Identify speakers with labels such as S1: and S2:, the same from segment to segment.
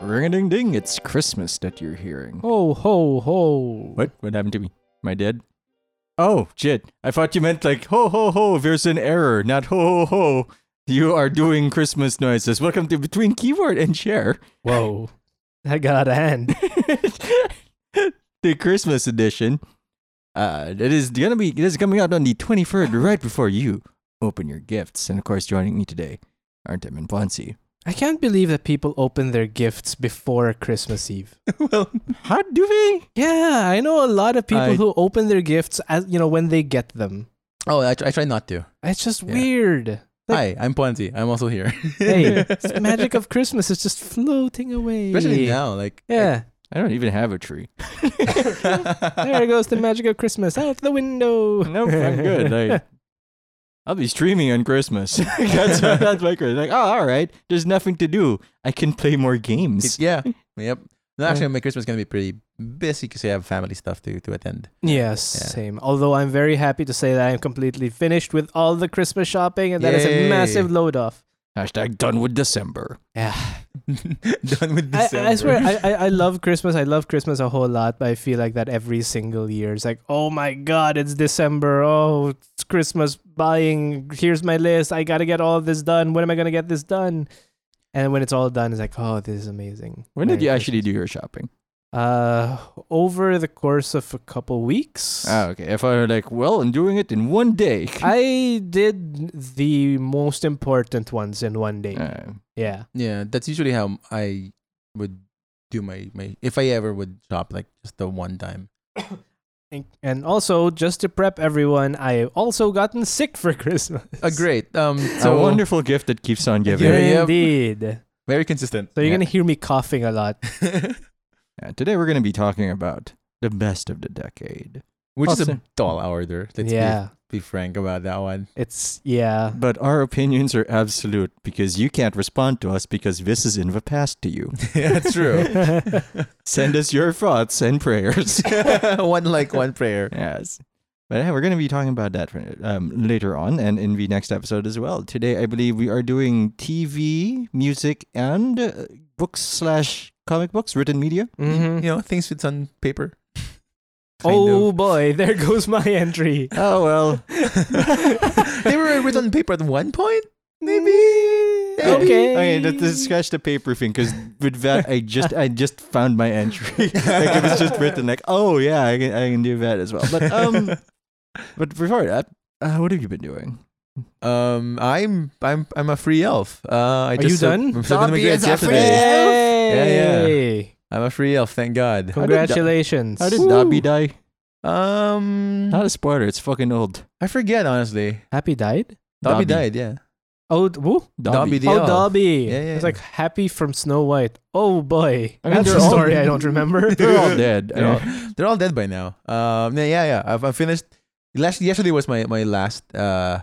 S1: Ring a ding ding, it's Christmas that you're hearing.
S2: Ho ho ho.
S1: What? What happened to me? Am I dead? Oh, shit. I thought you meant like, ho ho ho, there's an error, not ho ho ho. You are doing Christmas noises. Welcome to Between Keyboard and Chair,
S2: Whoa. That got out of hand.
S1: the Christmas edition. Uh, that is gonna be, it is coming out on the 23rd, right before you open your gifts. And of course, joining me today are Tim and Ponzi.
S2: I can't believe that people open their gifts before Christmas Eve.
S1: Well, how do they?
S2: Yeah, I know a lot of people
S1: I-
S2: who open their gifts as you know when they get them.
S3: Oh, I, tr- I try not to.
S2: It's just
S3: Yeah.
S2: weird.
S3: Hi, I'm Ponzi. I'm also here.
S2: Hey, it's the magic of Christmas is just floating away.
S3: Especially now, like
S2: Yeah,
S1: I don't even have a tree.
S2: there goes the magic of Christmas out the window.
S1: Nope, I'm good. I, I'll be streaming on Christmas. that's my, that's my Christmas. Like, oh, all right. There's nothing to do. I can play more games.
S3: yeah, yep. No, actually, my Christmas is gonna be pretty busy because I have family stuff to to attend.
S2: Yes,
S3: Yeah.
S2: same. Although I'm very happy to say that I'm completely finished with all the Christmas shopping, and that is a
S3: Yay.
S2: massive load off.
S1: Hashtag done with December.
S2: Yeah.
S3: Done with
S2: I,
S3: December.
S2: I swear, I, I, I love Christmas. I love Christmas a whole lot, but I feel like that every single year. It's like, oh my God, it's December. Oh, it's Christmas buying. Here's my list. I got to get all of this done. When am I going to get this done? And when it's all done, it's like, oh, this is amazing.
S1: When did
S2: Merry
S1: you actually do your shopping?
S2: Christmas. Uh, over the course of a couple weeks,
S1: Oh, okay. If I were like, well, I'm doing it in one day.
S2: I did the most important ones in one day.
S1: Uh,
S2: yeah.
S3: yeah, that's usually how I would do my my if I ever would shop like just the one time.
S2: And- And also, just to prep everyone, I also gotten sick for Christmas.
S3: Uh, great. Um,
S1: it's
S3: so
S1: a wonderful gift that keeps on giving.
S3: Yeah, yeah.
S2: Indeed.
S3: very consistent.
S2: So you're
S1: Yeah.
S2: gonna hear me coughing a lot.
S1: Uh, today we're going to be talking about the best of the decade,
S3: Which is
S1: Awesome.
S3: a tall order. Let's
S2: yeah,
S3: be, be frank about that one.
S2: it's yeah.
S1: but our opinions are absolute because you can't respond to us because this is in the past to you.
S3: yeah, that's true.
S1: Send us your thoughts and prayers.
S3: one like one prayer.
S1: Yes. But yeah, we're going to be talking about that um, later on and in the next episode as well. Today, I believe we are doing TV, music, and uh, books slash comic books, written media. Mm-hmm.
S2: Mhm.
S3: You know, things that's on paper.
S2: oh boy, there goes my entry.
S1: Oh, well.
S3: they were written on paper at one point, maybe. Mm,
S2: Okay.
S1: Okay, let's let's scratch the paper thing because with that, I just I just found my entry. like it was just written like, oh yeah, I can, I can do that as well. But um, but before that, uh, what have you been doing?
S3: Um, I'm I'm I'm a free elf. Uh,
S2: Are
S3: I
S2: you
S3: just sub-
S2: done?
S3: I'm subbing my
S1: Dobby
S3: grades
S1: is a free
S3: yesterday.
S1: elf.
S3: Yeah,
S2: Yay!
S3: I'm a free elf. Thank God.
S1: did that-
S2: Congratulations.
S1: How did
S2: Woo.
S1: Dobby die?
S3: Um,
S1: Not a spoiler. It's fucking old.
S3: I forget honestly.
S2: Happy died?
S1: Dobby.
S3: Dobby, died. Yeah.
S2: Oh, d- woo.
S3: Dobby the
S2: oh,
S3: elf.
S2: Dobby.
S3: Yeah, yeah,
S2: It's
S3: yeah.
S2: like Happy from Snow White. Oh boy,
S1: I mean,
S2: that's
S1: they're
S2: a
S1: all-
S2: story I don't remember.
S1: They're all dead.
S3: They're all, they're all dead by now. Um, yeah, yeah, yeah. I've, I finished. Last yesterday was my my last uh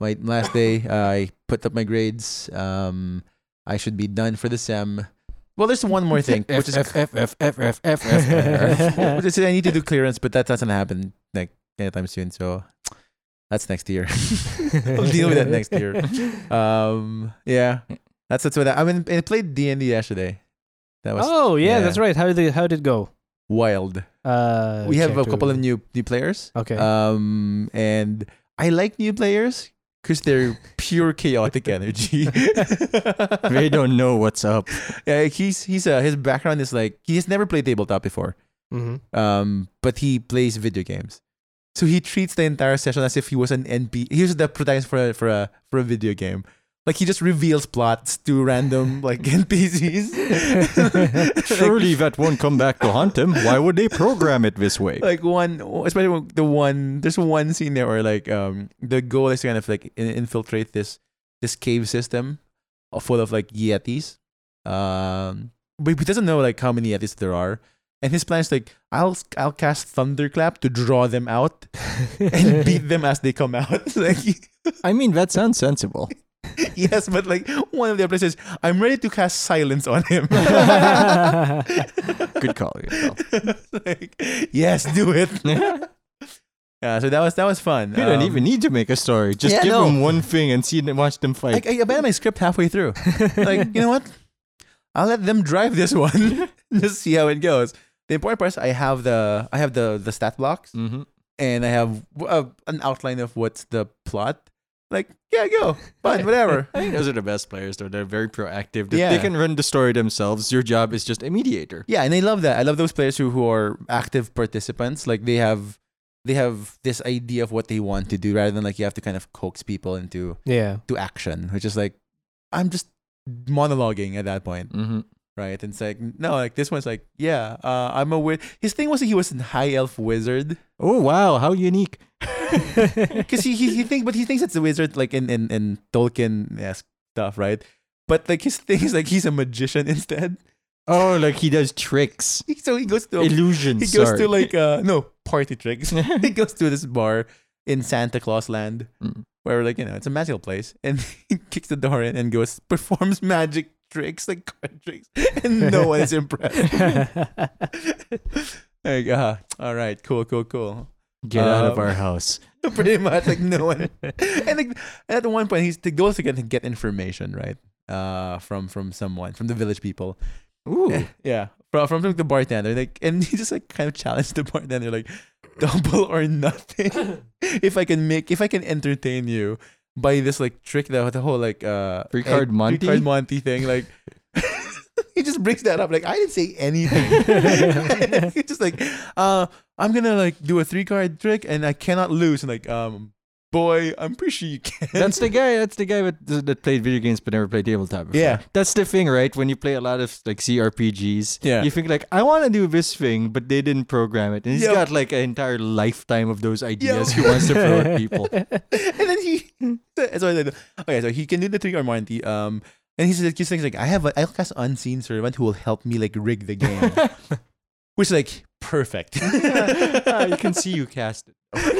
S3: my last day. I put up my grades. Um, I should be done for the sem. Well, there's one more thing, which is
S1: F F F F F
S3: Well, they say I need to do clearance, but that doesn't happen like anytime soon. So that's next year. I'll deal with that next year.
S2: Oh,
S3: Um, yeah, that's that's what I, I mean. I played D and D yesterday. That was
S2: oh yeah,
S3: yeah.
S2: that's right. How did how did it go?
S3: wild.
S2: Uh,
S3: We have
S2: check
S3: a
S2: to-
S3: couple of new new players.
S2: Okay.
S3: Um, and I like new players because they're pure chaotic energy.
S1: they don't know what's up.
S3: Yeah, he's he's uh, his background is like he has never played tabletop before.
S2: Mhm.
S3: um, but he plays video games. So he treats the entire session as if he was an NP. He was the protagonist for a, for a for a video game. Like he just reveals plots to random like NPCs.
S1: Surely that won't come back to haunt him. Why would they program it this way?
S3: like one, especially when the one. There's one scene there where like um the goal is to kind of like in- infiltrate this this cave system uh, full of like yetis. Um, but he doesn't know like how many yetis there are, and his plan is like I'll I'll cast thunderclap to draw them out and beat them as they come out. like
S1: I mean, that sounds sensible.
S3: yes, but like one of the other says, I'm ready to cast silence on him.
S1: Good call. Good call.
S3: like yes, do it. Yeah, so that was that was fun.
S1: You don't
S3: Um,
S1: even need to make a story. Just
S3: yeah,
S1: give
S3: no.
S1: them one thing and see them, watch them
S3: I,
S1: fight.
S3: I abandoned my script halfway through. like, you know what? I'll let them drive this one. Just see how it goes. The important part is I have the I have the the stat blocks
S1: Mm-hmm.
S3: and I have uh, an outline of what's the plot. Like, yeah, go, fine, whatever.
S1: I think those are the best players, though. They're very proactive.
S3: They-
S1: They,
S3: they
S1: they
S3: can
S1: can run the story themselves. Your job is just a mediator.
S3: Yeah, and I love that. I love those players who, who are active participants. Like they have they have this idea of what they want to do rather than like you have to kind of coax people into
S2: Yeah.
S3: to action, which is like I'm just monologuing at that point,
S1: Mm-hmm.
S3: right? And it's like no, like this one's like, yeah, uh, I'm a wizard. His thing was that he was a high elf wizard
S1: Oh wow, how unique!
S3: because he, he he thinks, but he thinks it's a wizard like in in in Tolkien esque stuff, right? But like his thing is like he's a magician instead.
S1: Oh, like he does tricks,
S3: So he goes to
S1: Um,
S3: a
S1: illusions.
S3: He goes
S1: sorry.
S3: to like uh no party tricks. he goes to this bar in Santa Claus land
S1: Mm.
S3: where like you know it's a magical place and he kicks the door in and goes performs magic tricks like card tricks and no one is impressed. like uh all right, cool, cool, cool.
S1: get out of
S3: Um,
S1: our house.
S3: Pretty much like no one and like at the one point he's he goes to get get information, right? Uh from from someone, from the village people.
S1: Ooh,
S3: Yeah, from from like the bartender, like, and he just like kind of challenged the bartender, like, double or nothing. if I can make, if I can entertain you by this like trick that the whole like uh
S1: Free card
S3: Monty,
S1: Monty?
S3: free card Monty thing, like, he just brings that up, like, I didn't say anything. He's just like, uh, I'm gonna like do a three card trick, and I cannot lose, and like, um, boy, I'm pretty sure you can.
S1: that's the guy. That's the guy with, that played video games but never played tabletop. Before.
S3: yeah,
S1: that's the thing, right? When you play a lot of like CRPGs,
S3: Yeah.
S1: you think like I want to do this thing, but they didn't program it, and he's
S3: Yeah.
S1: got like an entire lifetime of those ideas. He wants to throw at people.
S3: and then he so I said, okay so he can do the three arm warranty um and he says he's like, he's like, I have a I'll cast unseen servant who will help me like rig the game which like perfect
S1: Ah, you can see you cast it.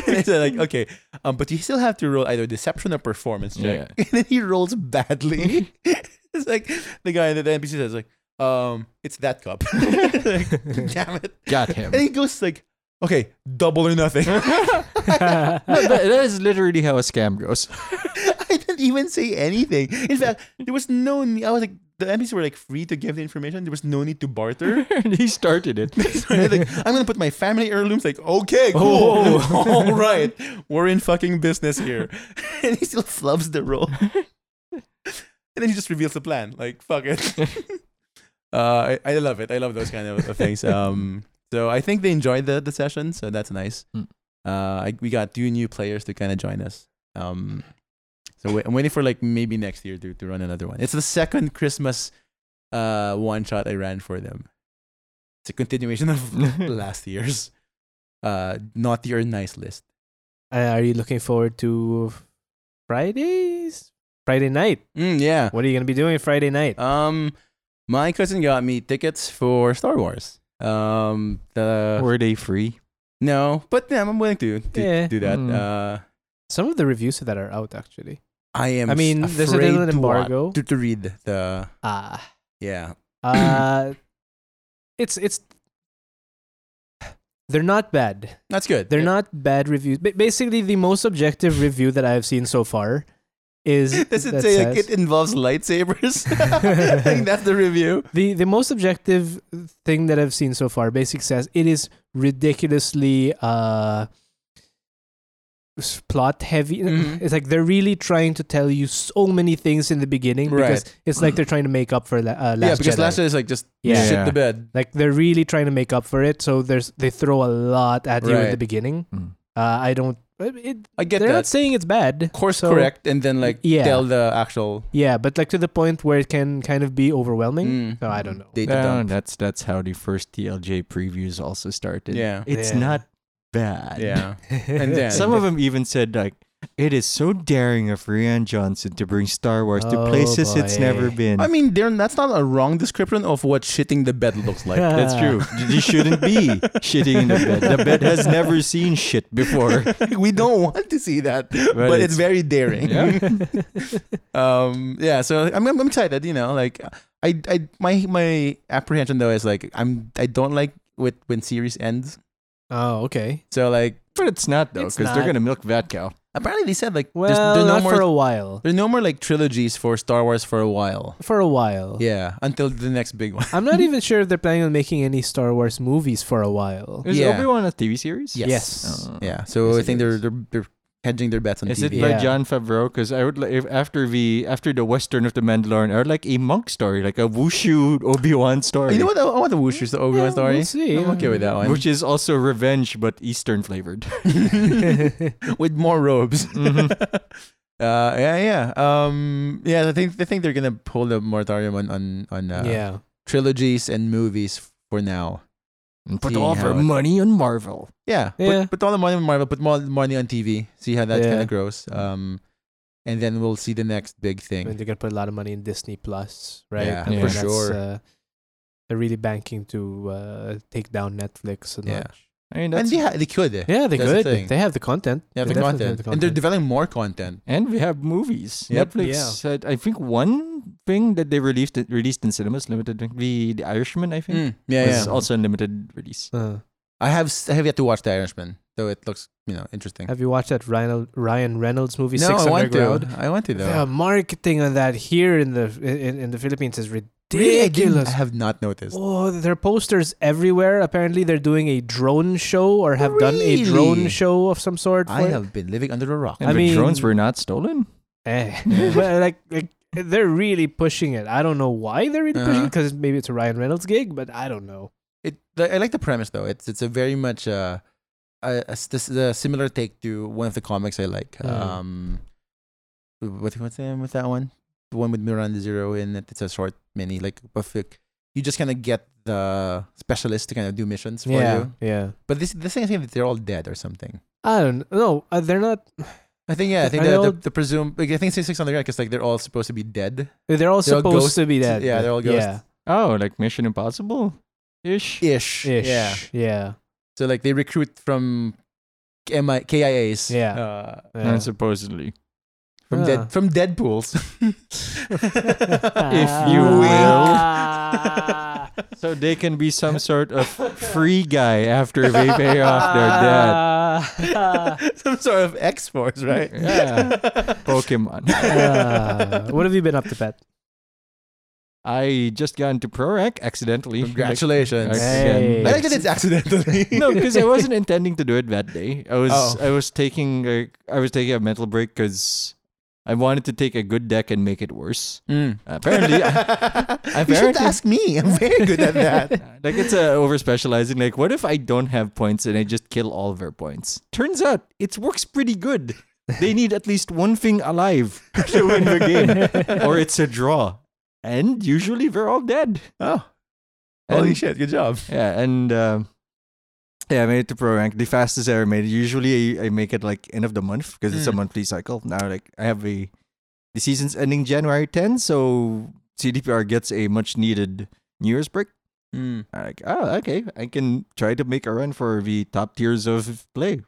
S3: And so like okay um but you still have to roll either deception or performance check and then he rolls badly it's like the guy that the NPC says like um it's that cup Like, damn it
S1: Got him.
S3: and he goes like okay double or nothing
S2: Uh,
S1: No, that- that is literally how a scam goes.
S3: I didn't even say anything. In fact, there was no. ne- I was like, the NPCs were like free to give the information. There was no need to barter.
S1: he started it.
S3: So I was like, I'm gonna put my family heirlooms. Like, okay,
S1: Oh.
S3: cool, all right, we're in fucking business here. and he still flubs the role. and then he just reveals the plan. Like, fuck it. uh, I, I love it. I love those kind of, of things. Um, so I think they enjoyed the the session. So that's nice.
S1: Mm.
S3: Uh, I, we got two new players to kind of join us. Um, so wait, I'm waiting for like maybe next year to, to run another one. It's the second Christmas uh, one shot I ran for them. It's a continuation of last year's uh, naughty or nice list.
S2: Uh, are you looking forward to Fridays? Friday night.
S3: Mm, yeah.
S2: What are you going to be doing Friday night?
S3: Um, my cousin got me tickets for Star Wars. Um, the
S1: Were they free?
S3: no, but yeah, I'm willing to, to
S2: Yeah.
S3: do that.
S1: Mm.
S3: Uh,
S2: Some of the reviews for that are out actually.
S3: I am.
S2: I mean,
S3: s-
S2: there's a
S3: afraid
S2: little
S3: to wa-
S2: embargo.
S3: to, to read the
S2: Ah.
S3: yeah.
S2: Uh, it's it's they're not bad.
S3: That's good.
S2: They're not bad reviews. Ba- basically, the most objective review that I have seen so far is
S3: Does it
S2: that
S3: say like,
S2: says-
S3: it involves lightsabers? I think that's the review.
S2: the the most objective thing that I've seen so far. Basic says it is ridiculously uh s- plot heavy
S3: Mhm.
S2: it's like they're really trying to tell you so many things in the beginning because it's like they're trying to make up for la- uh, last
S3: yeah, because
S2: Jedi.
S3: last year is like just
S2: Yeah.
S3: shit
S1: Yeah.
S3: the bed.
S2: Like they're really trying to make up for it, so there's they throw a lot at you at the
S3: Right.
S2: beginning.
S1: Mm.
S2: Uh, I don't. It,
S3: I get
S2: they're
S3: that.
S2: not saying it's bad.
S3: Course
S2: so-
S3: correct, and then like
S2: Yeah.
S3: tell the actual.
S2: Yeah, but like to the point where it can kind of be overwhelming.
S3: Mm,
S2: So Oh, I don't know.
S3: data
S1: No,
S3: dump.
S1: that's that's how the first TLJ previews also started.
S3: Yeah.
S1: It's
S2: Yeah.
S1: not bad.
S3: Yeah. And then-
S1: Some of them even said like it is so daring of Rian Johnson to bring Star Wars
S2: Oh,
S1: to places it's
S2: boy.
S1: never been.
S3: I mean, there that's not a wrong description of what shitting the bed looks like.
S1: that's true. You shouldn't be shitting in the bed. The bed has never seen shit before.
S3: we don't want to see that, but, it's,
S1: it's-
S3: very daring.
S1: Yeah.
S3: um, yeah. So I'm, I'm I'm excited. You know, like I, I my my apprehension though is like I'm I don't like with when series ends.
S2: Oh, okay.
S3: So like
S1: But it's not though,
S2: It's
S1: because
S2: not.
S1: they're gonna milk that cow.
S3: Apparently, they said like
S2: Well,
S3: there's there are no
S2: not
S3: more
S2: for a while.
S3: there's no more like trilogies for Star Wars for a while.
S2: For a while.
S3: Yeah, until the next big one.
S2: I'm not even sure if they're planning on making any Star Wars movies for a while.
S1: Is
S3: Yeah.
S1: Obi Wan a TV series?
S3: Yes. Uh,
S2: Yes.
S1: Oh.
S3: Yeah, so
S1: Yes,
S3: I
S1: it
S3: think they're
S1: is.
S3: they're they're hedging their bets on
S1: Is
S3: TV.
S1: it by
S2: Yeah.
S1: John Favreau? Because I would like if after the after the Western of the Mandalorian, I would like a monk story, like a wushu Obi Wan story.
S3: You know what? I I want the Wushu the Obi Wan
S2: Yeah,
S3: story.
S2: we'll see.
S3: I'm okay with that one.
S1: Which is also revenge, but Eastern flavored.
S3: with more robes.
S2: Mm-hmm.
S1: Mhm.
S3: uh, yeah, yeah. Um, yeah, I think I think they're gonna pull the moratorium on on, on uh,
S2: yeah.
S3: trilogies and movies for now.
S1: Put
S3: Seeing
S1: all
S3: how
S1: their
S3: it-
S1: money on Marvel.
S3: Yeah,
S2: Yeah.
S3: Put, put all the money on Marvel. Put more money on TV. See how that
S2: Yeah.
S3: kind of grows. Um, and then we'll see the next big
S2: I mean,
S3: thing.
S2: they're gonna put a lot of money in Disney Plus, right?
S3: Yeah,
S2: I mean,
S1: for
S2: that's,
S3: sure.
S2: Uh, they're really banking to uh, take down Netflix and
S3: Yeah.
S2: much.
S1: I mean, that's
S3: and yeah, they could. eh.
S2: Yeah, they
S3: That's the
S2: could.
S3: thing.
S2: they have the content.
S3: They have
S2: They
S3: the
S2: definitely
S3: content.
S2: have
S3: and they're developing more content.
S1: And we have movies.
S3: Yep.
S1: Netflix
S2: Yeah.
S1: had, I think, one thing that they released released in cinemas, limited. The, the Irishman, I think,
S3: Mm, yeah,
S1: was
S3: yeah.
S1: also a limited release.
S2: Uh,
S3: I have s- I have yet to watch The Irishman, though it looks you know interesting.
S2: have you watched that Ryan Ryan Reynolds movie?
S3: no,
S2: Six
S3: I want
S2: Underground?
S3: to. I want to though.
S2: The marketing on that here in the in, in the Philippines is
S3: Really, I didn't-
S2: ridiculous.
S3: I have not noticed.
S2: Oh, there are posters everywhere. Apparently, they're doing a drone show or have done a drone
S3: Really?
S2: show of some sort.
S3: I
S2: for-
S3: have been living under a rock.
S1: And
S2: I
S1: the drones
S2: mean-
S1: were not stolen.
S2: Eh.
S1: Yeah.
S2: but like, like they're really pushing it. I don't know why they're really pushing it
S3: Uh-huh.
S2: because maybe it's a Ryan Reynolds gig, but I don't know.
S3: It, the, I like the premise though. It's it's a very much uh, a, a s- this is a similar take to one of the comics I like.
S2: Mm.
S3: Um, what what's the name with that one? The one with Miranda Zero in it. It's a short mini like but like, you just kind of get the specialist to kind of do missions for
S2: yeah,
S3: you.
S2: yeah.
S3: But this the same thing that they're all dead or something.
S2: I don't know. Uh, they're not.
S3: I think yeah. I think
S2: I
S3: the,
S2: know-
S3: the, the presume like, I think it's six on the ground because like they're all supposed to be dead
S2: They're all
S3: They're all
S2: supposed
S3: ghosts.
S2: to be dead.
S3: Yeah,
S2: but-
S3: they're all ghosts.
S1: Oh, like Mission Impossible, ish.
S3: ish.
S2: Yeah, ish.
S3: Yeah.
S2: Yeah, yeah.
S3: So like they recruit from MI, KIAs.
S2: Yeah.
S3: Uh,
S1: And supposedly,
S3: from
S2: Ah.
S3: dead from Deadpool's.
S1: If you
S2: Ah.
S1: will. so they can be some sort of free guy after they pay off their debt.
S2: dead.
S3: Some sort of X Force, right?
S1: Yeah. Pokemon.
S2: Uh, what have you been up to, Pat?
S1: I just got into ProRec accidentally.
S3: Congratulations.
S1: Like-
S2: Hey.
S3: I like that it's accidentally.
S1: no, because I wasn't intending to do it that day. I was
S3: Oh.
S1: I was taking a, I was taking a mental break because I wanted to take a good deck and make it worse.
S3: Mm.
S1: Apparently, I-
S3: you should
S1: apparently-
S3: ask me. I'm very good at that.
S1: like it's uh, over specializing. Like, what if I don't have points and I just kill all of their points? Turns out it works pretty good. They need at least one thing alive to win the game, or it's a draw. And usually they're all dead.
S3: Oh, holy
S1: And-
S3: shit! Good job.
S1: Yeah, and um yeah, I made it to pro rank. The fastest I ever made it. Usually, I, I make it like end of the month because it's a
S3: Mm.
S1: monthly cycle. Now, like I have a the season's ending January 10, so CDPR gets a much needed New Year's break.
S3: Mm.
S1: I'm like, oh, okay, I can try to make a run for the top tiers of play.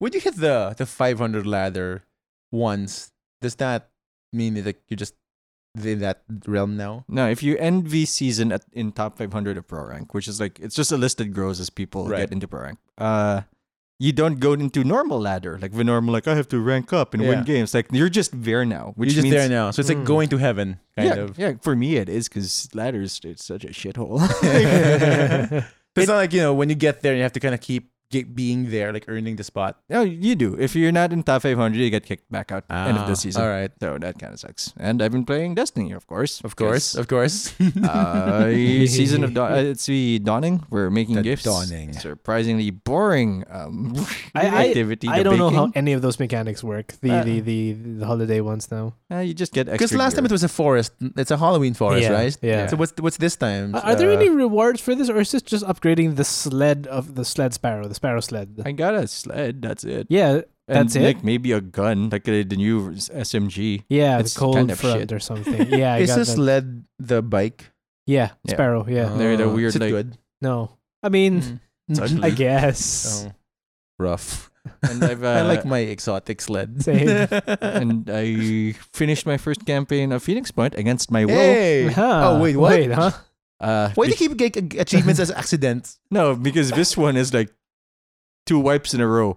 S3: Would you hit the the 500 ladder once? Does that mean that like, you're just in that realm now?
S1: Now, if you end the season at in top 500 of pro rank, which is like it's just a list that grows as people
S3: Right.
S1: get into pro rank. Uh you don't go into normal ladder like the normal like I have to rank up and win
S3: Yeah.
S1: games. Like you're just there now, which
S3: you're just
S1: means
S3: there now, so it's like
S2: Mm.
S3: going to heaven, kind
S1: yeah,
S3: of.
S1: yeah, for me it is because ladders it's such a shithole.
S3: it's not like you know when you get there, you have to kind of keep get being there, like earning the spot.
S1: no, you do. If you're not in top 500, you get kicked back out end of the
S3: Ah,
S1: season.
S3: All right,
S1: So that kind of sucks. And I've been playing Destiny, of course.
S3: of course,
S1: 'cause,
S3: of course.
S1: uh, season of Dawn. uh, It's the dawning. We're making
S3: The
S1: gifts.
S3: Dawning.
S1: Surprisingly boring um,
S2: I- I-
S1: activity.
S2: I
S1: the
S2: don't know how
S1: baking.
S2: any of those mechanics work. The
S1: Uh,
S2: the, the the holiday ones now.
S1: Uh, you just get
S3: Because
S1: extra.
S3: last time it was a forest. It's a Halloween forest,
S2: Yeah,
S3: right?
S2: yeah.
S3: So what's what's this time?
S2: Are, are there
S3: Uh,
S2: any rewards for this, or is this just upgrading the sled of the sled sparrow, the sparrow sled?
S1: I got a sled. That's it.
S2: yeah,
S1: And
S2: that's it?
S1: like maybe a gun, like uh, the new SMG.
S2: yeah,
S1: It's
S2: the cold
S1: kind of
S2: front
S1: shit.
S2: or something. Yeah, I
S3: Is
S2: got
S3: this
S2: that.
S3: led the bike?
S2: yeah,
S1: Yeah.
S2: sparrow. Yeah,
S1: Uh, They're the
S3: Oh,
S1: weird,
S3: Is it
S1: like-
S3: good?
S2: no, I mean,
S3: Mm. It's
S2: I
S3: ugly.
S2: guess.
S3: Oh, rough.
S1: And I've, uh,
S3: I like my exotic sled.
S2: Same.
S1: and I finished my first campaign of Phoenix Point against my will.
S3: Hey.
S2: Huh,
S3: Oh wait, what?
S2: Wait, huh?
S1: Uh,
S3: Why
S1: be-
S3: do you keep getting achievements as accidents?
S1: no, because this one is like two wipes in a row.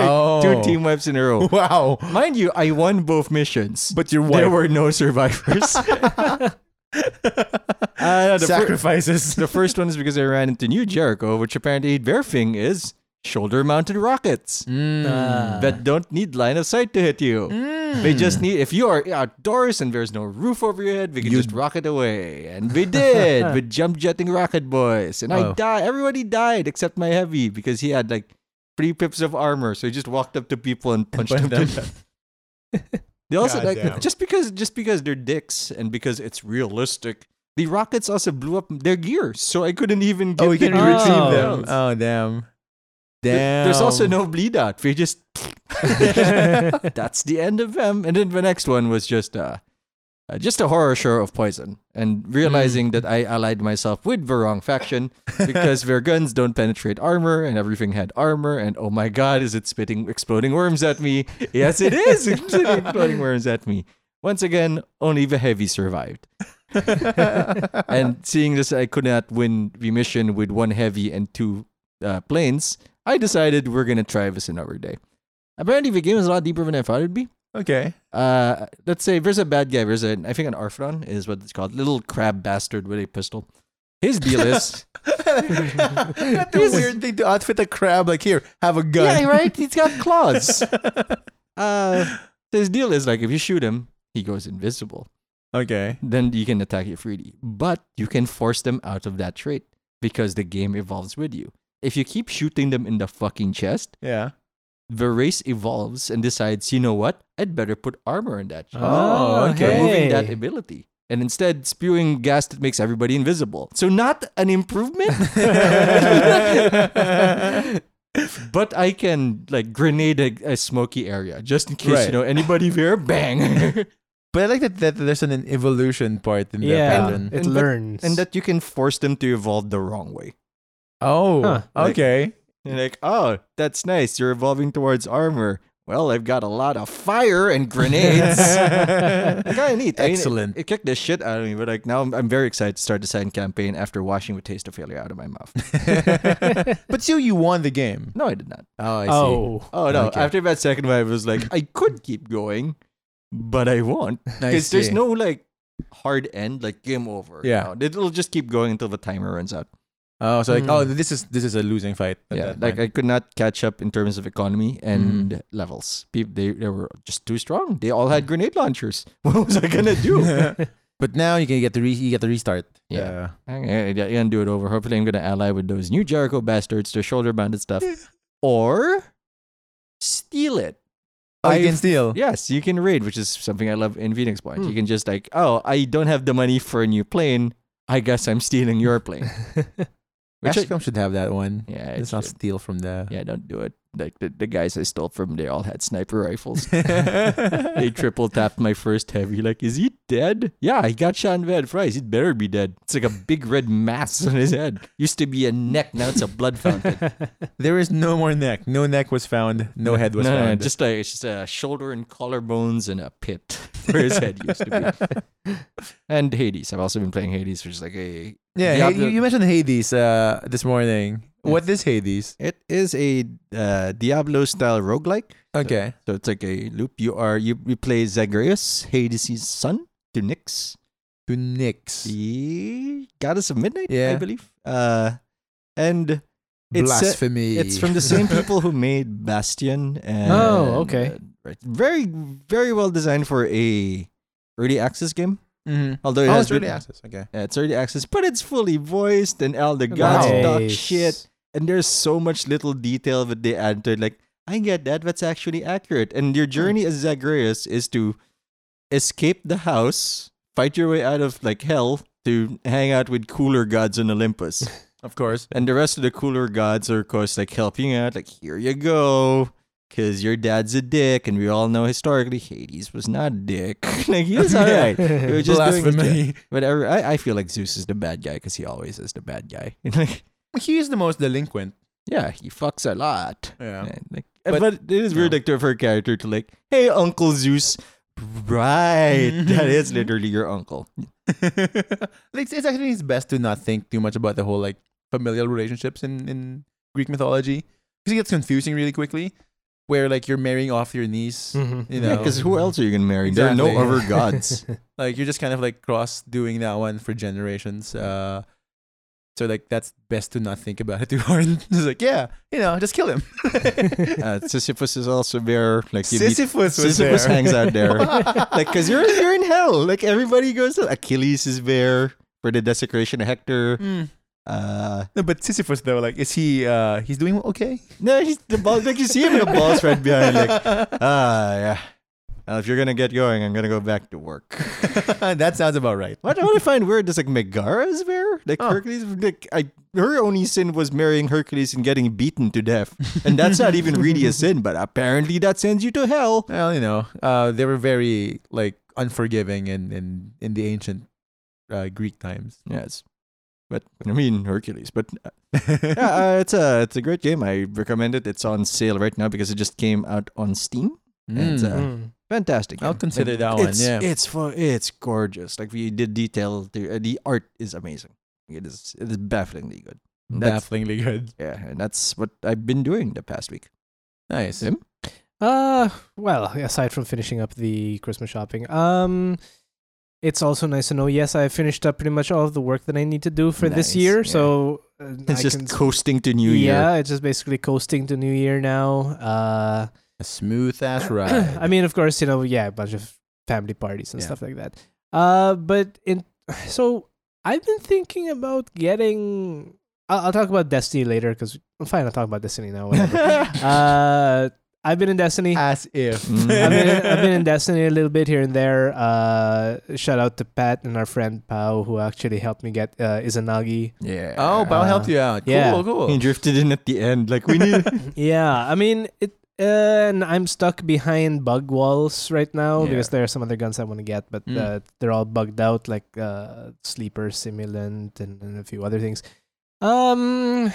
S3: Oh.
S1: Two team wipes in a row.
S3: Wow.
S1: Mind you, I won both missions.
S3: But your
S1: there
S3: wife
S1: were no survivors. Uh, the, fir-
S3: sacrifices.
S1: the first one is because I ran into New Jericho, which apparently their thing is shoulder mounted rockets
S3: Mm.
S2: Ah.
S1: that don't need line of sight to hit you. They
S3: Mm.
S1: just need, if you are outdoors and there's no roof over your head, we can
S3: You-
S1: just rocket away. And we did with jump jetting rocket boys. And I
S3: Oh.
S1: died. Everybody died except my heavy because he had like three pips of armor. So he just walked up to people and punched
S3: punch
S1: them.
S3: them.
S1: to- They also
S3: Goddamn.
S1: like just because just because they're dicks and because it's realistic. The rockets also blew up their gear, so I couldn't even get
S3: oh, we
S1: them
S3: can
S2: Oh.
S1: retrieved.
S3: retrieve
S2: Oh.
S3: them. Oh, damn.
S1: Th-
S3: Damn.
S1: There's also no bleed out. We just that's the end of them. And then the next one was just uh, uh just a horror show of poison and realizing that I allied myself with the wrong faction because their guns don't penetrate armor and everything had armor and oh my god is it spitting exploding worms at me? Yes it is. It's spitting exploding worms at me. Once again, only the heavy survived. and seeing this I could not win the mission with one heavy and two uh, planes, I decided we're gonna try this another day. Apparently, the game is a lot deeper than I thought it'd be.
S3: Okay.
S1: Uh, let's say there's a bad guy. There's a, I think an Arfron is what it's called, little crab bastard with a pistol. His deal is,
S3: That's a weird thing to outfit a crab. Like, here, have a gun.
S1: yeah, right. He's got claws. Uh, his deal is like if you shoot him, he goes invisible.
S3: Okay.
S1: Then you can attack it freely, but you can force them out of that trait because the game evolves with you. If you keep shooting them in the fucking chest,
S3: Yeah.
S1: the race evolves and decides, you know what? I'd better put armor in that. chest.
S3: Oh, okay.
S1: removing that
S2: hey.
S1: ability and instead spewing gas that makes everybody invisible. So not an improvement, but I can like grenade a, a smoky area just in case
S3: Right.
S1: you know anybody there. Bang,
S3: But I like that, that there's an evolution part in the
S2: yeah,
S3: pattern.
S2: it
S1: And that-
S2: learns.
S1: and that you can force them to evolve the wrong way.
S3: Oh,
S2: Huh.
S3: okay.
S1: You're like, oh, that's nice. You're evolving towards armor. Well, I've got a lot of fire and grenades. kind of neat. I mean, it-
S3: Excellent.
S1: it, kicked the shit out of me, but like now I'm, I'm very excited to start the second campaign after washing the taste of failure out of my mouth.
S3: but still, you won the game.
S1: no, I did not.
S3: Oh, I see.
S2: oh,
S1: Oh no!
S3: Okay.
S1: After that second one, I was like, I could keep going, but I won't
S3: I
S1: because there's
S3: see.
S1: no like hard end, like game over.
S3: Yeah.
S1: No, it'll just keep going until the timer runs out.
S3: Oh, so like,
S2: Mm.
S3: oh, this is this is a losing fight. at
S1: yeah,
S3: that Mm-hmm.
S1: like
S3: point.
S1: I could not catch up in terms of economy and levels. People, they they were just too strong. They all had grenade launchers. What was I gonna do?
S3: but now you can get the re- you get the restart.
S1: Yeah. I'm gonna- I'm gonna do it over. Hopefully, I'm gonna ally with those new Jericho bastards, their shoulder mounted stuff, or steal it.
S3: Oh, you
S1: I've-
S3: can steal. Hmm.
S1: Yes, you can raid, which is something I love in Phoenix Point. You can just like, oh, I don't have the money for a new plane. I guess I'm stealing your plane. Which I-
S3: Ashcom should have that one.
S1: yeah,
S3: Let's
S1: it's
S3: not
S1: not.
S3: steal from the.
S1: Yeah, don't do it. Like the, the guys I stole from, they all had sniper rifles. they
S3: Yeah.
S1: triple tapped my first heavy. Like, is he dead? Yeah, he got shot in the head twice. He'd better be dead. It's like a big red mass on his head. Used to be a neck, now it's a blood fountain.
S3: there is no more neck. No neck was found. No head was
S1: no, no,
S3: found.
S1: no, just like it's just a shoulder and collarbones and a pit where his head used to be. And Hades. I've also been playing Hades, which is like a Yeah,
S3: yeah. Hey, you,
S1: the-
S3: you mentioned Hades uh, this morning. What is Hades?
S1: It is a uh, Diablo style roguelike.
S3: Okay.
S1: So it's like a loop. You are you, you play Zagreus, Hades' son, to Nyx,
S3: To Nyx.
S1: the goddess of midnight, I
S3: Yeah.
S1: believe. Uh, and
S3: uh,
S1: it's a-
S3: Blasphemy.
S1: it's from the same people who made Bastion. And,
S2: Oh, okay.
S1: uh, right. Very very well designed for a early access game.
S3: Mhm.
S1: Although it
S3: Oh,
S1: has
S3: it's really
S1: been-
S3: access. Okay.
S1: yeah, it's early access, but it's fully voiced and all the gods
S3: Wow.
S1: talk
S2: Nice.
S1: shit. and there's so much little detail that they add to it. Like, I get that. That's actually accurate. And your journey as Zagreus is to escape the house, fight your way out of like hell to hang out with cooler gods on Olympus.
S3: Of course.
S1: and the rest of the cooler gods are, of course, like helping out. Like, here you go. Cause your dad's a dick, and we all know historically Hades was not a dick. like he was alright. We were just doing his job.
S3: Blasphemy.
S1: But I, I- I feel like Zeus is the bad guy because he always is the bad guy. like,
S3: He is the most delinquent.
S1: yeah, he fucks a lot.
S3: Yeah.
S1: And, like,
S3: But-
S1: but, it is weird,
S3: yeah.
S1: like, to have her character to like, hey, Uncle Zeus. Right, that is literally your uncle.
S3: it's, it's actually it's best to not think too much about the whole like familial relationships in, in Greek mythology because it gets confusing really quickly, where like you're marrying off your niece.
S2: Mhm.
S3: You
S1: Yeah,
S3: know.
S1: because who else are you gonna marry? There are no
S3: Exactly.
S1: other gods.
S3: Like you're just kind of like cross doing that one for generations. Uh, so like that's best to not think about it too hard. it's like yeah, you know, just kill him.
S1: Uh, Sisyphus is also there. Like you meet-
S3: Sisyphus was
S1: Sisyphus
S3: there.
S1: hangs out there. like because you're you're in hell. Like everybody goes. To, Achilles is there for the desecration of Hector.
S3: Mm.
S1: Uh,
S3: No, but Sisyphus though, like, is he? uh He's doing okay.
S1: no, he's the ball. Like you see him, the ball's right behind. Like ah yeah. Well, if you're gonna get going, I'm gonna go back to work.
S3: that sounds about right.
S1: What, what I find weird is like Megara is there. Like
S3: Oh.
S1: Hercules, like I, her only sin was marrying Hercules and getting beaten to death, and that's not even really a sin. But apparently, that sends you to hell.
S3: Well, you know, uh, they were very like unforgiving in in, in the ancient uh, Greek times.
S1: Yes, but I mean Hercules. But uh, yeah, uh, it's a it's a great game. I recommend it. It's on sale right now because it just came out on Steam.
S3: Hmm.
S1: It's, uh,
S2: Mm.
S1: Fantastic.
S3: I'll
S1: game. Like,
S3: consider that one,
S1: It's,
S3: yeah.
S1: it's for it's gorgeous. Like we did detail. The, uh, the art is amazing. It is it is bafflingly good. That's-
S3: Bafflingly good.
S1: Yeah, and that's what I've been doing the past week.
S3: Nice.
S1: Him?
S2: Uh, well, aside from finishing up the Christmas shopping, um, it's also nice to know. Yes, I finished up pretty much all of the work that I need to do for this
S1: Nice,
S2: year.
S1: yeah.
S2: So uh,
S1: It's
S2: I
S1: just
S2: can-
S1: coasting to New Year.
S2: Yeah, it's just basically coasting to New Year now. Uh,
S3: A smooth ass ride.
S2: I mean, of course, you know, yeah, a bunch of family parties and
S3: Yeah.
S2: stuff like that. Uh, but in so I've been thinking about getting. I'll, I'll talk about Destiny later because I'm fine. I'll talk about Destiny now. Whatever. uh, I've been in Destiny.
S3: as if.
S1: Mm.
S2: I've been, I've been in Destiny a little bit here and there. Uh, shout out to Pat and our friend Pao, who actually helped me get uh, Izanagi.
S1: yeah.
S3: Oh, but I'll help you out.
S2: yeah.
S3: Cool,
S1: He
S3: cool.
S1: drifted in at the end. Like we need.
S2: Yeah, I mean, it, uh, and I'm stuck behind bug walls right now
S1: Yeah.
S2: because there are some other guns I want to get, but
S3: Mm.
S2: uh, they're all bugged out, like uh, Sleeper, Simulant, and, and a few other things. Um,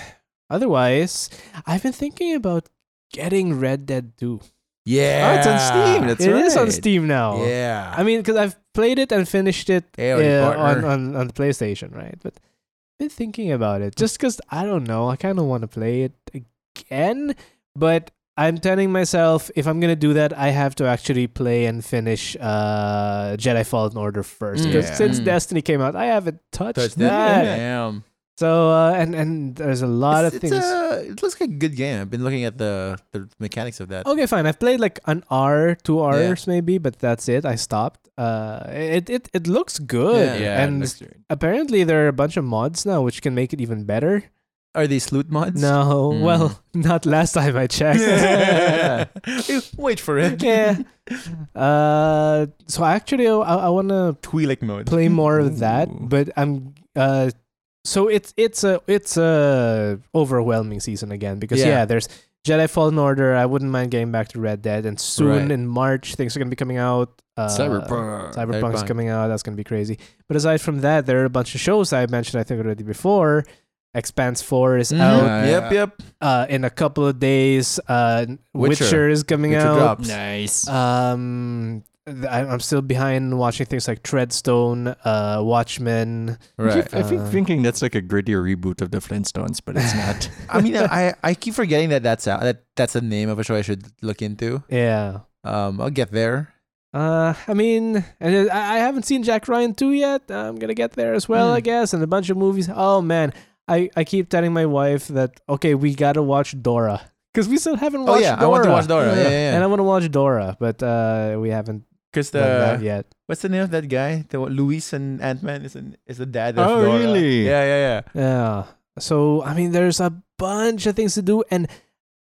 S2: otherwise, I've been thinking about getting Red Dead 2.
S3: Yeah.
S1: Oh, it's on Steam.
S2: It
S1: That's
S2: is
S1: right.
S2: on Steam now.
S3: Yeah.
S2: Oh. I mean, because I've played it and finished it
S3: Hey, already
S2: uh, on,
S3: partner.
S2: on on PlayStation, right? But been thinking about it just because I don't know. I kind of want to play it again, but I'm telling myself if I'm gonna do that, I have to actually play and finish uh, Jedi Fallen Order first.
S1: Yeah.
S2: Because since
S3: Mm.
S2: Destiny came out, I haven't touched
S3: Touch
S2: that.
S3: that. Damn.
S2: So uh, and and there's a lot
S3: It's-
S2: of
S3: it's
S2: things.
S3: a- it looks like a good game. I've been looking at the, the mechanics of that.
S2: Okay, fine. I've played like an hour, two hours maybe, but that's it. I stopped. Uh, it it, it looks good,
S3: Yeah,
S1: it
S2: and
S1: looks good.
S2: apparently there are a bunch of mods now which can make it even better.
S3: Are these loot mods?
S2: No,
S3: Mm.
S2: well, not last time I checked.
S3: Wait for it.
S2: yeah. Uh, so actually, I, I want to
S3: Twi'lek mode.
S2: play more of that,
S1: Ooh.
S2: but I'm uh, so it's it's a it's a overwhelming season again because yeah,
S3: Yeah.
S2: there's Jedi Fallen Order. I wouldn't mind getting back to Red Dead, and soon
S3: Right.
S2: in March things are gonna be coming out. Uh,
S1: Cyberpunk.
S2: Cyberpunk's
S3: Cyberpunk.
S2: coming out. That's gonna be crazy. But aside from that, there are a bunch of shows I mentioned I think already before. Expanse Four is
S3: Mhm.
S2: out
S1: Yeah.
S3: Yep, yep.
S2: uh, in a couple of days. Uh, Witcher.
S3: Witcher.
S2: is coming
S3: Witcher
S2: out.
S3: drops.
S1: Nice.
S2: Um, th- I- I'm still behind watching things like Treadstone, uh, Watchmen.
S3: Right.
S1: I keep
S2: Uh,
S1: thinking that's like a grittier reboot of the Flintstones, but it's not.
S3: I mean, I, I keep forgetting that that's out. That that's the name of a show I should look into.
S2: Yeah.
S3: Um, I'll get there.
S2: Uh, I mean, and then I I haven't seen Jack Ryan 2 yet. I'm gonna get there as
S1: Hmm.
S2: well, I
S3: Mm.
S2: guess, and a bunch of movies. Oh man, I, I keep telling my wife that okay, we gotta watch Dora because we still haven't
S3: Oh
S2: watched.
S3: yeah,
S2: Dora.
S3: I want to watch Dora.
S2: and
S3: Yeah,
S2: I
S3: yeah.
S2: want to watch Dora, but uh, we haven't
S3: Because
S2: done that
S3: the
S2: yet.
S3: what's the name of that guy? The one- Luis and Ant Man is an, is the dad. Of
S1: Oh,
S3: Dora.
S1: really?
S3: Yeah, yeah,
S2: Yeah. So I mean, there's a bunch of things to do, and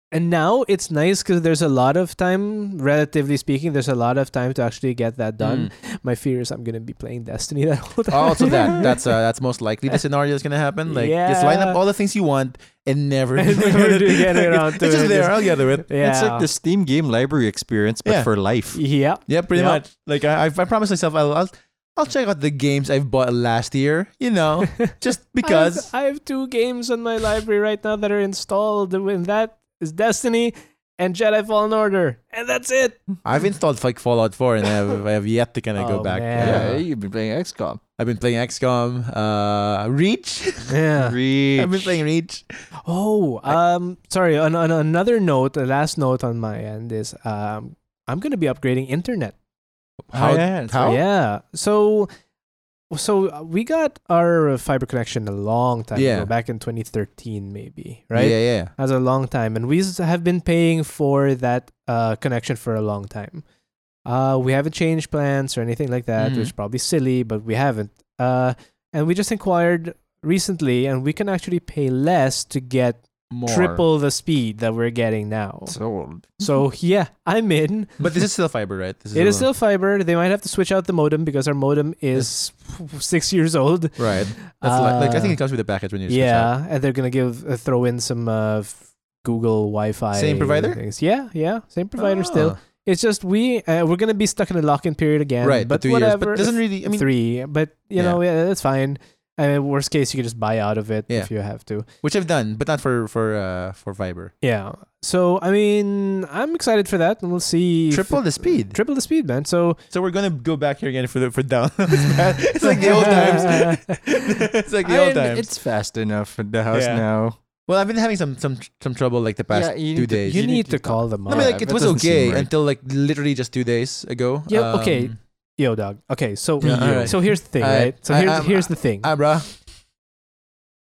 S2: and now it's nice because there's a lot of time, relatively speaking. There's a lot of time to actually get that
S3: yeah.
S2: done. My fear is I'm gonna be playing Destiny that whole time.
S3: Mm. also, that that's uh, that's most likely the scenario that's gonna happen. Like, just line
S2: Yeah.
S3: up all the things you want and never
S2: And never do get around to
S3: it's just
S2: it.
S3: there. I'll gather it.
S2: yeah.
S1: It's like the Steam game library experience, but
S3: Yeah.
S1: for life.
S2: yeah.
S3: Yeah, pretty
S2: Yeah.
S3: much. Like I, I, I promised myself, I'll, I'll, I'll check out the games I've bought last year. You know, just because.
S2: I have, I have two games on my library right now that are installed. When that is Destiny and Jedi Fallen Order, and that's it.
S3: I've installed like Fallout 4, and I have, I have yet to kind of
S2: Oh,
S3: go back.
S2: man.
S1: Yeah,
S3: Uh,
S1: you've been playing XCOM.
S3: I've been playing XCOM, uh, Reach.
S2: Yeah.
S1: Reach.
S3: I've been playing Reach.
S2: Oh, um, sorry. On, on another note, the last note on my end is um, I'm gonna be upgrading internet.
S3: How?
S1: yeah,
S3: how?
S2: Yeah. So, so we got our fiber connection a long time
S3: Yeah.
S2: ago, back in 2013, maybe, right?
S3: Yeah, yeah.
S2: That's a long time, and we s- have been paying for that uh, connection for a long time. Uh, we haven't changed plans or anything like that,
S3: Mhm.
S2: which is probably silly, but we haven't. Uh, and we just inquired recently, and we can actually pay less to get
S3: More.
S2: triple the speed that we're getting now.
S1: Sold.
S2: So yeah, I'm in.
S3: But this is still fiber, right? This
S2: It is still fiber. They might have to switch out the modem because our modem is six years old.
S3: right. That's like, like I
S2: Uh,
S3: think it comes with the package when you switch out.
S2: Yeah, and they're gonna give uh, throw in some uh, f- Google Wi-Fi.
S3: Same provider?
S2: Things. Yeah, yeah, same provider
S3: Ah,
S2: still. It's just we uh, we're gonna be stuck in a lock-in period again.
S3: right,
S2: but
S3: but two
S2: whatever.
S3: years. But doesn't really. I mean,
S2: three, but you
S3: Yeah.
S2: know, yeah, that's fine. I mean, worst case, you can just buy out of it
S3: Yeah.
S2: if you have to.
S3: which I've done, but not for for uh for fiber.
S2: Yeah. So I mean, I'm excited for that, and we'll see. if-
S3: Triple the speed.
S2: Triple the speed, man. So
S3: So we're gonna go back here again for the for down. it's like the old times. it's like the
S1: I
S3: old
S1: mean,
S3: times.
S1: It's fast enough at the house
S3: Yeah.
S1: now.
S3: Well, I've been having some some some trouble like the past
S1: Yeah, you
S3: two
S1: need to-
S3: days.
S2: you,
S1: You
S2: need,
S1: need
S2: to
S1: to
S2: call them up.
S3: I mean,
S1: Yeah,
S3: like it
S1: that
S3: was
S1: doesn't seem
S3: okay
S1: right.
S3: until like literally just two days ago. Um,
S2: Yeah, okay. Yo, dog. Okay, so
S3: Yeah, alright.
S2: so here's the thing,
S3: Alright.
S2: right? So
S3: I-
S2: here's
S3: I'm-
S2: here's the thing.
S3: Ah, bruh.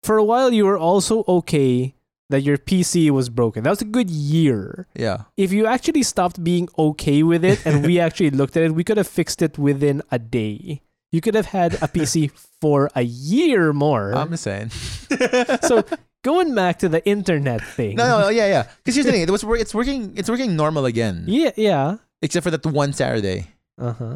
S2: For a while, you were also okay that your PC was broken. That was a good year.
S3: Yeah.
S2: If you actually stopped being okay with it, and we actually looked at it, we could have fixed it within a day. You could have had a PC for a year more.
S3: I'm saying.
S2: so going back to the internet thing.
S3: No, no, yeah, yeah. Because here's the thing: it was wor- it's working, it's working normal again,
S2: Yeah, yeah.
S3: except for that one Saturday,
S2: Uh huh.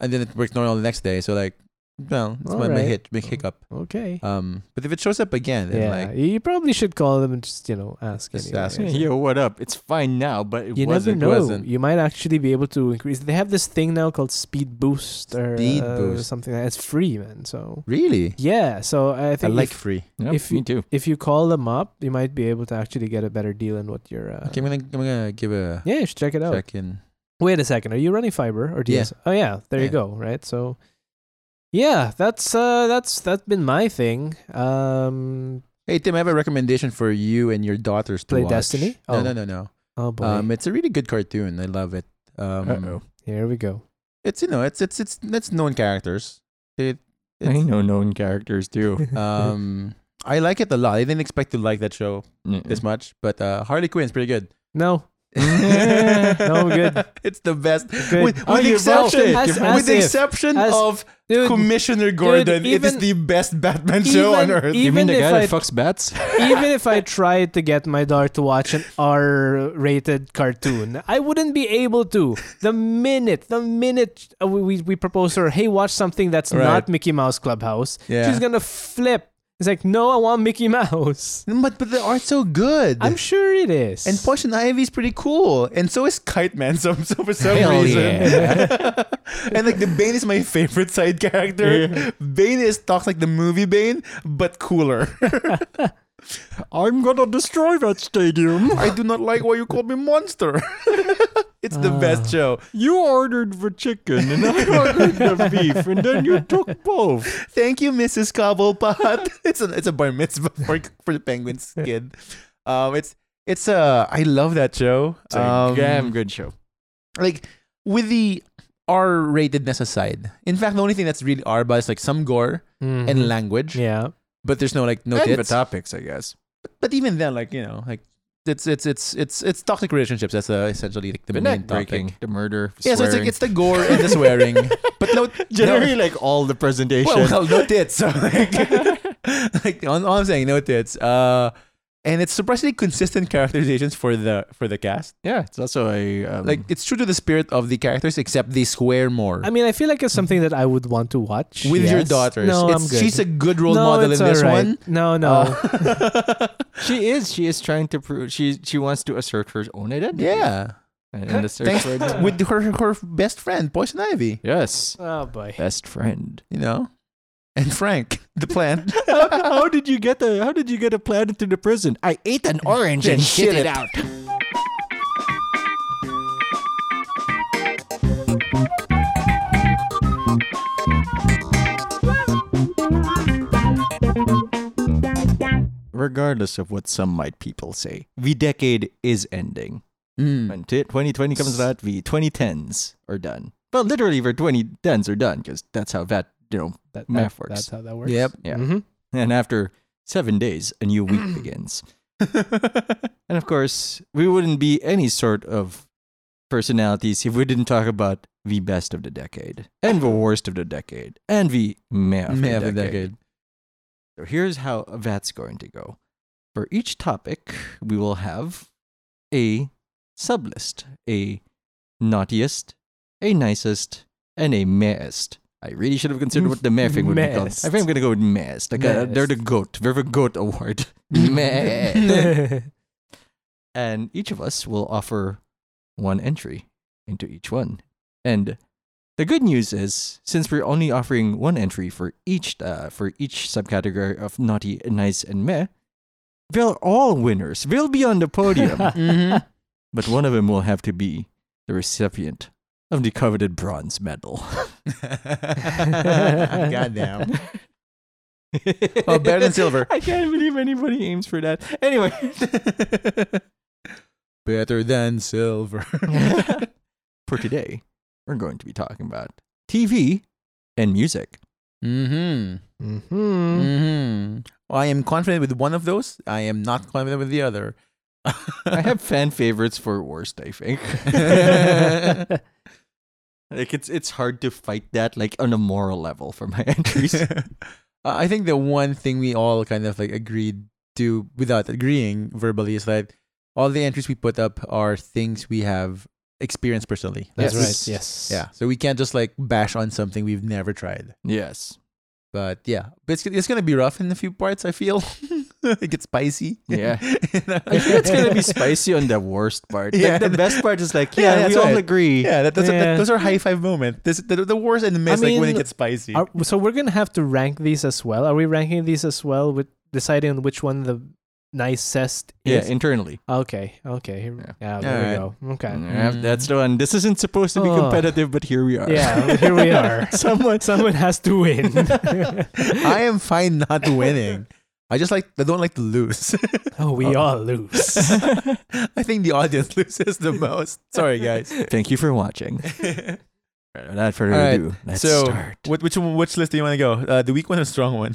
S3: and then it worked normal the next day. So like, well, it's my, my
S2: Alright.
S3: hit, big hiccup.
S2: Okay.
S3: Um, but if it shows up again, then
S2: yeah,
S3: like,
S2: you probably should call them and just you know ask.
S3: Just
S2: anyway.
S3: ask. Yeah.
S1: Yo, what up? It's fine now, but it
S2: you never
S1: wasn't.
S2: know.
S3: wasn't.
S2: You might actually be able to increase. They have this thing now called Speed Boost or
S3: Speed
S2: uh,
S3: Boost.
S2: something. Like that. It's free, man. So
S3: really,
S2: yeah. So I
S3: I
S2: think
S3: like
S2: if,
S3: free.
S1: Yep,
S2: If
S1: me
S2: you-
S1: too.
S2: if you call them up, you might be able to actually get a better deal in what you're. Uh,
S3: Okay, I'm gonna I'm gonna give a
S2: Yeah, you should check it out.
S3: check in.
S2: Wait a second. Are you running fiber or
S3: Yeah.
S2: DS? Oh yeah, there you
S3: Yeah.
S2: go. Right. So yeah, that's uh that's that's been my thing. Um,
S3: Hey Tim, I have a recommendation for you and your daughters to
S2: Play
S3: watch.
S2: Destiny?
S3: No,
S2: Oh.
S3: no, no, no.
S2: oh boy,
S3: Um, it's a really good cartoon. I love it. Um,
S1: Uh-oh.
S2: here we go.
S3: it's you know, it's it's it's it's known characters. It,
S1: I
S3: it's,
S1: know known characters too.
S3: um, I like it a lot. I didn't expect to like that show
S2: Mm.
S3: this much, but uh, Harley Quinn's pretty good.
S2: No,
S3: no,
S2: good.
S3: It's the best.
S2: Good.
S3: Mm-hmm. With, with
S1: Oh,
S3: the
S1: you watched
S3: exception,
S1: it.
S2: As-
S3: with
S2: as
S3: the
S2: if.
S3: exception
S2: As-
S3: of
S2: dude.
S3: Commissioner Gordon, it is
S2: even-
S3: the best Batman show on
S2: even-
S3: earth.
S1: You mean the
S2: if
S1: guy
S2: I-
S1: that fucks bats?
S2: even if I tried to get my daughter to watch an R-rated cartoon, I wouldn't be able to. The minute, the minute uh, we we, we propose to her, hey, watch something that's
S3: Right.
S2: not Mickey Mouse Clubhouse,
S3: Yeah.
S2: she's gonna flip. It's like, no, I want Mickey Mouse.
S3: but but the art's so good.
S2: I'm sure it is.
S3: and Poison Ivy's pretty cool, and so is Kite Man. Some so for some
S1: Hell
S3: reason,
S1: yeah.
S3: and like the Bane is my favorite side character. Bane is talks like the movie Bane, but cooler.
S1: I'm gonna destroy that stadium.
S3: I do not like why you call me monster. it's the
S2: Ah.
S3: best show.
S1: You ordered the chicken and I ordered the beef, and then you took both.
S3: Thank you, Mrs. Cobblepot. it's a it's a bar mitzvah for, for the penguins kid. Um, it's it's uh I love that show.
S1: It's a
S3: Um,
S1: damn good show.
S3: like with the R ratedness aside. In fact, the only thing that's really R but is like some gore
S2: Mhm.
S3: and language,
S2: yeah,
S3: but there's no like no
S1: Mm-hmm. and the
S3: tits.
S1: topics, I guess.
S3: But even then, like you know, like it's it's it's it's it's toxic relationships. That's uh, essentially like the,
S1: The
S3: main
S1: neck breaking,
S3: topic.
S1: the murder, the
S3: Yeah, so it's like
S1: swearing.
S3: it's the gore and the swearing, but no no-
S1: generally like all the presentation.
S3: Well, well, no tits. So like, like all, all I'm saying, no tits. Uh, and it's surprisingly consistent characterizations for the for the cast.
S1: yeah, it's also a um,
S3: Like it's true to the spirit of the characters, except they swear more.
S2: I mean, I feel like it's something that I would want to watch
S3: with your
S2: yes.
S3: daughters,
S2: No,
S3: It's-
S2: I'm good.
S3: she's a good role
S2: no,
S3: model in
S2: it's
S3: this
S2: alright.
S3: one.
S2: No, no.
S3: Uh,
S1: she is. She is trying to prove she she wants to assert her own identity.
S3: yeah,
S1: and in the search
S3: Thanks-
S1: for identity.
S3: with her her best friend Poison Ivy,
S1: yes,
S2: oh boy.
S1: best friend.
S3: you know, and Frank the plant.
S1: how, how did you get the How did you get a planet to the prison? I ate an orange and shit it out. Regardless of what some might people say, the decade is ending.
S3: Mm.
S1: When t- 2020 comes out, the 2010s are done. But literally, the 2010s are done because that's how that, you know,
S2: That, that,
S1: Math works.
S2: That's how that works.
S3: Yep.
S1: Yeah.
S2: Mhm.
S1: and after seven days, a new week begins. And of course, we wouldn't be any sort of personalities if we didn't talk about the best of the decade, and the worst of the decade, and the meh of,
S3: Meh
S1: the, decade. So here's how that's going to go. For each topic, we will have a sublist, a naughtiest, a nicest, and a mehest. I really should have considered what the meh thing would be called. I think I'm
S2: Mehest.
S1: going to go with mehest. Like, uh, they're the goat. They're the goat award. meh and each of us will offer one entry into each one. And the good news is, since we're only offering one entry for each uh, for each subcategory of naughty, nice, and meh, they're all winners. They'll be on the podium, but one of them will have to be the recipient of the coveted bronze medal.
S3: Mm-hmm. Goddamn. Oh, better than silver.
S1: I can't believe anybody aims for that. Anyway.
S3: Better than silver.
S1: For today, we're going to be talking about TV and music.
S3: mm-hmm.
S2: Mhm.
S3: Mm-hmm. I am confident with one of those. I am not confident with the other.
S1: I have fan favorites for worst, I think. like it's it's hard to fight that like on a moral level for my entries.
S3: Uh, I think the one thing we all kind of like agreed to without agreeing verbally is that all the entries we put up are things we have experienced personally.
S2: That's
S1: Yes.
S2: right. Yes.
S3: Yeah. So we can't just like bash on something we've never tried.
S1: yes.
S3: But yeah, but it's, it's going to be rough in a few parts, I feel. it gets spicy.
S1: Yeah.
S3: You know?
S1: I think it's gonna be spicy on the worst part. Like,
S3: Yeah.
S1: the best part is like,
S3: Yeah,
S1: yeah, we
S3: that's
S1: all
S3: right.
S1: agree.
S3: Yeah, that, that's a- that-
S2: Yeah.
S3: those are high five moment. This, the, the worst and the miss, like when it
S2: mean,
S3: gets spicy.
S2: Are, so we're gonna have to rank these as well. Are we ranking these as well with deciding on which one the nicest
S1: Yeah,
S2: is?
S1: internally.
S2: okay. Okay. Yeah. there we go. Okay.
S1: Yeah, that's the one. This isn't supposed to be
S2: Oh.
S1: competitive, but here we are.
S2: Yeah. Here we are.
S1: Someone
S2: Someone has to win.
S3: I am fine not winning. I just like I don't like to lose.
S2: oh, we
S3: Oh.
S2: all lose.
S3: I think the audience loses the most. Sorry, guys.
S1: Thank you for watching. Right, Without further
S3: All right,
S1: ado, let's
S3: so-
S1: start.
S3: What, which one- which list do you want to go? Uh, the weak one or strong one?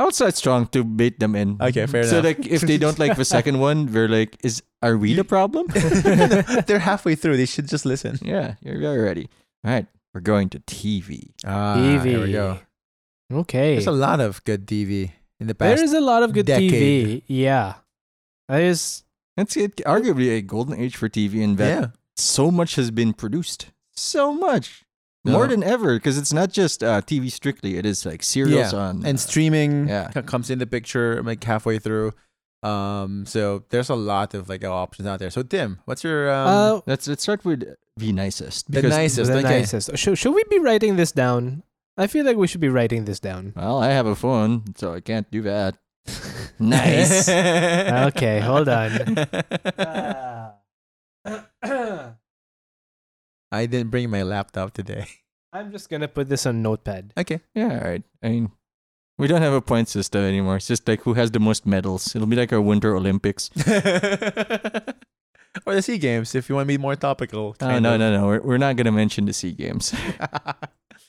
S1: outside strong to bait them in.
S3: Okay, fair
S1: so
S3: enough.
S1: like if they don't like the second one, they're like, is are we the problem?
S3: They're halfway through. They should just listen.
S1: yeah, you're very ready. All right, we're going to TV.
S3: Ah,
S2: TV. E Okay.
S3: There's a lot of good TV in the
S2: There
S3: past.
S2: is a lot of good TV.
S3: decade.
S2: Yeah. I just
S1: That's it, arguably a golden age for TV in that
S3: yeah,
S1: so much has been produced. So much. More
S3: Yeah.
S1: than ever, because it's not just uh, TV strictly. It is like serials
S3: Yeah,
S1: on uh,
S3: and streaming
S1: yeah.
S3: co- comes in the picture like halfway through. Um, so there's a lot of like options out there. So Tim, what's your um,
S2: uh,
S1: let's let's start with the nicest.
S3: the
S1: Because
S3: nicest?
S2: the
S3: okay.
S2: nicest. Should, should we be writing this down? I feel like we should be writing this down.
S1: well, I have a phone, so I can't do that. nice.
S2: Okay, hold on.
S3: Uh, I didn't bring my laptop today.
S2: I'm just gonna put this on Notepad.
S3: Okay.
S1: Yeah, all right. I mean, we don't have a point system anymore. It's just like who has the most medals. It'll be like our Winter Olympics.
S3: or the Sea Games, if you want to be more topical.
S1: Oh,
S3: kind
S1: no,
S3: of.
S1: no, no. We're, we're not going to mention the Sea Games.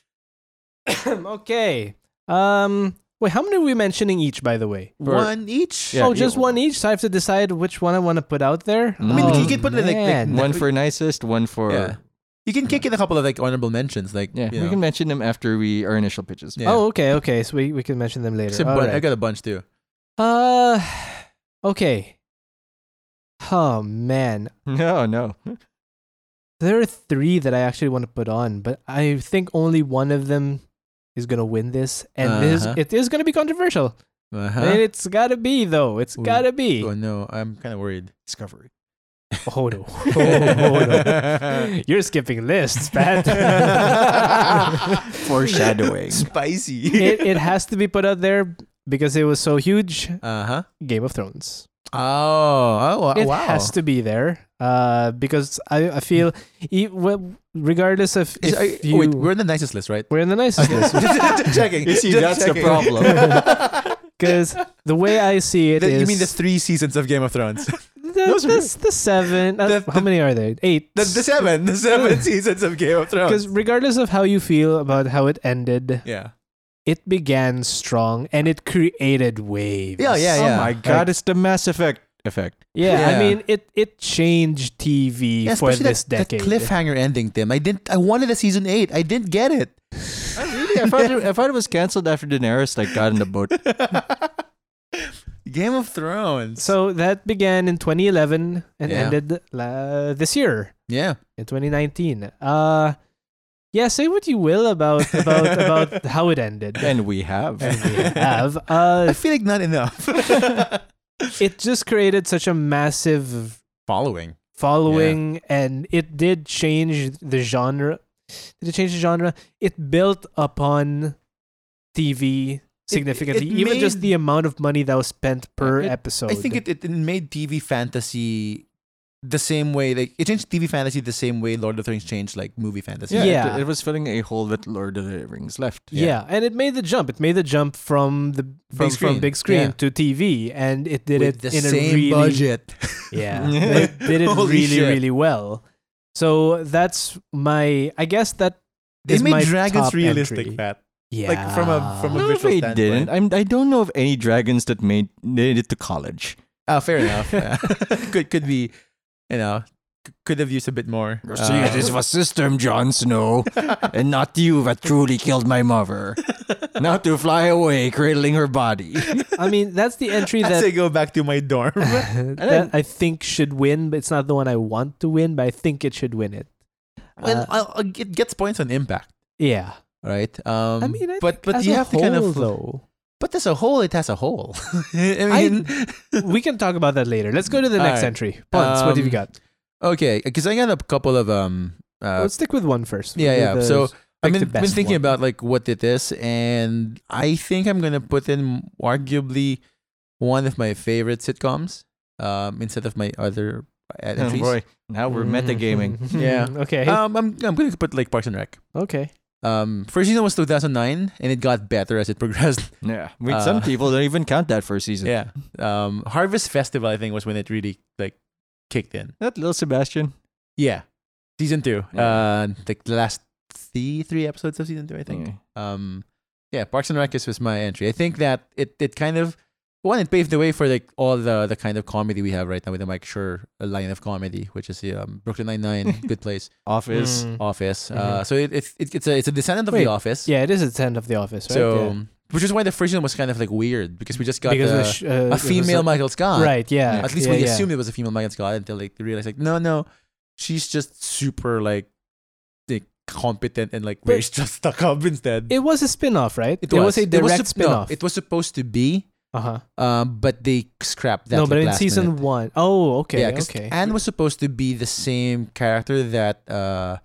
S2: okay. Um. Wait, how many are we mentioning each, by the way?
S1: For-
S3: One each.
S1: Yeah,
S2: oh, just
S1: you-
S2: one each. So I have to decide which one I want to put out there.
S1: I mean,
S2: oh,
S1: you
S3: could put it like- like
S2: man.
S3: No,
S1: one
S3: we-
S1: for nicest, one for.
S3: Yeah.
S1: Yeah,
S3: You can kick in a couple of like honorable mentions, like you
S1: we
S3: know.
S1: can mention them after we our initial pitches.
S3: Yeah.
S2: Oh, okay, okay. So we, we can mention them later.
S3: It's a
S2: All
S3: bun-
S2: right.
S3: I got a bunch too.
S2: Uh, okay. Oh man,
S1: No, no.
S2: there are three that I actually want to put on, but I think only one of them is gonna win this, and this
S3: Uh-huh.
S2: it is gonna be controversial.
S3: Uh-huh.
S2: It's gotta be though. It's
S3: Ooh.
S2: gotta be.
S3: Oh no, I'm kind of worried.
S1: Discovery.
S2: Oh no! Oh, no. You're skipping lists, Pat.
S1: Foreshadowing.
S3: Spicy.
S2: it, it has to be put out there because it was so huge.
S3: Uh huh.
S2: Game of Thrones.
S3: Oh, oh, wa-
S2: it
S3: wow.
S2: has to be there uh, because I, I feel e- well, regardless of
S3: Is-
S2: if
S3: I-
S2: you
S3: Wait, we're in the nicest list, right?
S2: we're in the nicest
S3: Okay.
S2: list
S3: Just checking.
S1: You see,
S3: just
S1: that's the
S3: checking.
S1: problem.
S2: because the way I see it
S3: The-
S2: is
S3: you mean the three seasons of Game of Thrones? the,
S2: the,
S1: those are-
S2: the, the seven uh,
S3: The-
S2: how
S3: the-
S2: many are there eight
S3: the seven, the seven seasons of Game of Thrones.
S2: because regardless of how you feel about how it ended
S3: Yeah.
S2: it began strong and it created waves
S3: Yeah, yeah, yeah.
S1: Oh my god, it's the Mass Effect effect.
S2: yeah,
S3: Yeah.
S2: I mean it it changed TV
S3: Yeah,
S2: for
S3: especially
S2: this
S3: that,
S2: decade
S3: That cliffhanger ending, Tim. I didn't. I wanted a season eight. I didn't get it.
S2: Oh,
S1: Really? I thought, it, I thought it was canceled after Daenerys like got in the boat.
S3: Game of Thrones.
S2: so that began in 2011 and
S3: Yeah.
S2: ended la- this year
S3: yeah.
S2: in 2019. Uh yeah, say what you will about about about how it ended.
S1: And we have.
S2: And we have uh
S3: I feel like not enough.
S2: it just created such a massive
S3: Following.
S2: following and it did change the genre. Did it change the genre? It built upon TV significantly,
S3: it
S2: even just
S3: made-
S2: the amount of money that was spent per
S3: It-
S2: episode.
S3: I think it, it made TV fantasy the same way. Like it changed TV fantasy the same way Lord of the Rings changed like movie fantasy.
S1: Yeah, it-
S2: Yeah.
S1: It, was filling a hole that Lord of the Rings left.
S2: Yeah. and it made the jump. It made the jump from the from big screen,
S3: screen,
S2: from big screen
S3: yeah.
S2: to TV, and it did
S3: With
S2: it
S3: the
S2: in
S3: same
S2: a really
S3: budget.
S2: yeah, they did it
S3: Holy
S2: really
S3: shit.
S2: really well. So that's my I guess that
S3: They
S2: is my
S3: made dragons
S2: top
S3: realistic,
S2: entry.
S3: Pat.
S2: yeah
S3: Like, from a- from a-
S1: No,
S3: visual
S1: they
S3: standpoint.
S1: didn't. I'm, I don't know of any dragons that made made it to college.
S3: Ah, fair enough. Yeah. could could be, you know, c- could have used a bit more. Uh,
S1: was system, Jon Snow, and not you that truly killed my mother. Not to fly away, cradling her body.
S2: I mean that's the entry
S3: as
S2: that,
S3: I go back to my dorm.
S2: that I think should win, but it's not the one I want to win, but I think it should win it. Uh,
S3: well, I'll, I'll- it gets points on impact,
S2: yeah,
S3: right? Um,
S2: I mean, I
S3: but
S2: think
S3: but
S2: as
S3: you
S2: a
S3: have to kind
S2: whole,
S3: of
S2: though.
S3: But as a whole, it has a whole. I mean,
S2: we can talk about that later. Let's go to the next
S3: Alright.
S2: entry. Ponce, what have you
S3: Um,
S2: got?
S3: okay, because I got a couple of um. Uh,
S2: Let's stick with one first.
S3: yeah,
S2: We'll do
S3: yeah.
S2: the-
S3: So I've
S2: pick the
S3: been, been
S2: best
S3: thinking
S2: one.
S3: about like what it is, and I think I'm gonna put in arguably one of my favorite sitcoms, um, instead of my other uh,
S1: Oh
S3: entries.
S1: boy, now we're metagaming.
S3: Yeah.
S2: Mm, Okay.
S3: Um, I'm I'm gonna put like Parks and Rec.
S2: okay.
S3: Um, first season was 2009, and it got better as it progressed.
S1: Yeah, I mean,
S3: Uh,
S1: some people don't even count that first season.
S3: yeah. Um, Harvest Festival, I think, was when it really like kicked in.
S1: That little Sebastian.
S3: Yeah, season two.
S1: Yeah.
S3: Uh, like the last three three episodes of season two, I think. Um, yeah, Parks and Rec is was my entry. I think that it it kind of one it paved the way for like all the the kind of comedy we have right now with the Mike Schur line of comedy, which is um, Brooklyn Nine Nine, Good Place,
S1: Office.
S2: Mm.
S3: Office. Uh,
S2: Mhm.
S3: so it, it, it it's a it's a descendant of
S2: Wait,
S3: The Office.
S2: Yeah, it is a tent of the office, right?
S3: So.
S2: Yeah.
S3: Which is why the first season was kind of like weird because we just got
S2: because
S3: the-
S2: the sh- uh, it
S3: a
S2: was
S3: female Michael Scott.
S2: right? Yeah.
S3: At least
S2: yeah,
S3: we
S2: yeah.
S3: assumed it was a female Megan Scott until like they realized like no no, she's just super like, like competent and like very
S2: But-
S3: just stuck up instead.
S2: It was a spin-off, right? There was a
S3: It
S2: direct
S3: sup- no,
S2: spin-off.
S3: it was supposed to be,
S2: uh-huh.
S3: um, but they scrapped that.
S2: No, but
S3: like,
S2: in
S3: last
S2: season
S3: minute.
S2: one. Oh, okay.
S3: yeah, 'cause
S2: okay.
S3: Anne was supposed to be the same character that uh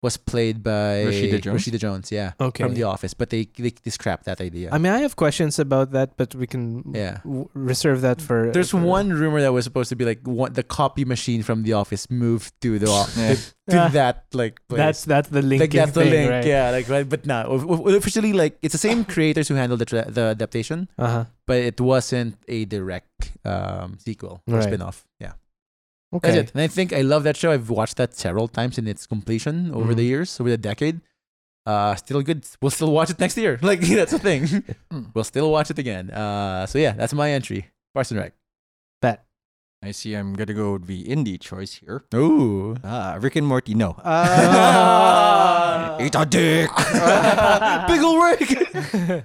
S3: was played by
S1: Rashida Jones?
S3: Rashida Jones, yeah,
S2: okay.
S3: from The Office, but they they, they scrapped that idea.
S2: I mean, I have questions about that, but we can
S3: yeah.
S2: w- reserve that for.
S3: There's
S2: for-
S3: one rumor that was supposed to be like one, the copy machine from The Office moved to the off-
S1: Yeah.
S3: to
S2: Ah,
S3: that like place.
S2: That's that's the linking
S3: like that's the
S2: thing,
S3: link,
S2: right?
S3: yeah. Like, right, but no, o- o- officially, like it's the same creators who handled the tra- the adaptation,
S2: Uh huh.
S3: but it wasn't a direct um, sequel or
S2: Right.
S3: spin-off. Yeah,
S2: Okay.
S3: that's it. And I think I love that show. I've watched that several times in its completion over the
S2: Mhm.
S3: years, over the decade. Uh, still good. We'll still watch it next year. Like that's the thing.
S1: Mm.
S3: we'll still watch it again. Uh, so yeah, that's my entry. Parks and Rec.
S1: I see. I'm gonna go with the indie choice here.
S3: Ooh.
S1: Ah, Rick and Morty. No.
S2: Ah.
S1: Eat a dick.
S3: Big ol' Rick.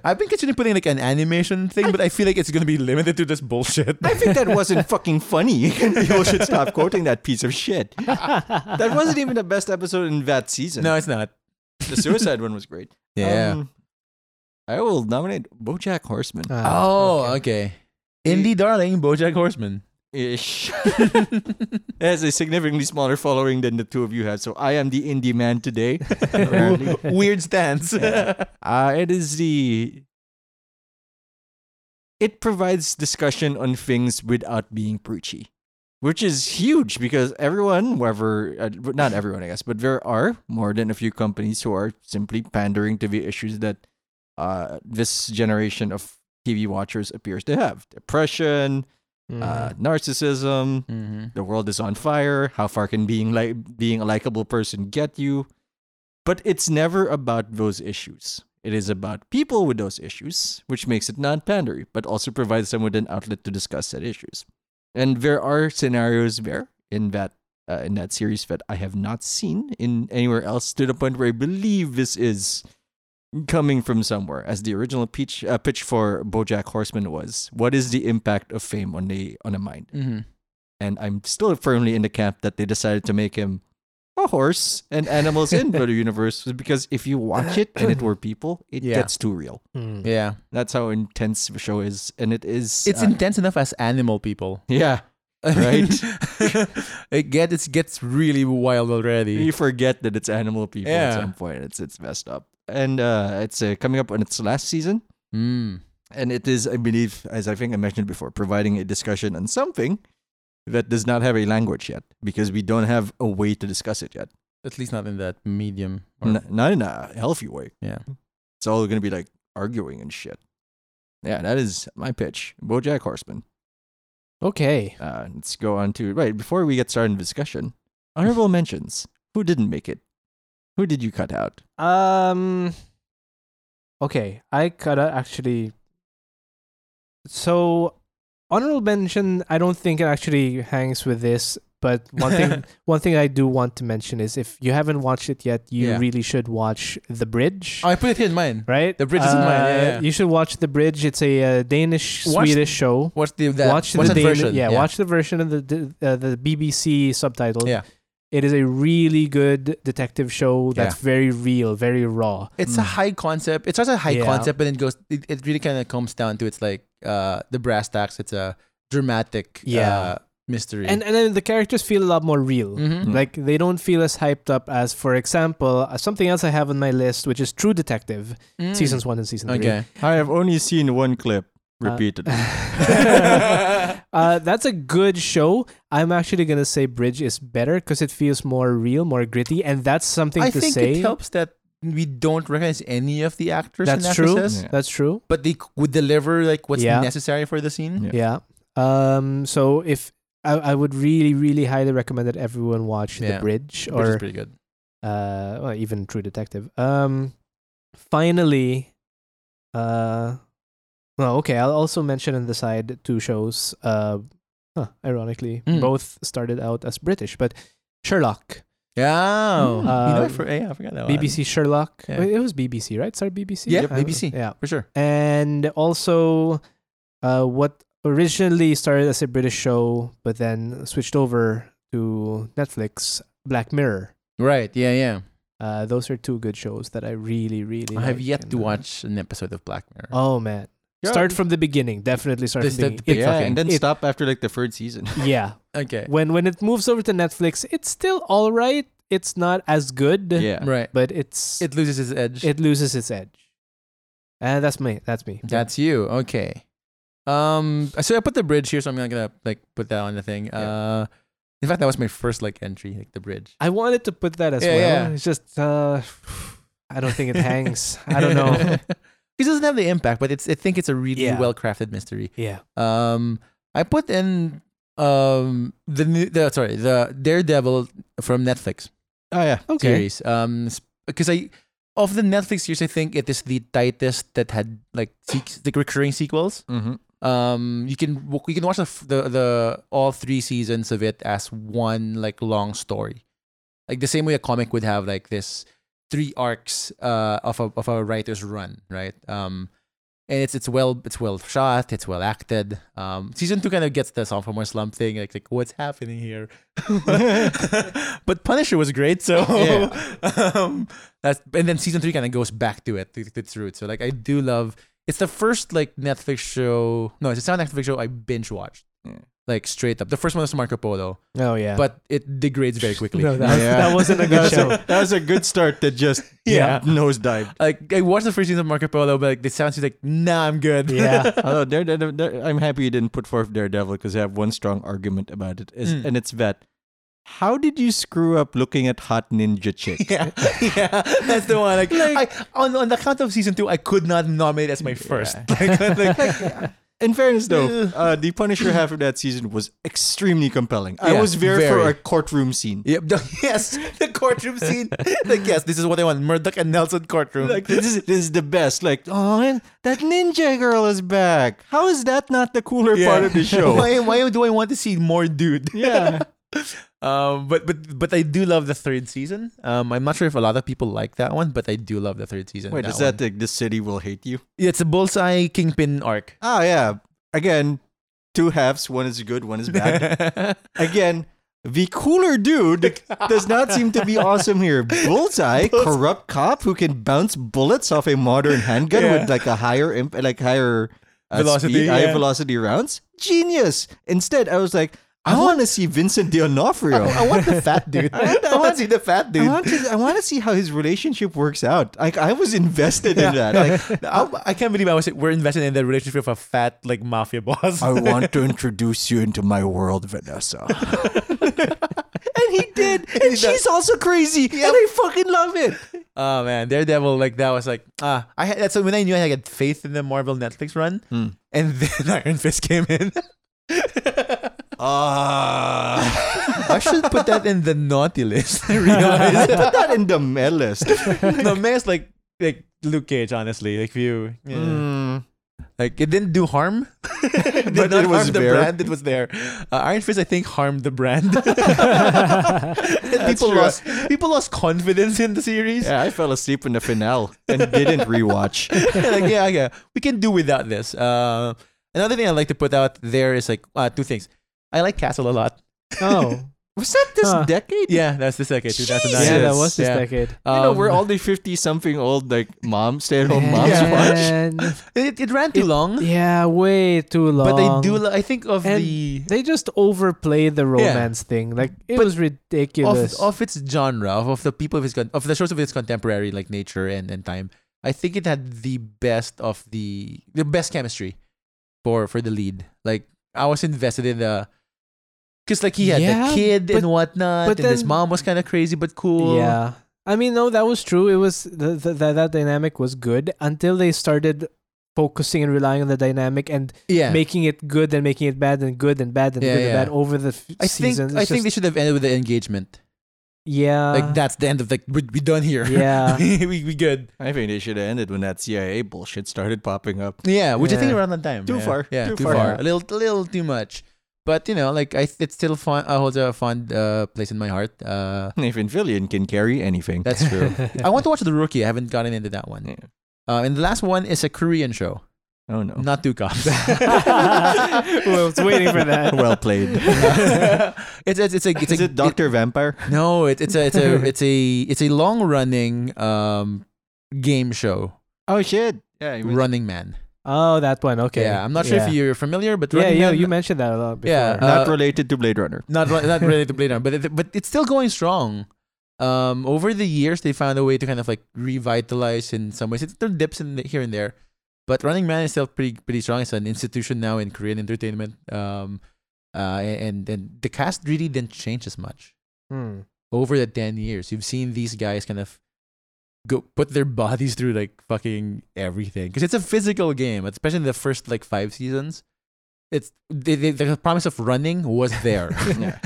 S3: I've been considering putting like an animation thing, but I feel like it's gonna be limited to this bullshit.
S1: I think that wasn't fucking funny. People should stop quoting that piece of shit. That wasn't even the best episode in that season.
S3: No, it's not.
S1: the suicide one was great.
S3: Yeah.
S1: Um, I will nominate BoJack Horseman.
S2: Ah,
S3: oh, okay. Indie darling, BoJack Horseman.
S1: Ish. It has a significantly smaller following than the two of you have, so I am the indie man today. apparently.
S3: Weird stance.
S1: Yeah. Uh, it is the it provides discussion on things without being preachy, which is huge because everyone, whoever, uh, but not everyone, I guess, but there are more than a few companies who are simply pandering to the issues that uh, this generation of TV watchers appears to have depression,
S2: Mm,
S1: uh, narcissism,
S3: Mm-hmm.
S1: the world is on fire how far can being like being a likable person get you but it's never about those issues it is about people with those issues which makes it non-pandery but also provides them with an outlet to discuss said issues and there are scenarios there in that uh, in that series that i have not seen in anywhere else to the point where i believe this is coming from somewhere as the original pitch, uh, pitch for bojack horseman was what is the impact of fame on the on a mind
S3: Mm-hmm.
S1: and I'm still firmly in the camp that they decided to make him a horse and animals in the universe because if you watch it and it were people, it
S3: Yeah.
S1: gets too real.
S2: mm.
S3: Yeah,
S1: That's how intense the show is, and it is.
S3: it's
S1: uh,
S3: intense enough as animal people.
S1: yeah.
S3: I mean,
S1: Right?
S3: it get it gets really wild already.
S1: You forget that it's animal people at
S3: Yeah.
S1: some point. It's it's messed up, and uh, it's uh, coming up on its last season.
S3: Mm.
S1: And it is, I believe, as I think I mentioned before, providing a discussion on something that does not have a language yet because we don't have a way to discuss it yet.
S3: At least not in that medium. or-
S1: N- not in a healthy way.
S3: Yeah.
S1: It's all going to be like arguing and shit. Yeah, that is my pitch. Bojack Horseman.
S2: Okay.
S1: Uh, let's go on to, right, before we get started in discussion, honorable mentions. Who didn't make it? Who did you cut out?
S2: Um. Okay, I cut out actually. So, honorable mention. I don't think it actually hangs with this, but one thing, one thing I do want to mention is if you haven't watched it yet, you
S3: Yeah.
S2: really should watch The Bridge.
S3: Oh, I put it here in mine.
S2: right?
S3: The Bridge is in mine, yeah,
S2: Uh,
S3: yeah.
S2: You should watch The Bridge. It's a uh, Danish
S3: Watch-
S2: Swedish show.
S3: Watch the that,
S2: watch
S3: watch
S2: the
S3: that
S2: Dani-
S3: version.
S2: Yeah, watch the version of the the- uh, the BBC subtitle.
S3: Yeah.
S2: It is a really good detective show that's very real, very raw.
S3: It's a
S1: Mm.
S3: high concept. It's such a high
S2: Yeah.
S3: concept, but it goes. It, it really kind of comes down to it's like uh the brass tacks. It's a dramatic
S2: Yeah.
S3: uh, mystery.
S2: And and then the characters feel a lot more real.
S3: Mhm.
S1: Mm.
S2: Like they don't feel as hyped up as, for example, uh, something else I have on my list, which is True Detective,
S3: Mm.
S2: seasons one and season three.
S3: Okay.
S1: I have only seen one clip
S2: Uh,
S1: repeated.
S2: uh, that's a good show. I'm actually gonna say Bridge is better because it feels more real, more gritty, and that's something
S3: I
S2: to
S3: think
S2: say.
S3: it helps that we don't recognize any of the actors and
S2: That's true.
S3: actresses,
S1: Yeah.
S2: That's true.
S3: but they c- would deliver like what's
S2: Yeah.
S3: necessary for the scene.
S1: Yeah.
S2: Yeah. Um. So if I, I would really, really highly recommend that everyone watch
S3: Yeah.
S2: The Bridge
S3: which is
S2: or
S3: pretty good.
S2: uh, well, even True Detective. Um. Finally, uh, well, okay. I'll also mention on the side two shows. Uh, huh, ironically,
S3: Mm.
S2: both started out as British, but Sherlock,
S3: Yeah,
S1: Mm.
S3: Hmm. you know, I,
S2: Um,
S3: for, yeah, Oh, I forgot that one.
S2: BBC Sherlock.
S3: Yeah.
S2: Wait, It was BBC, right? Sorry, BBC.
S3: Yeah,
S2: I don't-
S3: BBC.
S2: Yeah.
S3: for sure.
S2: and also uh, what originally started as a British show, but then switched over to Netflix, Black Mirror.
S3: Right. Yeah, yeah.
S2: Uh, those are two good shows that I really, really.
S3: I have
S2: like,
S3: yet
S2: and,
S3: to
S2: uh,
S3: watch an episode of Black Mirror.
S2: Oh man,
S1: Yeah.
S2: start from the beginning. Definitely start
S3: This-
S2: from the
S3: that-
S2: beginning.
S1: yeah,
S3: fucking-
S1: and then
S2: it-
S1: stop after like the third season.
S2: It- yeah,
S3: Okay.
S2: when when it moves over to Netflix, it's still all right. It's not as good,
S1: yeah.
S3: Right.
S2: but it's it,
S3: It loses its edge.
S2: it loses its edge. And that's me. That's me.
S3: That's you. Okay. Um. So I put the bridge here, so I'm not gonna like put that on the thing. Uh. In fact, that was my first like entry, like the bridge.
S2: I wanted to put that as
S3: Yeah,
S2: well.
S3: yeah.
S2: It's just uh, I don't think it hangs. I don't know.
S3: It doesn't have the impact, but it's. I think it's a really
S2: Yeah.
S3: well crafted mystery.
S2: Yeah.
S3: Um, I put in um the new the sorry the Daredevil from Netflix
S1: Oh, yeah.
S3: series. Um, because I of the Netflix series, I think it is the tightest that had like se- like recurring sequels.
S1: hmm
S3: Um, you can w- you can watch the, f- the the all three seasons of it as one like long story, like the same way a comic would have like this three arcs uh of a of a writer's run, right? Um, and it's it's well it's well shot, it's well acted. Um, season two kind of gets the sophomore slump thing, like like what's happening here. but Punisher was great, so um, that's and then season three kind of goes back to it to, to its roots. So like I do love it's the first like Netflix show. No, it's not a Netflix show I binge watched.
S1: Yeah.
S3: like straight up. The first one was Marco Polo,
S2: Oh yeah.
S3: but it degrades very quickly.
S2: No, that,
S1: Yeah.
S2: that wasn't a good
S1: That's
S2: show.
S1: that was a good start that just
S3: Yeah.
S1: yeah nosedived.
S3: like I watched the first season of Marco Polo, but like the sounds like, nah, I'm good.
S2: Yeah.
S1: Although Daredevil, Dare- I'm happy you didn't put forth Daredevil because I have one strong argument about it, is,
S3: Mm.
S1: and it's that. How did you screw up looking at hot ninja chick?
S3: yeah, yeah, that's the one. Like,
S1: Like-
S3: I, on on the count of season two, I could not nominate as my first. Like, like,
S1: In fairness, though,
S3: Ugh.
S1: uh, the Punisher half of that season was extremely compelling. I
S3: Yeah,
S1: was there for
S3: very.
S1: a courtroom scene.
S3: yep, the- yes, the courtroom scene. Like, yes, this is what I want: Murdoch and Nelson courtroom.
S1: Like this is this is the best. Like, oh, and that ninja girl is back. How is that not the cooler
S3: Yeah.
S1: part of the show?
S3: why, why do I want to see more dude?
S1: yeah,
S3: Um, but but but I do love the third season. Um, I'm not sure if a lot of people like that one, but I do love the third season.
S1: Wait, is
S3: one.
S1: that the, the city will hate you?
S3: Yeah, it's a bullseye kingpin arc.
S1: Ah, yeah. Again, two halves. One is good, one is bad. Again, the cooler dude does not seem to be awesome here. Bullseye, corrupt cop who can bounce bullets off a modern handgun
S3: Yeah.
S1: with like a higher imp- like higher uh, speed,
S3: Velocity, yeah.
S1: high velocity rounds. Genius. Instead, I was like, I want to see Vincent D'Onofrio.
S3: I want the fat dude. I want to see the fat dude.
S1: I want to. I want to see how his relationship works out. Like I was invested in that. Like
S3: I, I can't believe I was we're invested in the relationship of a fat like mafia boss.
S1: I want to introduce you into my world, Vanessa. and he did. And
S3: He does.
S1: she's also crazy. And I fucking love it.
S3: oh man, Daredevil like that was like ah I had, that's when I knew I had faith in the Marvel Netflix run,
S1: Hmm.
S3: and then Iron Fist came in.
S1: Ah.
S3: I should put that in the naughty list. I realized
S1: put that in the meh list.
S3: no man's like like Luke Cage honestly like if you yeah.
S1: Mm.
S3: like it didn't do harm, it did
S1: But
S3: not
S1: it was
S3: harm the
S1: there.
S3: brand. It was there. Uh, Iron Fist I think harmed the brand. people
S1: true.
S3: lost people lost confidence in the series.
S1: Yeah, I fell asleep in the finale and didn't rewatch.
S3: like, yeah, yeah, we can do without this. Uh, another thing I like to put out there is like uh, two things. I like Castle a lot.
S2: oh.
S1: Was that this
S2: Huh.
S1: decade?
S3: Yeah, that's the second two thousand nine. Um,
S2: Yeah, that
S1: Yes.
S2: was this
S3: Yeah.
S2: decade.
S1: You know, we're all the 50 something old, like, mom, stay at home moms watch.
S2: And-
S3: It, it ran too long,
S2: yeah, way too long.
S3: but I do. li- I think of
S2: And
S3: the
S2: They just overplayed the romance thing. Like it
S3: But
S2: was ridiculous.
S3: of, of its genre of, of the people of its con- of the shows of its contemporary like nature and, and time. I think it had the best of the the best chemistry for for the lead. Like I was invested in the because like he had
S2: Yeah,
S3: the kid
S2: but-
S3: and whatnot,
S2: but
S3: and his
S2: then-
S3: mom was kind of crazy but cool.
S2: Yeah. I mean, no, that was true. It was the, the, that that dynamic was good until they started focusing and relying on the dynamic and
S3: yeah.
S2: making it good and making it bad and good and bad and
S3: Yeah,
S2: good
S3: yeah.
S2: and bad over the f-
S3: I think
S2: seasons.
S3: I
S2: It's
S3: think they
S2: just-
S3: should have ended with the engagement.
S2: yeah,
S3: like that's the end of like we we done here.
S2: Yeah.
S3: we we good.
S1: I think they should have ended when that CIA bullshit started popping up.
S3: Yeah, which I think
S2: Yeah.
S3: around that time.
S1: Too
S3: yeah.
S1: far,
S3: Yeah, too,
S1: too
S3: far.
S1: far.
S3: A little, a little too much. But you know, like I, it still fun, uh, holds a fond uh, place in my heart. Uh,
S1: Nathan Fillion can carry anything.
S3: that's true. I want to watch The Rookie. I haven't gotten into that one.
S1: Yeah.
S3: Uh, and the last one is a Korean show,
S1: Oh, no.
S3: not two cops.
S2: Well, I was waiting for that.
S1: well played.
S3: it's, it's it's a it's
S1: Is
S3: a
S1: it Dr. Vampire?
S3: no, it's it's a it's a it's a it's a long running um game show,
S1: Oh, shit. Yeah, he was-
S3: Running Man.
S2: Oh, that one. Okay.
S3: Yeah, I'm not sure
S2: Yeah.
S3: if you're familiar, but
S2: Yeah,
S3: Running
S2: yeah,
S3: Man,
S2: you mentioned that a lot before.
S3: Yeah, uh,
S1: not related to Blade Runner.
S3: not ri- not related to Blade Runner, but it, but it's still going strong. Um, over the years, they found a way to kind of like revitalize in some ways. It's, there are dips in the, here and there, but Running Man is still pretty pretty strong. It's an institution now in Korean entertainment. Um, uh, and and the cast really didn't change as much
S2: Hmm.
S3: over the ten years. You've seen these guys kind of go put their bodies through like fucking everything because it's a physical game, especially in the first like five seasons. It's the, the, the promise of running was there
S1: Yeah.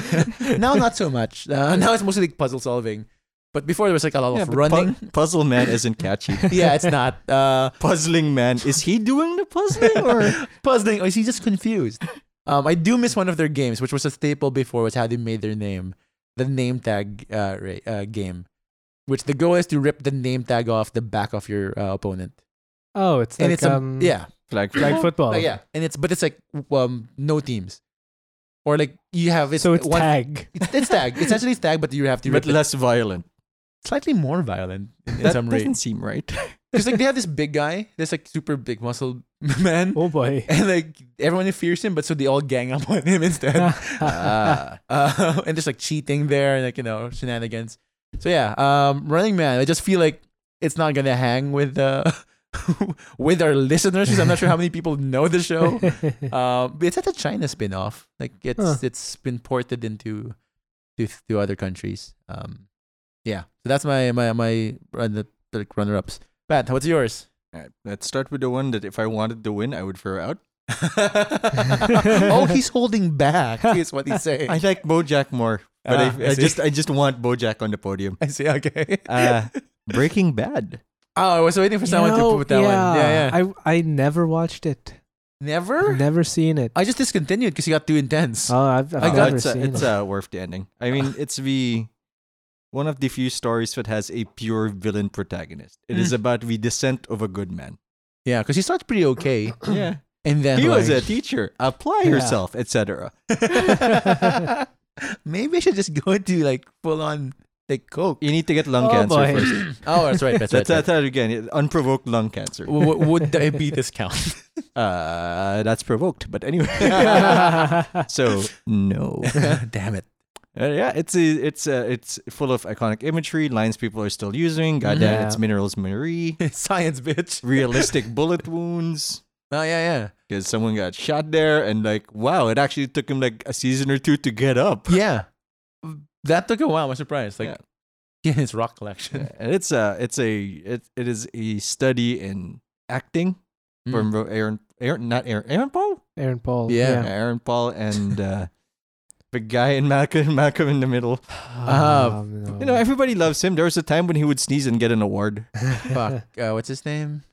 S3: now not so much. Uh, now it's mostly like puzzle solving. But before there was like a lot of
S1: but
S3: running.
S1: pu- puzzle Man isn't catchy.
S3: yeah, it's not. Uh,
S1: Puzzling Man, is he doing the puzzling or?
S3: puzzling. Or is he just confused? Um, I do miss one of their games, which was a staple before, was how they made their name, the name tag uh, ra- uh, game, which the goal is to rip the name tag off the back of your uh, opponent.
S2: Oh, it's like
S3: and it's a,
S2: um,
S3: yeah,
S1: Flag
S2: like football.
S3: Uh, yeah, and it's but it's like um no teams, or like you have it's
S2: so it's
S3: one,
S2: tag.
S3: It's, it's tag. It's actually tag, but you have to
S1: but
S3: rip it.
S1: less violent.
S3: slightly more violent in, in
S1: That
S3: some
S1: doesn't
S3: rate.
S1: seem right.
S3: Because like they have this big guy, this like super big muscle man,
S2: Oh boy.
S3: and like everyone fears him, but so they all gang up on him instead.
S1: Ah.
S3: uh, and just like cheating there and like you know shenanigans. So yeah, um, Running Man. I just feel like it's not gonna hang with uh, with our listeners. 'cause I'm not sure how many people know the show. Um, but it's at a China spin-off. Like it's
S2: Huh.
S3: it's been ported into to to other countries. Um, yeah. So that's my my my run, like runner ups. Pat, what's yours?
S1: Alright, let's start with the one that if I wanted to win, I would throw out.
S3: oh, he's holding back. Is what he's saying.
S1: I like BoJack more, but
S3: Ah,
S1: I,
S3: I
S1: I
S3: see.
S1: just I just want BoJack on the podium.
S3: I see. Okay.
S1: Uh, Breaking Bad.
S3: Oh, I was waiting for someone to put that one. Yeah, yeah.
S2: I I never watched it.
S3: Never?
S2: Never seen it.
S3: I just discontinued because it got too
S1: Uh,
S3: intense.
S2: Oh, I've, I've
S3: I got-
S2: never
S1: it's
S2: seen
S1: a, it's
S2: it.
S1: uh worth the ending. I mean, it's the one of the few stories that has a pure villain protagonist. It is
S3: Mm.
S1: about the descent of a good man.
S3: yeah, because he starts pretty okay.
S1: Yeah,
S3: And then
S1: he was a
S3: like-
S1: teacher. Apply
S2: Yeah.
S1: yourself, etc.
S3: Maybe I should just go to like full on like coke.
S1: You need to get lung
S2: Oh,
S1: cancer
S2: boy.
S1: first.
S3: Oh, that's right. That's right.
S1: That's that again. Unprovoked lung cancer.
S3: W- w- would diabetes count?
S1: Uh, that's provoked. But anyway,
S2: yeah,
S1: so no.
S3: Damn it.
S1: Uh, yeah, it's a, it's a, it's full of iconic imagery. Lines people are still using. Goddamn,
S2: Yeah.
S1: it's minerals Marie.
S3: Science, bitch.
S1: Realistic bullet wounds.
S3: Oh, yeah,
S1: because someone got shot there and like wow it actually took him like a season or two to get up
S3: yeah. Yeah. That took a while. I'm surprised. Like, yeah, his rock collection.
S1: and it's a it's a it, it is a study in acting
S3: Hmm.
S1: from Ro- aaron aaron not aaron aaron paul
S2: Aaron Paul.
S3: Yeah.
S1: aaron paul and uh the guy in malcolm malcolm in the middle
S2: Ah,
S1: you
S3: Oh.
S1: know everybody loves him there was a time when he would sneeze and get an award
S3: Fuck. Uh, what's his name?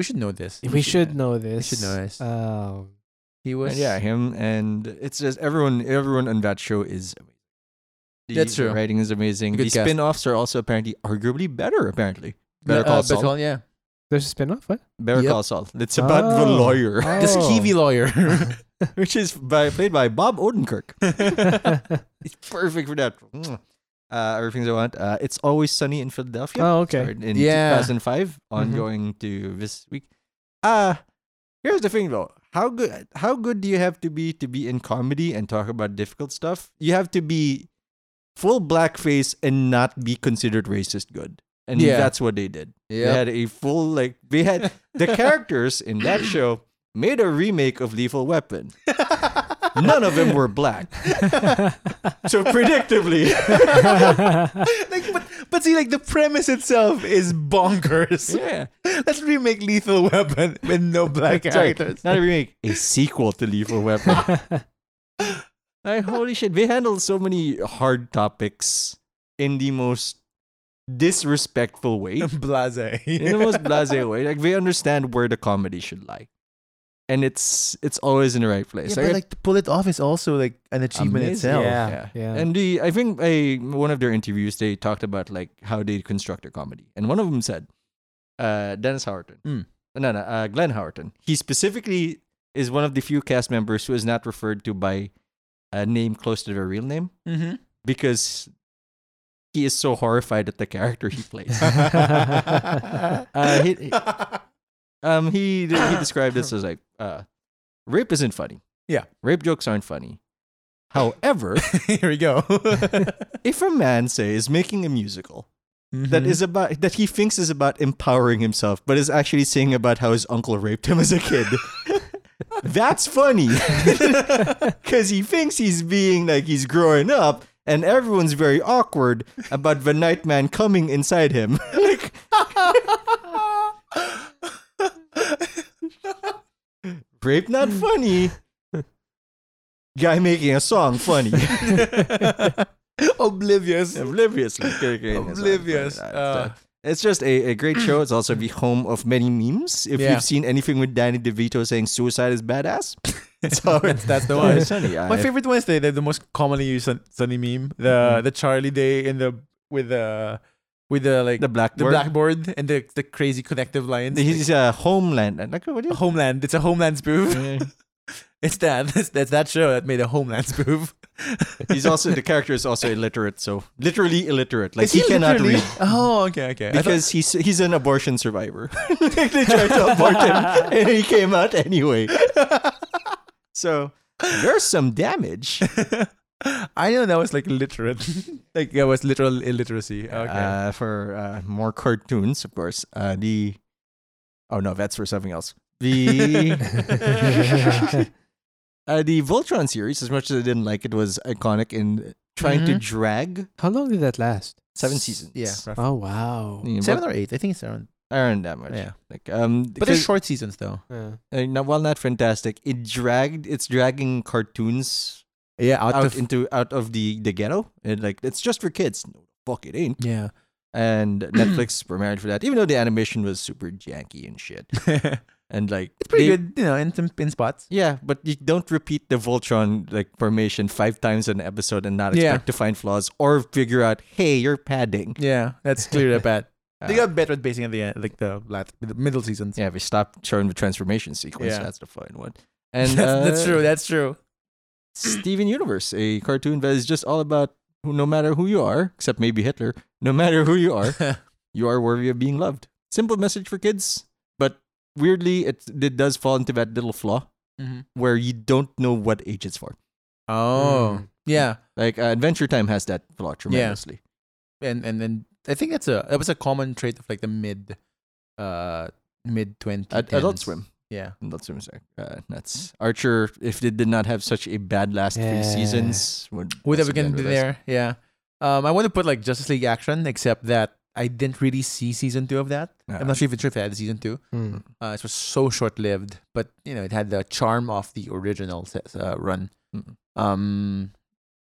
S3: We should know this.
S2: we should know
S3: We
S2: this.
S3: should know this.
S2: Um,
S3: He
S1: And
S3: was.
S1: yeah him and it's just everyone everyone on that show is amazing the
S3: That's true.
S1: writing is amazing
S3: Good
S1: the
S3: cast.
S1: spin-offs are also apparently arguably better apparently better
S3: Uh,
S1: call
S3: Better
S1: Saul.
S3: Call- yeah.
S2: there's a spin-off, what?
S1: Better
S3: Yep.
S1: Call Saul. It's about the
S2: Oh.
S1: lawyer,
S2: Oh.
S3: This Kiwi lawyer.
S1: which is by, played by Bob Odenkirk. It's perfect for that. Mm. Uh, other things I want. Uh, it's always sunny in Philadelphia.
S2: Oh, okay.
S1: started In
S3: Yeah.
S1: 2005, ongoing to this week. Uh here's the thing though. How good? How good do you have to be to be in comedy and talk about difficult stuff? You have to be full blackface and not be considered racist good. And
S3: Yeah.
S1: that's what they did. They
S3: yeah.
S1: had a full like they had the characters in that show made a remake of Lethal Weapon. None of them were black. So predictably,
S3: like, but, but see, like the premise itself is bonkers.
S1: yeah,
S3: Let's remake Lethal Weapon with no black
S1: sorry,
S3: characters.
S1: not a remake, a sequel to Lethal Weapon. Like holy shit, they handle so many hard topics in the most disrespectful way,
S3: Blase.
S1: in the most blasé way. Like they understand where the comedy should lie, and it's it's always in the right place.
S3: Yeah,
S1: Like,
S3: but like to pull it off is also like an achievement
S1: Amazing.
S3: itself.
S2: Yeah, yeah.
S1: And the I think a one of their interviews they talked about like how they construct a comedy, and one of them said, uh, Dennis Howerton,
S3: Mm.
S1: no, no, uh, Glenn Howerton. He specifically is one of the few cast members who is not referred to by a name close to their real name
S3: Mm-hmm.
S1: because he is so horrified at the character he plays. Uh, he- um, he he described this as like, uh, rape isn't funny.
S3: Yeah.
S1: rape jokes aren't funny. However,
S3: Here we go.
S1: if a man say is making a musical
S3: Mm-hmm.
S1: that is about that he thinks is about empowering himself, but is actually saying about how his uncle raped him as a kid. That's funny because he thinks he's being like he's growing up, and everyone's very awkward about the nightman coming inside him. like, rape not funny. Guy making a song funny.
S3: Oblivious.
S1: Oblivious. like, making a song funny.
S3: Oblivious.
S1: Uh,
S3: Uh,
S1: It's just a, a great show. It's also the home of many memes. If
S3: Yeah.
S1: you've seen anything with Danny DeVito saying suicide is badass, it's always
S3: that's the one.
S1: always funny.
S3: My
S1: I-
S3: favorite one is the, the, the most commonly used sun, sunny meme. The the Charlie Day in the with the with the like
S1: the
S3: the
S1: blackboard.
S3: blackboard and the, the crazy connective lines.
S1: He's a homeland. Like, what do
S3: Homeland. It's a Homeland spoof.
S1: you?
S3: It's that. That's, that's that show that made a Homeland spoof.
S1: He's also the character is also illiterate, so literally illiterate. Like
S3: Is
S1: he, cannot
S3: literally-
S1: read
S3: Oh, okay, okay. I thought-
S1: because he's he's an abortion survivor. like they tried to abort him, and he came out anyway. So there's some damage.
S3: I know that was like literate. like that was literal illiteracy. Okay.
S1: uh, for uh, more cartoons, of course. Uh, the oh no, that's for something else. The uh, the Voltron series, as much as I didn't like it, was iconic in trying to
S3: Mhm.
S1: drag
S2: How long did that last?
S1: seven seasons.
S3: Yeah. roughly.
S2: Oh wow.
S1: Yeah,
S3: Seven
S1: but
S3: or eight. I think it's seven.
S1: aren't that much.
S3: Yeah.
S1: Like um,
S3: But they're
S1: because-
S3: short seasons though.
S2: Yeah.
S1: uh, no, while not fantastic, it dragged. It's dragging cartoons
S3: Yeah.
S1: out,
S3: Out, of,
S1: into out of the the ghetto, and like it's just for kids. No, fuck it ain't.
S3: yeah.
S1: And Netflix premiered for that, even though the animation was super janky and shit.
S3: it's
S1: And like
S3: pretty
S1: they-
S3: good, you know, in some in spots.
S1: Yeah, but you don't repeat the Voltron like formation five times an episode and not
S3: Yeah.
S1: expect to find flaws or figure out, hey, you're padding.
S3: Yeah, that's clear up at. They
S1: Uh,
S3: got better at basing at the end, like the last the middle seasons.
S1: yeah, we stopped showing the transformation sequence.
S3: Yeah.
S1: That's the fun one. And
S3: that's, that's
S1: uh,
S3: true. That's true.
S1: Steven Universe, a cartoon that is just all about who, no matter who you are, except maybe Hitler, no matter who you are, you are worthy of being loved. Simple message for kids, but weirdly, it it does fall into that little flaw
S3: Mhm.
S1: where you don't know what age it's for.
S3: Oh,
S2: Mm.
S3: yeah.
S1: Like uh, Adventure Time has that flaw tremendously.
S3: and and then I think that's a that was a common trait of like the mid, uh, mid twenty.
S1: Ad- Adult Swim.
S3: Yeah.
S1: Adult Swim, sorry. Uh, that's Archer. If they did not have such a bad last
S2: Yeah.
S1: three seasons, would
S3: Would have
S1: also
S3: been
S1: been with us.
S3: there. Yeah. Um, I want to put like Justice League action, except that I didn't really see season two of that. I'm
S1: Ah.
S3: not sure if it's sure if it had season two.
S2: Mm.
S3: Uh, it was so short lived, but you know it had the charm of the original se- uh, run.
S1: Mm.
S3: Um,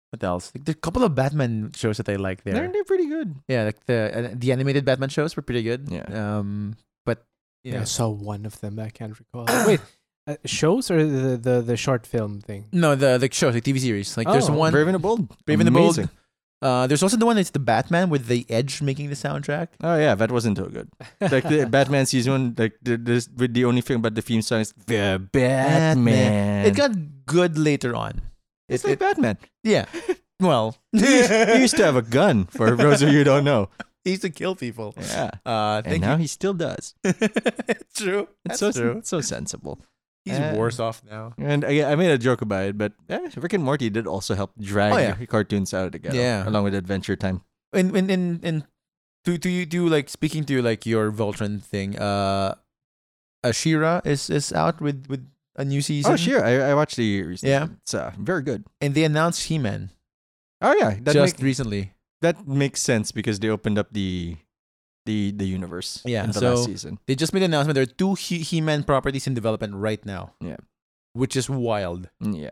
S3: what else? Like, there's a couple of Batman shows that I like there.
S1: They're, they're pretty good.
S3: Yeah, like the uh, the animated Batman shows were pretty good.
S1: Yeah.
S3: Um, but you
S2: Yeah.
S3: know,
S2: I saw one of them. But I can't recall. Wait, uh, shows or the, the the short film thing?
S3: no, the the shows like TV series. Like there's
S2: Oh,
S3: one.
S1: Brave and the Bold.
S3: Brave and the Bold.
S1: Amazing.
S3: Uh, there's also the one that's the Batman with the Edge making the soundtrack.
S1: Oh yeah, that wasn't so good. Like the Batman season, one, like the, this, with the only thing about the theme song is the Batman.
S3: It got good later on.
S1: it's like
S3: it- it-
S1: Batman.
S3: Yeah. Well,
S1: He used, he used to have a gun. For those of you who don't know,
S3: he used to kill people.
S1: yeah, and
S3: Uh, thank
S1: now
S3: you.
S1: he still does.
S3: It's true.
S1: It's so
S3: That's true.
S1: it's so sensible.
S3: He's
S1: Uh,
S3: worse off now.
S1: And I, I made a joke about it, but eh, Rick and Morty did also help drag
S3: Oh, yeah.
S1: cartoons out of the ghetto,
S3: Yeah.
S1: along with Adventure Time.
S3: And and and, and to to you do like speaking to like your Voltron thing. Uh, Ashira is is out with with a new season.
S1: Oh, sure. I, I watched the recently.
S3: Yeah.
S1: it's uh, very good.
S3: And they announced He Man
S1: Oh yeah, that
S3: just
S1: make-
S3: recently.
S1: that makes sense because they opened up the the the universe.
S3: Yeah,
S1: in the
S3: so-
S1: last season.
S3: They just made an announcement. There are two He He Man properties in development right now.
S1: Yeah.
S3: Which is wild.
S1: Mm, Yeah,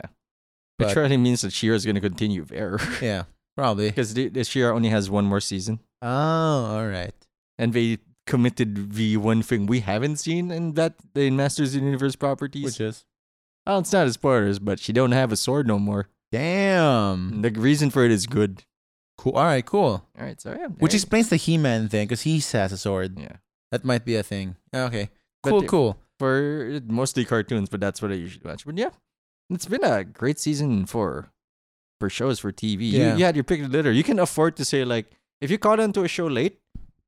S3: But-
S1: which probably means that Shira is going to continue there
S3: Yeah. Probably.
S1: because the, the Shira only has one more season,
S3: Oh, all right.
S1: and they committed the one thing we haven't seen in that the Masters of the Universe properties.
S3: Which is
S1: oh, it's not a spoilers, but she don't have a sword no more.
S3: damn
S1: The reason for it is good.
S3: cool. All right, cool.
S1: All right, so yeah,
S3: Which
S1: there-
S3: explains the He-Man thing because he has a sword.
S1: yeah
S3: That might be a thing. Okay,
S1: But
S3: cool,
S1: the-
S3: cool.
S1: for mostly cartoons, but that's what I usually watch. But yeah, it's been a great season for for shows for TV.
S3: Yeah.
S1: You, you had your pick of the litter. You can afford to say like, if you caught onto a show late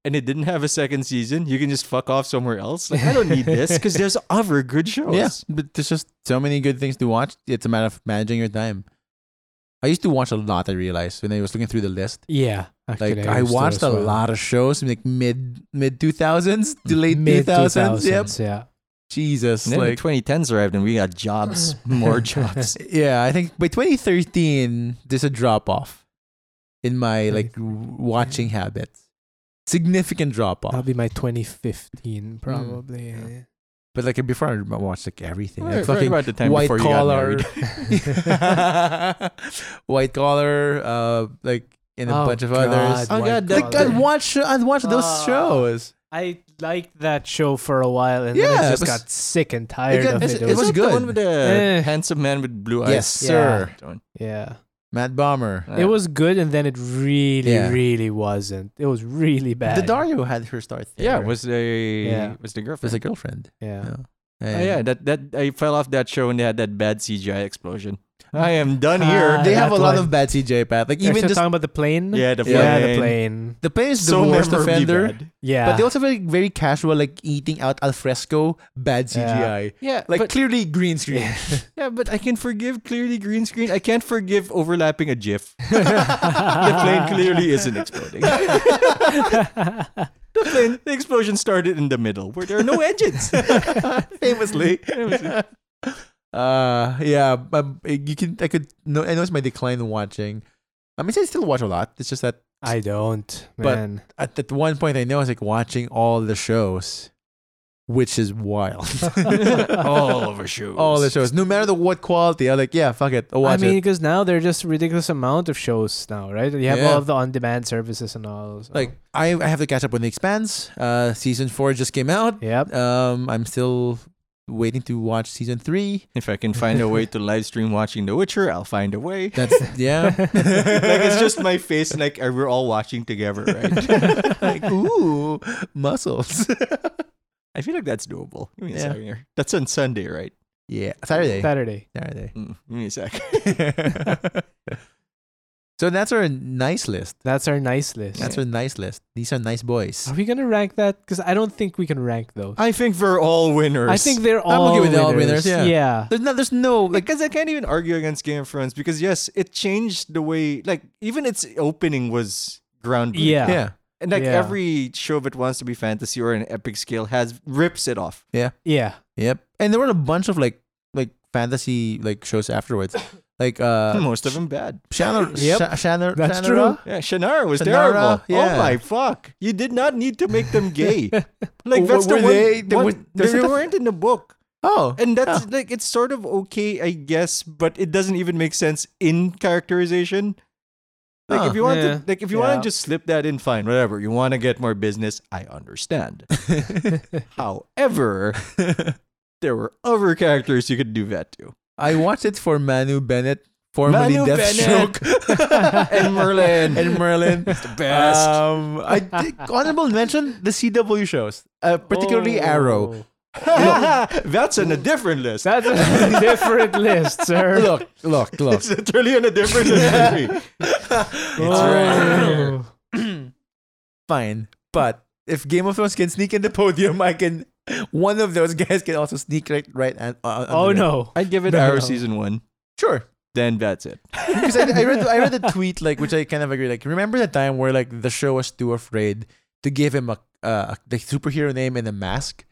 S1: and it didn't have a second season, you can just fuck off somewhere else. Like I don't need this because there's other good shows.
S3: Yeah, but there's just so many good things to watch. It's a matter of managing your time. I used to watch a lot. I realized when I was looking through the list.
S2: Yeah.
S3: Like
S2: actually,
S3: I
S2: used to
S3: watched
S2: as
S3: a
S2: well.
S3: lot of shows, like mid mid two thousands, late two
S2: Mid
S3: thousands. Yep.
S2: 2000s, Yeah.
S3: Jesus,
S1: And then the
S3: like
S1: 2010s arrived and we got jobs, more jobs.
S3: yeah. I think by twenty thirteen, there's a drop off in my like w- watching habits. Significant drop off.
S2: That'll be my
S3: Hmm.
S2: 2015 probably.
S3: But like before, I watched like everything.
S1: Right,
S3: Like,
S1: right
S3: fucking
S1: about the time
S3: white
S1: before you got
S3: collar,
S1: married.
S3: white collar, uh, like and a
S2: Oh,
S3: bunch of
S2: God.
S3: others.
S1: Oh,
S2: White
S1: God, that-
S3: Like
S2: Collar.
S3: I'd watch, I'd watch those
S2: Ah.
S3: shows.
S2: I liked that show for a while, and then
S3: Yeah,
S2: I
S3: it
S2: just
S3: was-
S2: got sick and tired
S3: got-
S2: of
S3: it's-
S2: it.
S3: it was
S1: Is that
S3: good.
S1: The one with the
S2: Eh.
S1: handsome man with blue eyes.
S3: Yes, sir.
S1: That one.
S2: yeah,
S3: Matt Bomber.
S1: Uh,
S2: it was good, and then it really,
S3: Yeah.
S2: really wasn't. It was really bad.
S3: The Dario had her start. There.
S1: Yeah, was the
S2: Yeah.
S1: was the
S3: was
S1: girlfriend.
S3: a girlfriend.
S2: yeah.
S3: Yeah.
S1: Oh, yeah, that that I fell off that show when they had that bad CGI explosion. I am done
S2: Ah,
S1: here.
S3: They have a
S2: That
S3: lot
S2: one.
S3: of bad CJ path. Like
S2: You're
S3: even
S2: still
S3: just
S2: talking about the plane.
S1: yeah, the
S3: Yeah,
S1: plane.
S2: yeah, the plane.
S3: the plane is the
S1: So
S3: worst
S1: memorably
S3: offender.
S1: bad.
S2: Yeah,
S3: But they also have like very casual, like eating out al fresco, bad CGI.
S1: Yeah,
S3: Like
S1: but,
S3: clearly green screen.
S1: yeah, but I can forgive clearly green screen. I can't forgive overlapping a GIF. the plane clearly isn't exploding. the plane, the explosion started in the middle where there are no engines.
S3: Famously.
S1: Famously.
S3: uh yeah, but you can I could no I noticed my decline in watching. I mean I still watch a lot. It's just that
S2: I don't,
S3: But-
S2: man.
S3: at that one point I know I was like watching all the shows, which is wild.
S1: All over shoes.
S3: all the shows, no matter the what quality. I'm like, yeah, fuck it, I'll watch
S2: I mean,
S3: it.
S2: because now there are just ridiculous amount of shows now, right? You have
S3: Yeah.
S2: all of the on-demand services and all. so-
S3: Like I, I have to catch up on The Expanse. Uh, season four just came out.
S2: yep.
S3: Um, I'm still waiting to watch season three.
S1: If I can find a way to live stream watching The Witcher, I'll find a way.
S3: That's yeah.
S1: like it's just my face, like uh, we're all watching together, right?
S3: like ooh, muscles.
S1: I feel like that's doable. Give me a
S3: Yeah.
S1: second here. That's on Sunday, right?
S3: yeah, Saturday.
S2: Saturday.
S3: Saturday.
S1: Mm, give me a sec.
S3: so that's our nice list.
S2: That's our nice list.
S3: That's our nice list. These are nice boys.
S2: Are we gonna rank that? Because I don't think we can rank those.
S1: I think we're all winners.
S2: I think they're
S3: I'm
S2: all.
S3: okay with
S2: winners.
S3: all winners, yeah.
S2: yeah.
S3: There's no, there's no like
S1: because I can't even argue against Game of Thrones because yes, it changed the way like even its opening was groundbreaking.
S2: Yeah.
S3: yeah.
S1: And like
S2: Yeah.
S1: every show that wants to be fantasy or an epic scale has rips it off.
S2: Yeah.
S3: Yep. And there were a bunch of like like fantasy like shows afterwards. Like uh
S1: Most of them bad.
S3: Shannon
S2: Yep.
S3: Sha- Shannon
S2: That's
S3: Shannara?
S1: Yeah, Shannara was
S3: Shannara,
S1: terrible.
S3: yeah.
S1: Oh my fuck! You did not need to make them gay. like
S3: Wh-
S1: that's
S3: were
S1: the one.
S3: they-
S1: They,
S3: they were-
S1: they,
S3: there's a-
S1: weren't in the book,
S3: Oh.
S1: and that's like it's sort of okay, I guess, but it doesn't even make sense in characterization. Like
S3: Huh.
S1: if you want
S2: Yeah.
S1: to, like if you
S2: Yeah.
S1: want to just slip that in, fine, whatever. You want to get more business, I understand. However, there were other characters you could do that to,
S3: I watched it for Manu Bennett, formerly
S1: Manu
S3: Deathstroke
S1: and Merlin, Uh,
S3: and Merlin.
S1: the best.
S3: Um I did, honorable mention the CW shows. Uh, particularly Arrow.
S2: Oh.
S1: that's on a different list.
S2: That's a different list, sir.
S3: Look, look, look.
S1: It's literally on a different list. for me.
S2: Oh.
S3: Fine. But if Game of Thrones can sneak in the podium, I can one of those guys can also sneak right right and uh,
S2: Oh
S3: under it.
S2: no.
S1: I'd give it
S2: No.
S1: Arrow season one.
S3: Sure.
S1: Then that's it.
S3: because I, I read I read a tweet like which I kind of agree like remember the time where like the show was too afraid to give him a uh, the superhero name and a mask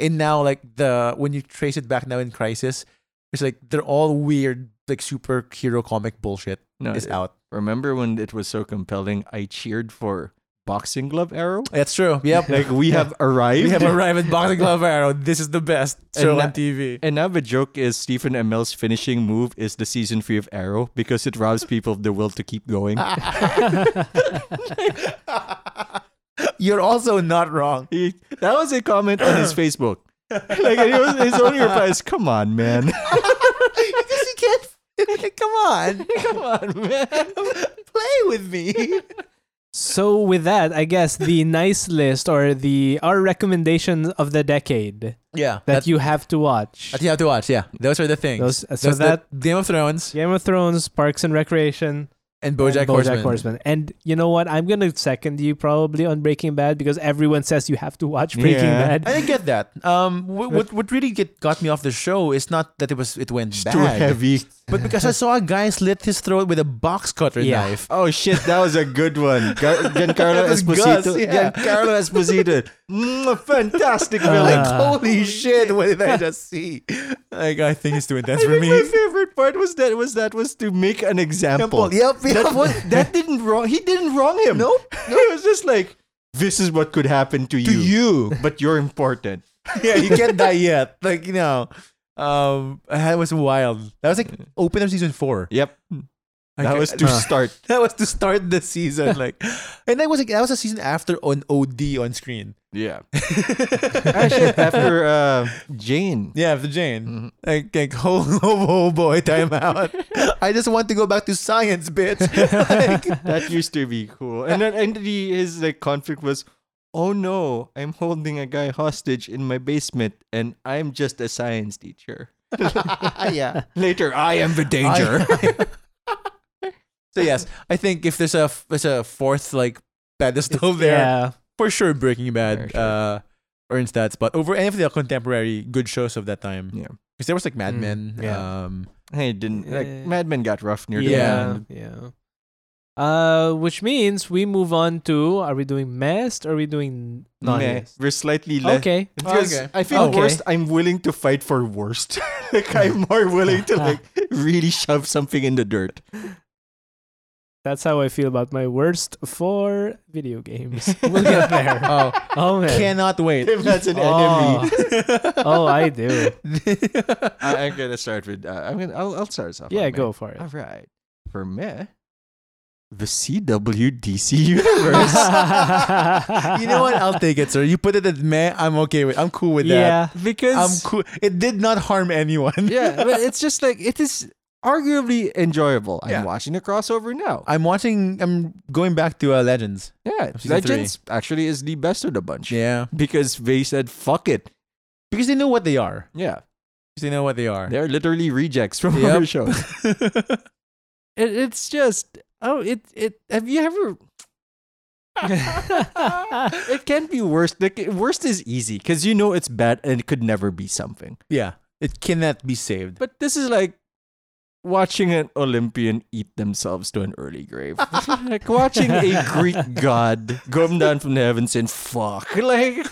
S3: and now like the when you trace it back now in Crisis it's like they're all weird like superhero comic bullshit
S1: No,
S3: is out
S1: remember when it was so compelling? I cheered for boxing glove Arrow.
S3: that's true yep
S1: Like we have arrived.
S3: we have arrived at Boxing Glove Arrow this is the best show
S1: And
S3: on
S1: na-
S3: TV
S1: and now the joke is Stephen Amell's finishing move is the season three of Arrow because it robs people of the will to keep going.
S3: Ah. you're also not wrong
S1: He- that was a comment on his Facebook. Like and he was, his only reply is, "Come on, man!
S3: because you can't come on
S1: Come on, man!
S3: play with me
S2: So with that, I guess the nice list or the our recommendations of the decade
S3: yeah
S2: that you have to watch.
S3: That you have to watch, yeah. Those are the things.
S2: Those- so
S3: Those-
S2: that-
S3: the Game of Thrones
S2: Game of Thrones, Parks and Recreation,
S3: and BoJack,
S2: and
S3: Horseman.
S2: And you know what? I'm gonna second you probably on Breaking Bad because everyone says you have to watch Breaking
S1: Yeah.
S2: Bad.
S3: I didn't get that. Um, wh- what what really get, got me off the show is not that it was it went
S1: It's
S3: bad,
S1: too heavy."
S3: but because I saw a guy slit his throat with a box cutter
S2: Yeah.
S3: knife.
S1: Oh shit, that was a good one. Gar- Giancarlo
S3: That was
S1: Esposito.
S3: Gus, yeah.
S1: Giancarlo Esposito. Mm, fantastic
S2: Uh,
S1: villain.
S3: Like holy shit! What did I just see? Like I think it's too intense for me.
S1: my favorite part was that was that was to make an example.
S3: Yep, yep.
S1: That was that didn't wrong he didn't wrong him.
S3: Nope,
S1: It was just like this is what could happen to you.
S3: to you.
S1: But you're important.
S3: yeah, you can't die yet. Like you know, um, that was wild. That was like open of season four.
S1: Yep. That
S3: Like,
S1: was to
S3: uh,
S1: start.
S3: That was to start the season, like, and that was like, that was a season after on OD on screen.
S1: Yeah. Actually Ah, after uh, Jane.
S3: Yeah, after Jane, like, like oh, oh, oh boy, time out. I just want to go back to science, bitch. Like,
S1: That used to be cool. And then and the, his like conflict was oh no, I'm holding a guy hostage in my basement and I'm just a science teacher.
S3: yeah.
S1: Later, I am the danger.
S3: So yes, I think if there's a f- there's a fourth like pedestal there,
S2: Yeah.
S3: for sure Breaking Bad
S1: For sure.
S3: uh, earns that spot over any of the contemporary good shows of that time.
S1: Yeah.
S3: because there was like Mad
S2: Mm,
S3: Men.
S2: yeah.
S3: Um,
S1: hey, didn't like
S2: Yeah.
S1: Mad Men got rough near the
S3: Yeah.
S1: end.
S2: Yeah. Uh, which means we move on to are we doing messed or are we doing not
S1: Meh,
S2: messed?
S1: we're slightly less.
S2: Okay.
S1: Because
S3: Okay.
S1: I think
S2: Okay.
S1: worst, I'm willing to fight for worst. like I'm more willing to like really shove something in the dirt.
S2: That's how I feel about my worst for video games. We'll get there.
S3: oh,
S2: Oh man.
S3: cannot wait.
S1: If that's an
S2: oh.
S1: enemy,
S2: oh, I do.
S1: I, I'm gonna start with. Uh, I'm gonna. I'll, I'll start us off.
S2: Yeah,
S1: with
S2: go for
S1: meh.
S2: it.
S1: All right. For me, the CW DC universe
S3: you know what? I'll take it, sir. You put it at meh. I'm okay with. I'm cool with that.
S2: yeah.
S1: because
S3: I'm cool. It did not harm anyone.
S1: yeah, but it's just like it is arguably enjoyable. I'm
S3: Yeah.
S1: watching the crossover now.
S3: I'm watching. I'm going back to uh, Legends.
S1: yeah,
S3: season
S1: Legends actually is the best of the bunch.
S3: Yeah,
S1: because they said fuck it.
S3: because they know what they are.
S1: Yeah,
S3: Because they know what they are.
S1: they're literally rejects from
S3: Yep.
S1: other shows. It, it's just oh, it it. Have you ever? It can't be worse. Like worst is easy because you know it's bad and it could never be something.
S3: yeah, it cannot be saved.
S1: But this is like watching an Olympian eat themselves to an early grave. like watching a Greek god come down from the heavens and fuck. Like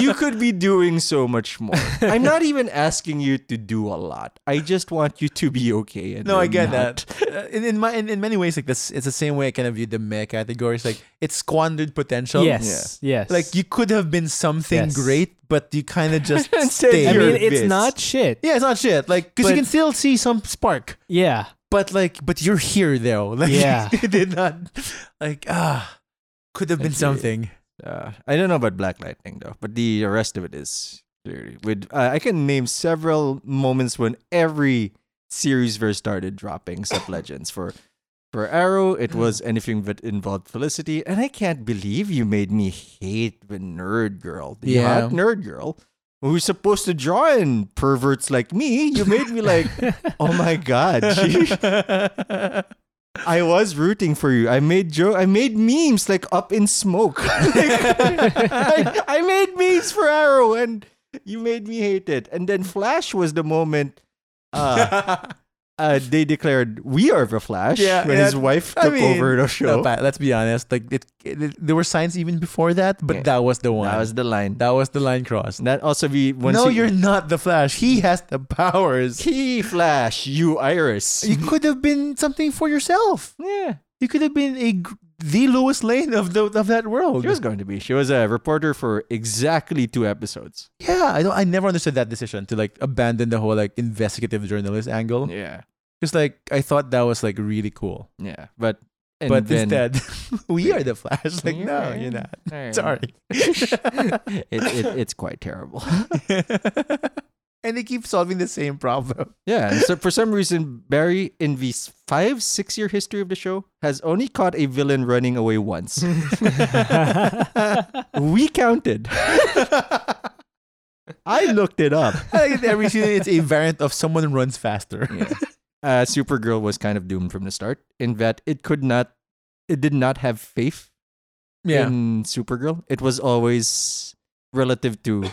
S1: you could be doing so much more. I'm not even asking you to do a lot. I just want you to be okay. And
S3: No, I
S1: you're
S3: get
S1: not.
S3: that. Uh, In in, my, in in many ways, like this, it's the same way I kind of view the meh category. It's like it's squandered potential.
S2: yes. Yes.
S3: Like you could have been something
S2: Yes.
S3: great, but you kind of just
S1: Instead,
S3: stayed.
S2: I
S1: you're
S2: mean, it's
S1: this.
S2: not shit.
S3: yeah, it's not shit. Like because you
S2: But-
S3: can still see some spark,
S2: Yeah.
S3: but like, but you're here though. Like,
S2: Yeah.
S3: you did not. Like ah, could have
S1: Like,
S3: been
S1: yeah.
S3: something.
S1: Uh, I don't know about Black Lightning though, but the rest of it is clearly with. Uh, I can name several moments when every series verse started dropping sub legends for. For Arrow, it was anything that involved Felicity, and I can't believe you made me hate the nerd girl, the
S3: Yeah.
S1: hot nerd girl, who's supposed to draw in perverts like me. You made me like, oh my god, she, I was rooting for you. I made joke. I made memes like up in smoke. I, I made memes for Arrow, and you made me hate it. And then Flash was the moment uh,
S3: Ah.
S1: uh, they declared we are the Flash
S3: Yeah,
S1: when
S3: yeah.
S1: his wife
S3: I
S1: took
S3: mean,
S1: over the
S3: No,
S1: show.
S3: but let's be honest. Like it, it- there were signs even before that, but
S1: Yeah.
S3: that was the one.
S1: that was the line. That,
S3: That was the line crossed.
S1: also be once
S3: no,
S1: he-
S3: you're not the Flash. He has the powers.
S1: key Flash. You Iris.
S3: you could have been something for yourself.
S1: yeah,
S3: You could have been a gr- the Lois Lane of the of that world.
S1: she was going to be. She was a reporter for exactly two episodes.
S3: yeah, I don't. I never understood that decision to like abandon the whole like investigative journalist angle.
S1: Yeah,
S3: Because like I thought that was like really cool,
S1: yeah, but and
S3: but
S1: then,
S3: instead we are the Flash. Like no,
S1: Yeah.
S3: you're not.
S1: Alright.
S3: Sorry.
S1: it, it, it's quite terrible.
S3: and they keep solving the same problem.
S1: Yeah. and So for some reason, Barry, in the s- five, six year history of the show, has only caught a villain running away once. we counted. I looked it up.
S3: I think every season it's a variant of someone runs faster.
S1: Uh, Supergirl was kind of doomed from the start in that it could not, it did not have faith in Supergirl. It was always relative to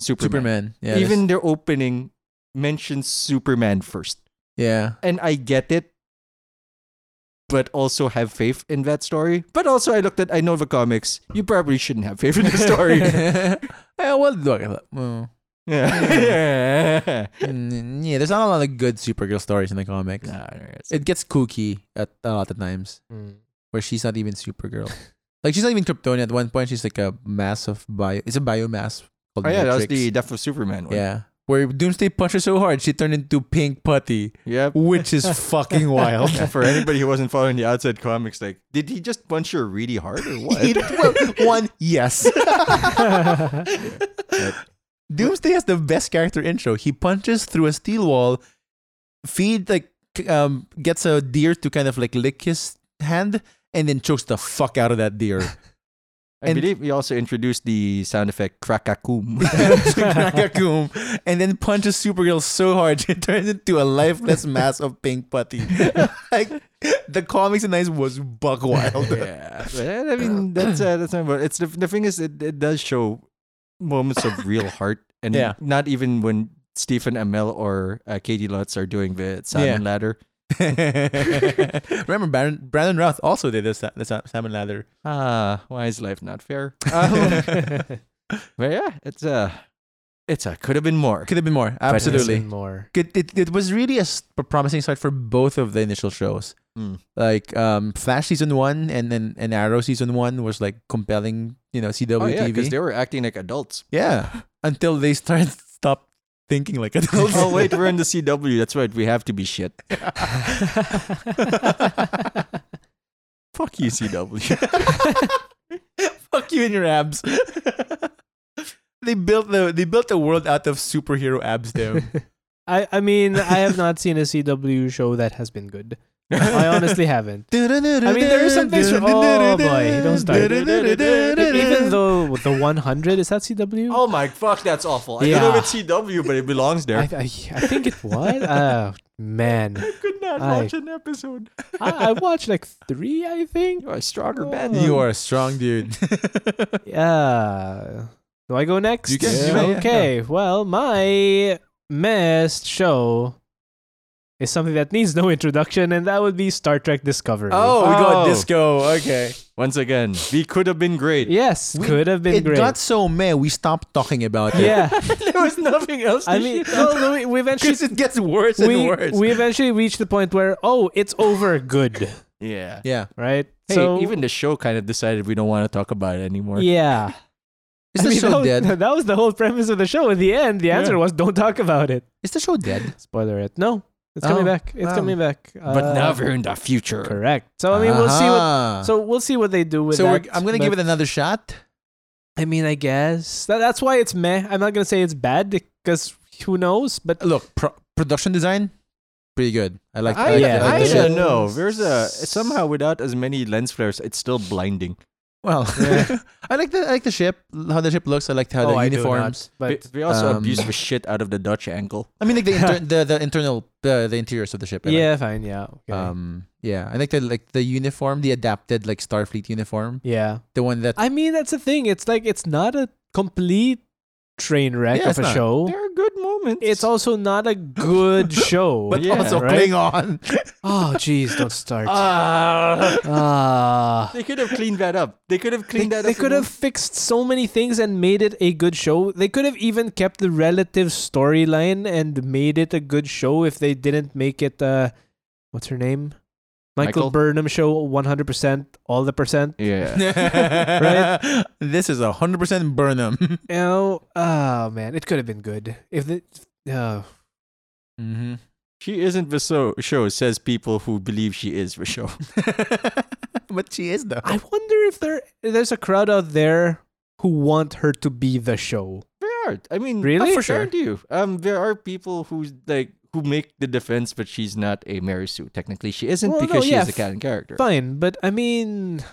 S1: Superman.
S3: Superman. Yeah,
S1: Even their opening mentions Superman first.
S3: yeah.
S1: and I get it, but also have faith in that story. But also, I looked at I know the comics. You probably shouldn't have faith in the story.
S3: yeah, well, look, well,
S1: yeah.
S3: mm, yeah, there's not a lot of good Supergirl stories in the comics. It gets kooky at a lot of times
S2: Mm.
S3: where she's not even Supergirl. like she's not even Kryptonian. At one point, she's like a mass of bio. It's a biomass called
S1: Oh yeah, that was
S3: Matrix.
S1: the death of Superman one.
S3: yeah. Where Doomsday punched her so hard, she turned into pink putty,
S1: Yep.
S3: which is fucking wild.
S1: And for anybody who wasn't following the outside comics, like, did he just punch her really hard or
S3: It-
S1: what?
S3: well, one, yes. Doomsday has the best character intro. He punches through a steel wall, feed like c- um gets a deer to kind of like lick his hand, and then chokes the fuck out of that deer.
S1: I
S3: And-
S1: believe we also introduced the sound effect krakakum.
S3: Krakakum, and then punches Supergirl so hard she turns into a lifeless mass of pink putty. like the comics and ice was buck wild.
S1: yeah, but, I mean that's uh, that's not. But it's the the thing is it, it does show moments of real heart, and
S3: Yeah.
S1: not even when Stephen Amell or uh, Katie Lutz are doing the salmon ladder.
S3: Remember, Baron, Brandon Roth also did this the sa- salmon ladder.
S1: Ah, why is life not fair? Um, but yeah, it's a it's a could have been more.
S3: Could have been more, absolutely.
S2: Listen More.
S3: Good. It, it was really a s- a promising start for both of the initial shows.
S2: Hmm.
S1: Mm.
S3: Like um, Flash season one and then and Arrow season one was like compelling, you know, CW
S1: Oh yeah, because
S3: TV.
S1: they were acting like adults.
S3: Yeah, until they start stop thinking like adults.
S1: oh wait, we're in the CW. That's right. We have to be shit. Fuck you, CW.
S3: Fuck you and your abs. they built the they built a world out of superhero abs. There,
S2: I, I mean, I have not seen a CW show that has been good. I honestly haven't. I mean, there is some things. Oh boy, don't start. Even though the 100 is that CW?
S1: oh my fuck, that's awful. I don't
S2: Yeah.
S1: know if it's CW, but it belongs there.
S2: I, I, I think it was. Oh man,
S1: could not
S2: I- watch
S1: an episode.
S2: I, I watched like three, I think.
S1: You're a stronger man.
S3: you are a strong dude.
S2: Yeah. Do I go next?
S3: You can-
S1: you
S2: Yeah.
S1: may,
S3: yeah,
S2: okay. Well, my missed show is something that needs no introduction, and that would be Star Trek Discovery.
S3: Oh, we got
S1: Oh.
S3: disco. Okay.
S1: Once again, we could have been great.
S2: yes,
S3: We-
S2: could have been
S3: it
S2: great.
S3: got so meh, we stopped talking about it.
S2: yeah,
S1: there was nothing else.
S2: I mean, well, no, we, we eventually
S3: Because it gets worse and
S2: we,
S3: worse.
S2: we eventually reached the point where oh, it's over. Good,
S1: yeah.
S3: yeah.
S2: right?
S1: Hey, even the show kind of decided we don't want to talk about it anymore.
S2: yeah.
S3: Is
S2: I
S3: the
S2: mean, that
S3: show
S2: was,
S3: dead?
S2: That was the whole premise of the show. In the end, the answer
S1: Yeah.
S2: was don't talk about it.
S3: Is the show dead?
S2: Spoiler it. No, it's coming
S3: Oh,
S2: back. It's
S3: wow.
S2: coming back.
S1: But
S2: Uh,
S1: now we're in the future.
S2: correct. So I mean, we'll see what. So we'll see what they do with
S3: Uh-huh. so
S2: that.
S3: we're, I'm gonna give it another shot.
S2: I mean, I guess that, that's why it's meh. I'm not gonna say it's bad because who knows? But
S3: Look, pro- production design, pretty good. I like.
S1: I,
S3: like,
S2: yeah,
S3: like
S1: I
S3: the
S2: yeah.
S3: shit.
S1: don't know. There's a somehow without as many lens flares, it's still blinding.
S3: Well,
S2: Yeah.
S3: I like the I like the ship. How the ship looks. I liked how
S2: oh,
S3: the
S2: I do
S3: uniforms.
S2: not, but
S1: we, we also
S3: um,
S1: abused the shit out of the Dutch angle.
S3: I mean, like the inter- the the internal the the interiors of the ship. I like.
S2: yeah, fine, yeah, okay.
S3: Um. Yeah. I like the like the uniform, the adapted like Starfleet uniform,
S2: yeah.
S3: the one that
S2: I mean, that's the thing. It's like it's not a complete train wreck
S3: Yeah,
S2: of a
S3: it's not.
S2: show.
S1: There are good moments.
S2: It's also not a good show.
S3: but
S1: yeah,
S3: also
S2: Oh,
S3: Uh,
S2: right?
S3: Klingon.
S2: oh, jeez, don't start.
S1: Ah.
S2: Ah.
S1: they could have cleaned that up. They could have
S2: They,
S1: cleaned that
S2: they
S1: up.
S2: could have fixed so many things and made it a good show. They could have even kept the relative storyline and made it a good show if they didn't make it. Uh, what's her name? Michael,
S1: Michael?
S2: Burnham show 100%, all the percent.
S1: Yeah.
S3: right. This is a hundred percent Burnham.
S2: You know, oh man, it could have been good. If the, oh,
S3: mm-hmm.
S1: She isn't the so- show, says people who believe she is the show.
S3: but she is though.
S2: I wonder if there there's a crowd out there who want her to be the show.
S1: There are. I mean, oh,
S2: Really?
S1: I
S2: For sure.
S1: guarantee you. Um, there are people who like who make the defense, but she's not a Mary Sue. Technically, she isn't
S2: Well, no,
S1: because she
S2: yeah,
S1: is a canon character.
S2: Fine, but I mean,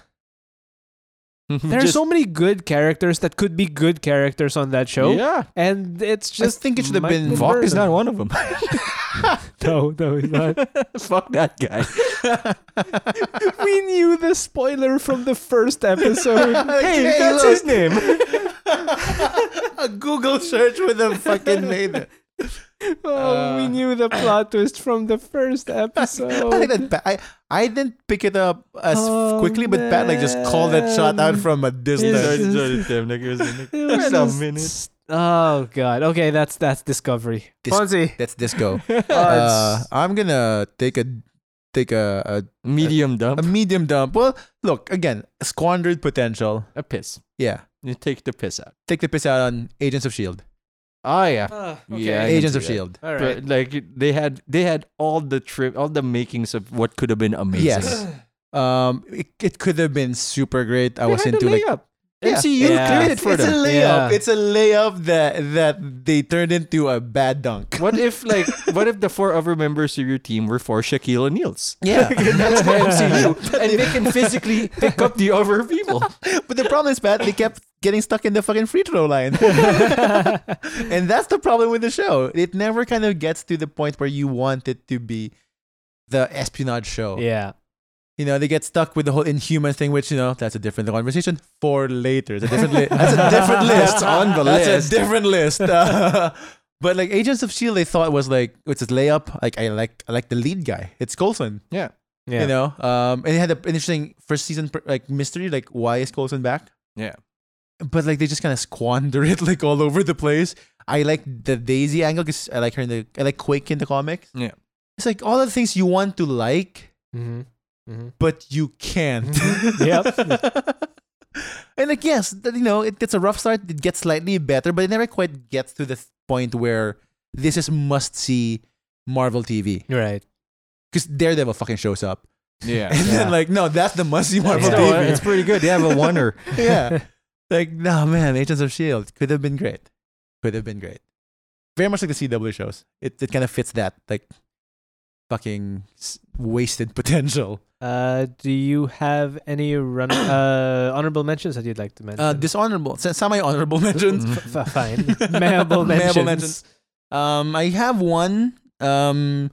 S2: there are
S1: Just-
S2: so many good characters that could be good characters on that show.
S1: Yeah,
S2: And it's just
S3: think it should have been
S2: Michael
S3: Vok
S1: Vok is
S2: Burnham.
S1: not one of them.
S2: No, no, he's not.
S1: Fuck that guy.
S2: we knew the spoiler from the first episode.
S3: Hey,
S2: hey, that's
S3: look.
S2: his name.
S3: a Google search with a fucking name.
S2: Oh, we
S3: Uh.
S2: knew the plot twist from the first
S3: I, like
S2: episode.
S3: that Pat- I, I didn't pick it up as
S2: Oh,
S3: quickly, but Pat like just called that shot out
S2: man.
S3: from a
S2: Yes.
S3: distance.
S2: Sorry, It was
S1: Wait a
S2: just-
S1: minute.
S2: Oh god. Okay, that's that's discovery.
S3: Dis-
S2: Fonzie.
S3: That's disco. Uh,
S2: Uh,
S3: I'm gonna take a take a,
S1: Medium
S3: a
S1: dump.
S2: Um,
S3: a medium dump. Well, look again, squandered potential.
S1: A piss.
S3: Yeah,
S1: You take the piss out.
S3: take the piss out on Agents of Shield.
S1: Oh yeah.
S2: Ah, okay.
S1: Yeah, I can
S3: E Agents
S1: see
S3: of
S1: that.
S3: Shield.
S2: All right.
S1: But like they had they had all the trip all the makings of what could have been amazing.
S3: Yes. Um, it, it could have been super great. I was into like
S1: layup.
S3: Yeah.
S1: MCU
S2: Yeah.
S1: cleared it
S3: It's,
S1: for
S3: it's a
S1: them.
S3: layup.
S2: Yeah.
S3: It's a layup that that they turned into a bad dunk.
S1: What if like what if the four other members of your team were four Shaquille O'Neals?
S3: Yeah.
S1: That's for MCU, and they can physically pick up the other people.
S3: But the problem is, Pat, they kept getting stuck in the fucking free throw line. and that's the problem with the show. It never kind of gets to the point where you want it to be the espionage show.
S2: yeah.
S3: You know, they get stuck with the whole inhuman thing, which, you know, that's a different conversation for later. It's a different li- that's a different list.
S1: It's on the
S3: that's
S1: list.
S3: a different list. Uh, but like Agents of S.H.I.E.L.D., E they thought was like, it's a layup. Like, I like I like the lead guy. It's Colson.
S1: yeah.
S2: Yeah.
S3: You know, um, and it had an interesting first season like mystery, like why is Colson back?
S1: Yeah.
S3: but like they just kind of squander it like all over the place. I like the Daisy angle because I like her in the I like Quake in the comics.
S1: Yeah.
S3: it's like all the things you want to like,
S2: hmm hmm
S3: but you can't.
S2: Mm-hmm. Yep.
S3: and like yes, th- you know it gets a rough start. It gets slightly better, but it never quite gets to the th- point where this is must see Marvel TV
S2: Right.
S3: because Daredevil fucking shows up,
S1: Yeah.
S3: and then
S2: Yeah.
S3: like no, that's the must see Marvel
S2: Yeah.
S1: So, uh,
S3: TV.
S1: it's pretty good. They have a wonder.
S3: yeah. Like, no, man, Agents of S.H.I.E.L.D. E could have been great. Could have been great. Very much like the CW shows. It, it kind of fits that, like, fucking s- wasted potential.
S2: Uh, do you have any run- uh, honorable mentions that you'd like to mention?
S3: Uh, dishonorable, semi honorable mentions.
S2: F- f- fine. Memorable mentions.
S3: Memorable Mm, mentions. Um, I have one. Um,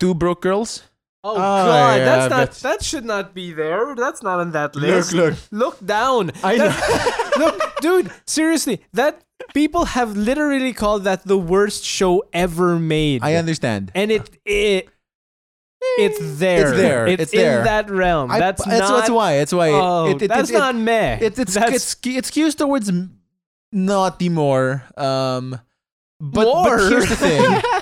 S3: two broke girls.
S2: Oh,
S3: God, Ah, yeah, that's not- but-
S2: That should not be there. That's not on that
S3: look.
S2: Look down.
S1: I
S2: That- look, dude. Seriously, that people have literally called that the worst show ever made.
S3: I understand.
S2: and it it it's there.
S3: there.
S2: It's,
S3: It's there.
S2: in that realm.
S3: I-
S2: that's
S3: that's,
S2: not.
S3: that's why. That's why.
S2: oh,
S3: it, it,
S2: that's
S3: it, it,
S2: not meh.
S3: It, it's,
S2: that's
S3: it's it's cues towards m- naughty more. Um, but, but
S2: More?
S3: here's the thing.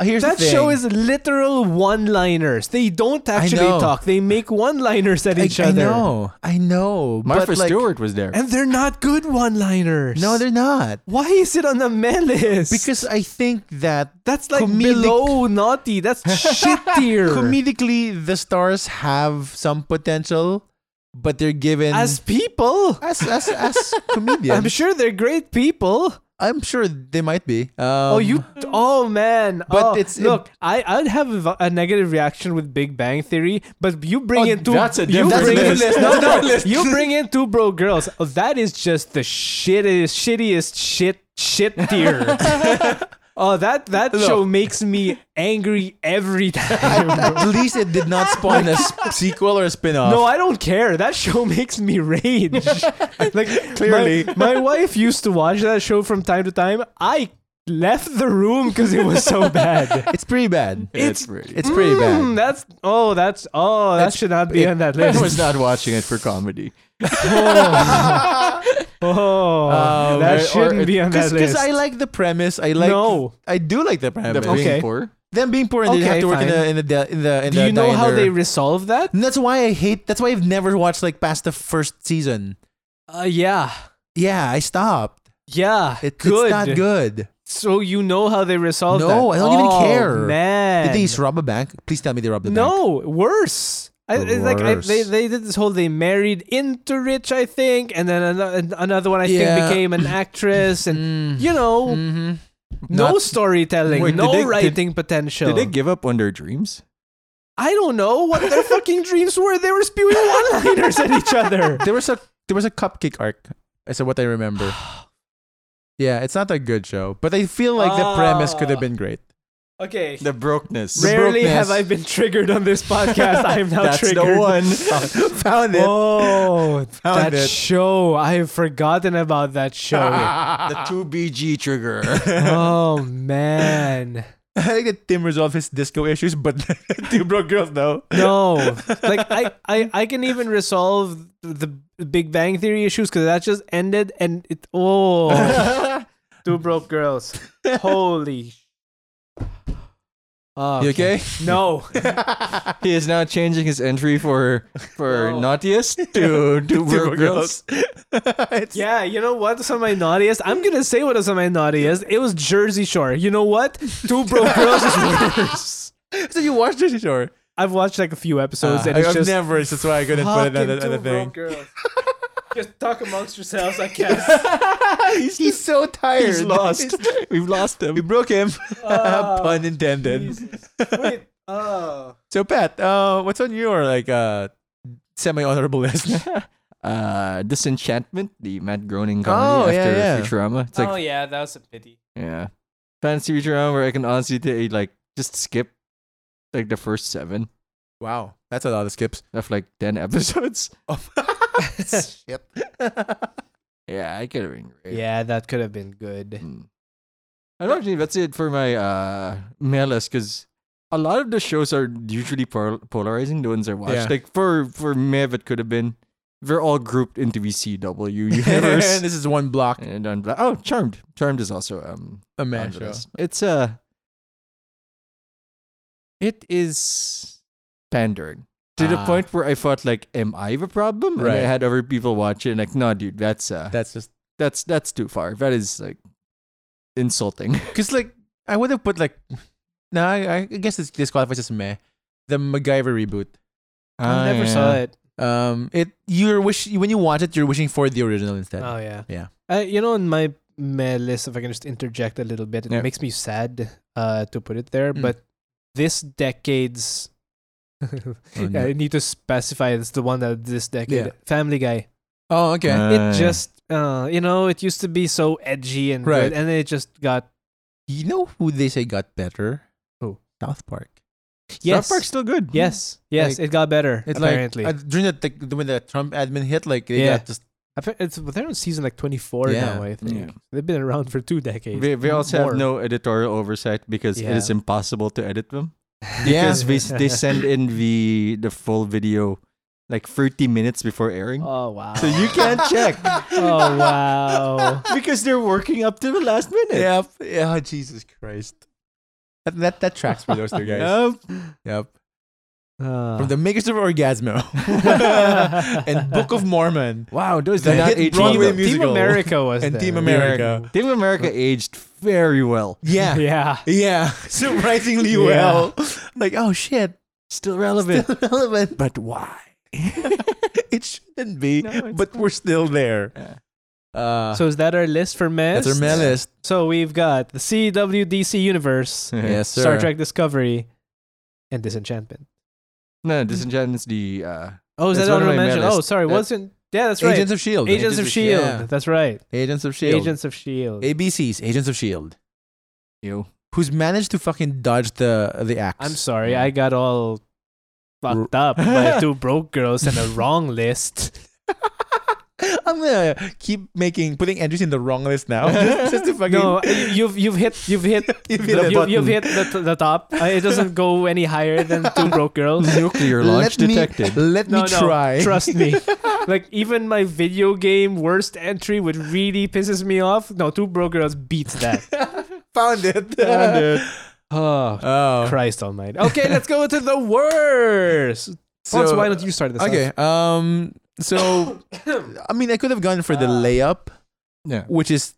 S3: Uh, here's
S2: that
S3: the thing.
S2: show is literal one-liners. They don't actually
S3: know.
S2: talk. They make one-liners at
S3: I,
S2: each
S3: I
S2: other,
S3: know. I know. but,
S1: Martha
S3: like,
S1: Stewart was there.
S2: and they're not good one-liners.
S3: No, they're not.
S2: Why is it on the meh list?
S3: Because I think that
S2: that's like
S3: comedic-
S2: below naughty. That's shit tier.
S3: comedically the stars have some potential, but they're given
S2: As people,
S3: as as, as comedians.
S2: I'm sure they're great people.
S3: I'm sure they might be. Um,
S2: oh, you! Oh man!
S3: but
S2: Oh,
S3: it's-
S2: look. I I'd have a, v- a negative reaction with Big Bang Theory, but you bring
S1: Oh,
S2: in two.
S1: that's a
S2: you
S1: different
S2: bring
S1: list. That's
S2: In, no,
S1: a
S2: no,
S1: different list.
S2: You bring in two bro girls. Oh, that is just the shittiest, shittiest shit shit tier. oh, that that show makes me angry every time.
S3: At least it did not spawn a s- sequel or a spin-off.
S2: No, I don't care. That show makes me rage. like
S3: Clearly.
S2: my, my wife used to watch that show from time to time. I left the room because it was so bad.
S3: it's pretty bad.
S1: It's
S2: It's-
S1: pretty.
S3: It's pretty bad.
S2: Mm, That's oh, that's oh, that
S3: That's-
S2: should not be
S3: it-
S2: on that
S1: I
S2: list.
S1: was not watching it for comedy.
S2: oh,
S3: Um,
S2: that
S3: or- or-
S2: shouldn't be on that
S3: Because
S2: list.
S3: I like the premise. I like.
S2: No.
S3: I do like the
S1: The
S3: premise.
S1: being
S2: Okay.
S1: poor.
S3: Them being poor and they
S2: Okay,
S3: have to work in
S2: fine.
S3: the in the di- in the in
S2: Do
S3: the
S2: you know how
S3: diner.
S2: they resolve that?
S3: And that's why I hate. That's why I've never watched like past the first season.
S2: Uh, yeah,
S3: Yeah, I stopped.
S2: yeah,
S3: It,
S2: good.
S3: It's not good.
S2: So you know how they resolve that?
S3: No, I don't even
S2: Oh,
S3: care.
S2: Man,
S3: Did they just rob a bank? Please tell me they robbed a bank.
S2: no, worse. I, it's like I, they,
S3: Worse.
S2: they did this whole they married into rich I think and then another, another one I
S3: Yeah.
S2: think became an actress and
S3: Mm.
S2: you know
S3: Mm-hmm.
S2: no
S3: Not-
S2: storytelling
S1: Wait, did
S2: no
S1: they- did-
S2: writing potential
S1: Did they give up on their dreams?
S2: I don't know what their fucking dreams were they were spewing one liners at each other
S3: There was a there was a cupcake arc. Is what I remember. Yeah, it's not a good show, but I feel like the premise could have
S2: Ah.
S3: been great.
S2: okay
S1: The brokenness.
S2: rarely have
S3: brokeness.
S2: I been triggered on this podcast I am now
S1: That's
S2: triggered
S1: the one.
S3: Found it.
S2: oh that
S3: it.
S2: show I have forgotten about that show
S1: the two BG trigger.
S2: oh man
S3: I think that Tim resolved his disco issues, but two broke girls no.
S2: No, like I, I, I can even resolve the Big Bang Theory issues because that just ended and it. Oh, two broke girls. Holy. Oh,
S3: You okay?
S2: No.
S1: he is now changing his entry for for
S2: No.
S1: naughtiest to to
S3: Two
S1: broke girls.
S3: girls. It's-
S2: Yeah, you know what was on my naughtiest? I'm gonna say what was on my naughtiest. It was Jersey Shore. You know what? Two broke girls is worse.
S3: So you watched Jersey Shore?
S2: I've watched like a few episodes
S3: Uh,
S2: and
S3: I-
S2: it's
S3: I've
S2: just
S3: never. That's why I couldn't put it on
S2: fucking
S3: the, on
S2: two
S3: the
S2: broke
S3: thing.
S2: girls. Just talk amongst yourselves, I guess.
S3: he's, he's so tired.
S1: He's lost. We've lost
S3: we
S1: him.
S3: broke him.
S2: Ah,
S3: Pun intended.
S2: Jesus. Wait. Oh.
S3: So Pat, uh, what's on your like uh semi honorable list?
S1: Uh, Disenchantment, the Matt Groening
S3: Oh,
S1: comedy
S3: yeah,
S1: after
S3: yeah.
S1: Futurama. It's like
S2: oh yeah, that was a pity.
S1: Yeah. Fantasy Futurama where I can honestly t- like just skip like the first seven
S3: wow, that's a lot of skips.
S1: of like ten episodes.
S3: Oh. Shit.
S1: Yeah, I could have been great.
S2: Yeah, that could have been good.
S1: Hmm. I don't think that's it for my uh mail list because a lot of the shows are usually pol- polarizing. The ones I watched,
S3: Yeah.
S1: like for for Mev, it could have been they're all grouped into VCW universe.
S3: this is one block.
S1: and I'm like, oh, Charmed. Charmed is also um
S3: A
S1: on
S3: man
S1: the
S3: show.
S1: list. It's uh it is pandering. To the
S3: Ah.
S1: point where I thought like, am I the problem? And I
S3: Right.
S1: had other people watch it and like, no dude, that's uh
S3: That's just
S1: that's that's too far. That is like insulting.
S3: because like I would have put like no, I, I guess this disqualifies as meh. The MacGyver reboot.
S2: I uh, never saw it.
S3: Um, it you're wish when you watch it, you're wishing for the original instead.
S2: Oh yeah.
S3: Yeah.
S2: Uh, you know, in my mail list, if I can just interject a little bit, it
S1: Yeah.
S2: makes me sad uh, to put it there,
S3: Mm.
S2: but this decade's.
S3: Oh, no.
S2: I need to specify it's the one that this decade.
S3: Yeah.
S2: Family Guy.
S3: oh okay.
S2: it just, uh, you know, it used to be so edgy and
S3: Right.
S2: good, and it just got.
S3: you know who they say got better?
S2: Who?
S3: South Park.
S2: Yes.
S1: South Park's still good.
S2: Yes, yes, it got better.
S3: It's
S2: apparently,
S3: like uh, during the, the when the Trump admin hit, like they
S2: Yeah.
S3: got just
S2: I fe- it's they're on season like twenty four
S3: Yeah.
S2: now. I think
S1: Yeah.
S2: they've been around for two decades.
S1: They, they also
S2: More.
S1: have no editorial oversight because it
S2: Yeah.
S1: is impossible to edit them.
S3: Yeah.
S1: Because they, they send in the the full video like 30 minutes before airing.
S2: Oh wow!
S1: So you can't check
S2: oh wow!
S1: because they're working up to the last minute.
S3: yep. Yeah, oh, Jesus Christ. That that, that tracks for those two guys. Yep.
S2: Uh,
S3: From the makers of Orgasmo and Book of Mormon
S1: Wow, those
S3: The
S1: did not
S3: hit
S1: age
S3: Broadway
S1: well.
S2: Team
S3: musical.
S2: America was
S3: and
S2: there.
S3: Team America.
S1: Team America aged very well.
S3: Yeah. Yeah.
S2: Yeah.
S3: Surprisingly
S2: Yeah.
S3: well. Like, oh shit.
S1: Still relevant.
S3: Relevant.
S1: But why?
S3: It shouldn't be.
S1: No, it's
S3: but we're still there.
S1: Yeah.
S3: Uh,
S2: So is that our list for mess?
S3: that's our mail list.
S2: So we've got the CWDC universe,
S3: Yes, sir.
S2: Star Trek Discovery, and Disenchantment.
S1: No, Disenchantment's the uh
S2: Oh, is
S1: That's
S2: that
S1: one of
S2: on our
S1: my mail
S2: mention? Oh,
S1: list.
S2: sorry,
S1: That-
S2: wasn't. Yeah, that's right.
S3: Agents of Shield.
S2: Agents
S1: Agents
S2: of
S1: of
S2: Shield.
S3: Yeah.
S2: E That's right.
S3: E Agents of Shield.
S2: Agents of Shield.
S3: ABC's E Agents of Shield.
S1: you.
S3: E Who's managed to fucking dodge the the axe?
S2: I'm sorry,
S3: E
S2: I got all fucked up by two broke girls and a wrong list.
S3: I'm gonna keep making putting entries in the wrong list now. just, just to fucking
S2: No, you- you've you've hit you've hit
S3: You've hit
S2: the,
S3: a
S2: you, you've
S3: button.
S2: hit the, t- the top. Uh, it doesn't go any higher than two broke girls.
S1: Nuclear launch
S3: let
S1: detected.
S3: Me, let
S2: No,
S3: me
S2: no,
S3: try.
S2: trust me. Like even my video game worst entry, which really pisses me off. No, two broke girls beats that.
S3: Found it.
S2: oh
S3: Oh,
S2: Christ Almighty! Okay, let's go to the worst.
S3: So-
S2: Ponce, why don't you start this? off?
S3: Okay. Um. So, I mean, I could have gone for the
S2: Ah.
S3: layup,
S1: Yeah.
S3: which is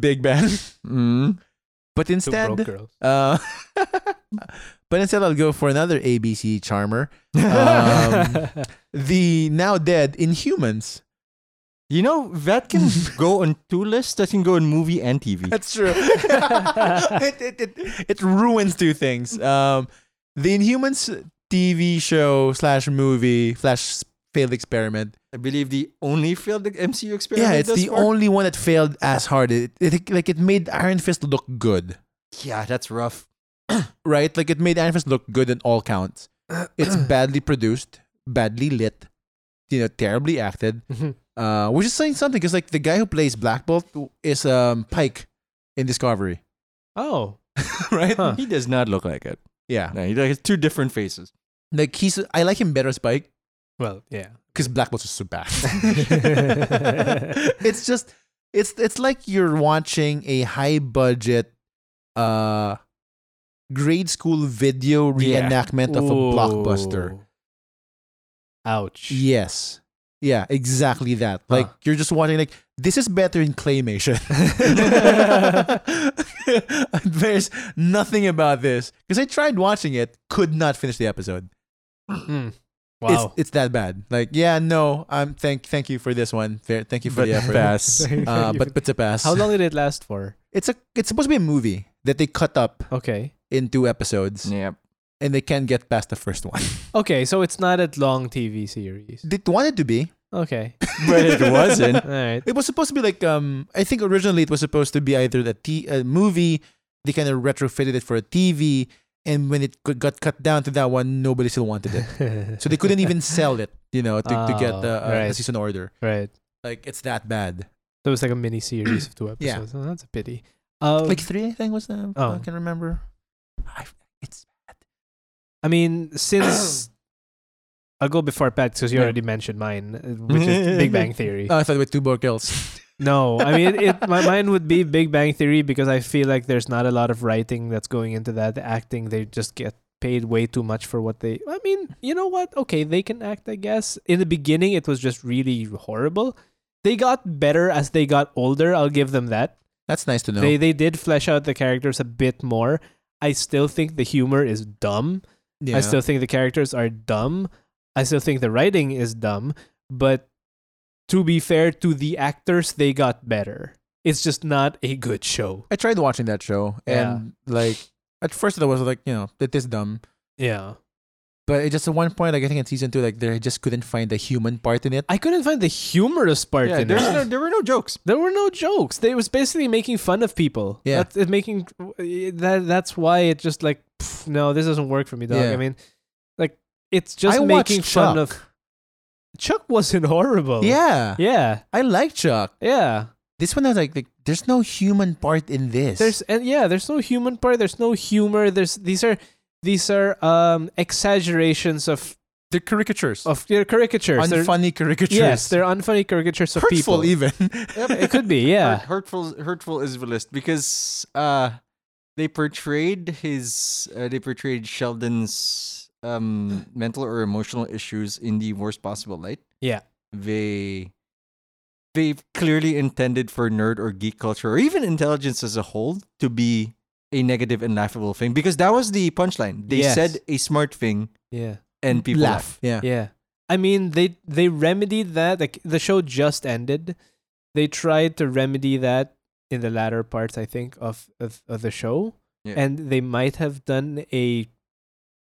S3: Big Ben,
S1: Mm.
S3: but
S2: two broke
S3: instead,
S2: girls.
S3: uh, but instead I'll go for another ABC charmer,
S1: Uh,
S3: Um, the now dead Inhumans.
S1: You know, that can go on two lists. That can go on movie and TV.
S3: That's true. it, it, it, it ruins two things. Um, the Inhumans TV show slash movie slash failed experiment.
S1: I believe the only failed MCU experiment.
S3: Yeah, it's
S1: thus
S3: the
S1: far.
S3: only one that failed as hard. It, it like it made Iron Fist look good,
S1: Yeah, that's rough.
S3: right? Like it made Iron Fist look good in all counts. It's badly produced, badly lit, you know, terribly acted.
S2: Mhm.
S3: Uh, which is saying something because like the guy who plays Black Bolt is um Pike in Discovery,
S2: oh,
S3: right?
S2: Huh.
S1: He does not look like it.
S3: Yeah,
S1: No, he has two different faces.
S3: like he's I like him better as Pike.
S2: well, yeah.
S3: because Black Bolt is so bad. it's just it's it's like you're watching a high budget uh grade school video
S1: Yeah.
S3: reenactment of a blockbuster.
S2: Ooh. Ouch.
S3: Yes. Yeah, exactly that. Like you're just watching like this is better in claymation. There's nothing about this because I tried watching it, could not finish the episode.
S2: Hmm. Wow.
S3: It's, it's that bad. Like, yeah, no, um, thank thank you for this one. Fair, thank you for
S1: But
S3: the effort.
S1: pass.
S3: Uh, but but to pass.
S2: how long did it last for?
S3: It's a it's supposed to be a movie that they cut up
S2: Okay.
S3: into episodes,
S1: Yep.
S3: and they can't get past the first one.
S2: Okay, so it's not a long TV series.
S3: they wanted to be.
S2: Okay.
S1: But it wasn't.
S2: All right.
S3: It was supposed to be like um I think originally it was supposed to be either a, t- a movie they kind of retrofitted it for a TV and when it could, got cut down to that one nobody still wanted it so they couldn't even sell it you know to, to get
S2: Oh,
S3: the, uh, a
S2: right.
S3: season order
S2: Right.
S3: like it's that bad
S2: That was like a mini series of two
S3: Yeah.
S2: episodes. Oh, that's a pity. Um,
S3: like three I think was the
S2: Oh.
S3: I can remember I, it's
S2: I mean, since I'll go before Pat because you
S3: Yeah.
S2: already mentioned mine, uh, which is Big Bang Theory.
S3: oh, I thought it was two more girls
S2: No, I mean, it, it, my mine would be Big Bang Theory because I feel like there's not a lot of writing that's going into that. The acting, they just get paid way too much for what they. I mean, you know what? Okay, they can act, I guess. In the beginning, it was just really horrible. They got better as they got older. I'll give them that.
S3: that's nice to know
S2: They they did flesh out the characters a bit more. I still think the humor is dumb.
S3: yeah.
S2: I still think the characters are dumb. I still think the writing is dumb. But to be fair to the actors, they got better. It's just not a good show.
S3: I tried watching that show and like at first I was like you know that is dumb
S2: Yeah.
S3: But it just at one point, like I think in season two, like they just couldn't find the human part in it.
S2: I couldn't find the humorous part
S1: Yeah,
S2: in
S1: there's
S2: it.
S1: no, there were no jokes.
S2: there were no jokes. They was basically making fun of people.
S3: Yeah.
S2: That's it making that that's why it just like pff, no, this doesn't work for me, dog.
S3: Yeah.
S2: I mean, like it's just
S3: I watched
S2: making fun
S3: Chuck.
S2: of Chuck wasn't horrible.
S3: Yeah,
S2: Yeah.
S3: I like Chuck.
S2: Yeah.
S3: This one, I was like, like, there's no human part in this.
S2: There's and yeah, there's no human part, there's no humor. There's these are these are um exaggerations of
S3: the caricatures,
S2: of their caricatures. They're-
S3: unfunny caricatures.
S2: yes, they're unfunny caricatures of
S3: hurtful
S2: people.
S3: even.
S2: It could be, yeah.
S1: Hurt- hurtful, hurtful is the list because uh, they portrayed his, uh, they portrayed Sheldon's um mental or emotional issues in the worst possible light.
S2: Yeah.
S1: they they clearly intended for nerd or geek culture or even intelligence as a whole to be a negative and laughable thing because that was the punchline. They
S2: Yes.
S1: said a smart thing
S2: Yeah.
S1: and people laugh.
S3: Yeah.
S2: Yeah. I mean they they remedied that. Like the show just ended. They tried to remedy that in the latter parts, I think, of of, of the show.
S1: Yeah.
S2: And they might have done a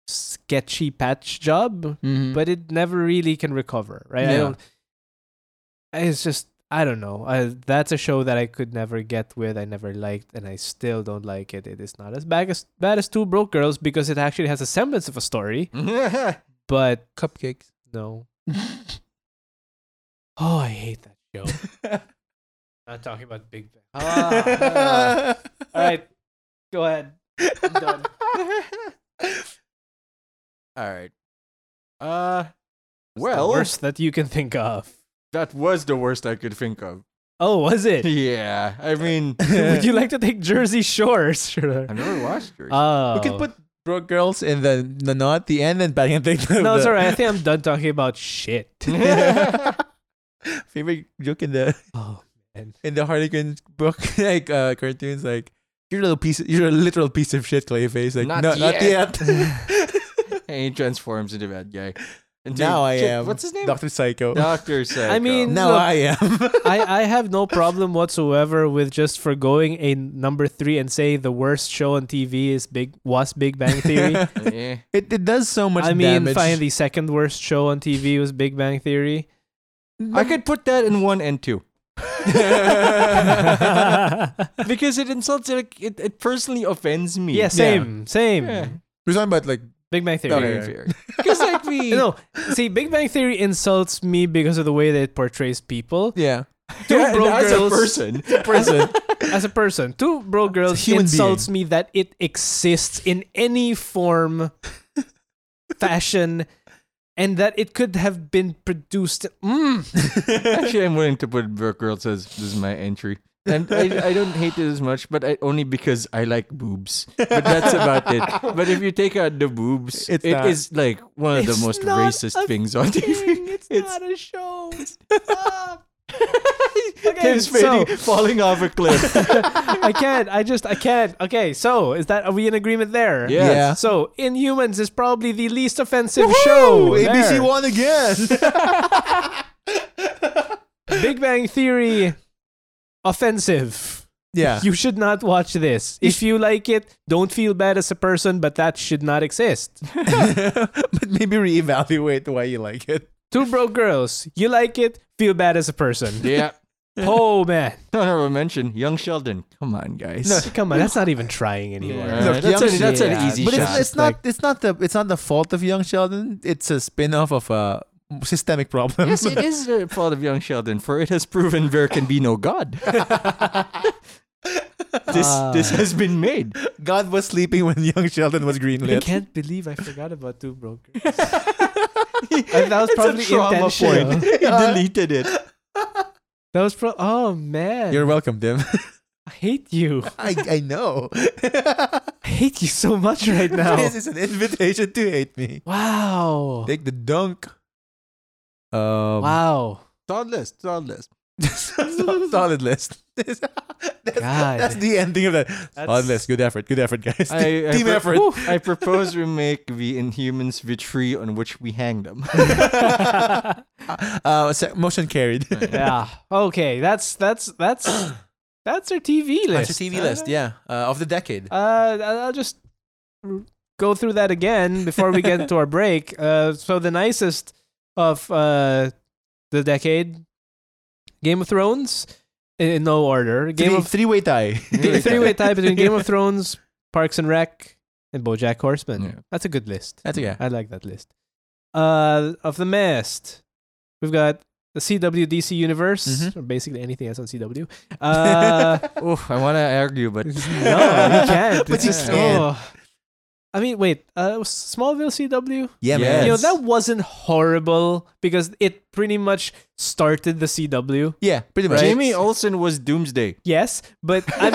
S2: sketchy patch job
S1: Mm-hmm.
S3: Mhm.
S2: but it never really can recover, right? I
S3: Yeah.
S2: don't. It's just I don't know. I, that's a show that I could never get with. I never liked, and I still don't like it. It is not as bad as bad as Two Broke Girls because it actually has a semblance of a story, but
S3: cupcakes.
S2: no. Oh, I hate that show. not talking about Big Bang. Ah, all right, go ahead. I'm done.
S1: All right. Uh,
S2: It's the
S1: well,
S2: worst that you can think of.
S1: that was the worst I could think of.
S2: Oh, was it?
S1: Yeah, I mean,
S2: Would you like to take Jersey Shores? Sure.
S1: I've never watched yours.
S2: Oh.
S3: We can put broke girls in the the knot, the end, and back and take the,
S2: No, it's
S3: the-
S2: alright. I think I'm done talking about shit.
S3: Favorite joke in the
S2: oh man.
S3: in the Harley Quinn book, like uh, cartoons, like you're a little piece, you're a literal piece of shit, Clayface. Like
S1: Not
S3: no, not
S1: yet.
S3: yet.
S1: and he transforms into bad guy. Into,
S3: now I
S1: shit,
S3: am.
S1: What's his name?
S3: Doctor Psycho.
S1: Doctor Psycho.
S2: I mean-
S3: now
S2: Look.
S3: I am.
S2: I, I have no problem whatsoever with just forgoing a number three and say the worst show on TV is Big was Big Bang Theory.
S1: Yeah.
S3: it, it does so much
S2: I mean,
S3: damage.
S2: fine. The second worst show on TV was Big Bang Theory.
S1: I could put that in one and two
S2: yeah,
S1: because it insults like it, it personally offends me.
S2: same, same.
S1: Yeah.
S3: We're talking about like
S2: Big Bang Theory.
S3: Okay.
S1: Because like we
S2: No, see, Big Bang Theory insults me because of the way that it portrays people
S3: yeah,
S2: Two
S1: Yeah, and
S2: broke
S1: as
S2: girls.
S1: a person.
S3: prison.
S2: as a person. Two bro
S3: It's a
S2: girls
S3: human
S2: insults me that it exists in any form, fashion, and that it could have been produced. Mm.
S1: Actually, I'm willing to put Brooke Girls as this is my entry. And I, I don't hate it as much, but I, only because I like boobs. But that's about it. But if you take out the boobs,
S3: It's
S1: it
S3: not-
S1: is, like one of
S2: It's
S1: the most
S2: not
S1: racist
S2: a
S1: things on TV.
S2: It's,
S1: It's-
S2: not a show. Stop. okay,
S1: Tim's
S2: so-
S1: fading, falling off a cliff.
S2: I can't. I just. I can't. Okay. So is that? Are we in agreement there?
S1: Yes.
S3: Yeah.
S2: So Inhumans is probably the least offensive
S3: Woohoo!
S2: show.
S3: ABC
S2: there.
S3: won again.
S2: Big Bang Theory, offensive.
S3: yeah.
S2: You should not watch this. If you like it, don't feel bad as a person, but that should not exist.
S3: but maybe reevaluate why you like it.
S2: Two broke girls. You like it, feel bad as a person.
S1: yeah.
S2: Oh man.
S1: Honorable mention, Young Sheldon. Come on, guys.
S2: No, come on. That's not even trying anymore.
S1: Yeah.
S3: Look,
S1: that's,
S3: Young
S1: an, that's an
S2: Sheldon-
S1: easy
S3: But
S1: shot.
S3: it's, it's not it's not the it's not the fault of young Sheldon. It's a spin-off of a systemic problem.
S1: yes, it is the fault of young Sheldon, for it has proven there can be no God. this this
S2: Ah.
S1: has been made.
S3: God was sleeping when young Sheldon was
S2: I
S3: greenlit.
S2: can't believe I forgot about Two Broke Girls. And that was probably
S1: trauma
S2: intentional.
S1: point. he deleted it.
S2: That was pro. Oh man,
S3: You're welcome, Tim.
S2: I hate you.
S3: I I know.
S2: I hate you so much right now.
S3: This is an invitation to hate me.
S2: wow.
S3: Take the dunk. Um,
S2: Wow.
S1: Solid list. Solid list.
S3: solid list. that's,
S2: God.
S3: that's the ending of that. solid
S2: That's-
S3: list. Good effort. Good effort, guys.
S1: I- I
S3: Team
S1: pro-
S3: effort.
S1: I propose we make the Inhumans the tree on which we hang them.
S3: uh, se- motion carried.
S2: yeah. Okay. That's that's that's that's our TV list. Uh,
S3: yeah, uh, of the decade.
S2: Uh, I- I'll just r- go through that again before we get into our break. Uh, so the nicest of uh the decade, Game of Thrones, in, in no order. Game
S3: three,
S2: of
S3: three-way tie.
S1: Three-way
S2: three-way tie between Game of Thrones, Parks and Rec, and BoJack Horseman.
S1: Yeah.
S2: That's a good list.
S3: That's okay.
S2: I like that list. Uh, of the mist, we've got the CW DC universe,
S3: Mhm.
S2: or basically anything else on CW. Uh,
S1: oh, I want to argue, but
S2: no, you can't.
S3: But
S2: It's
S1: you
S2: just-
S3: can't.
S2: oh. I mean, wait. Uh, was Smallville CW.
S3: Yeah,
S1: Yes.
S2: You know
S3: man.
S2: that wasn't horrible because it pretty much started the CW.
S3: yeah, pretty much.
S1: Jamie Olsen was Doomsday.
S2: Yes, but I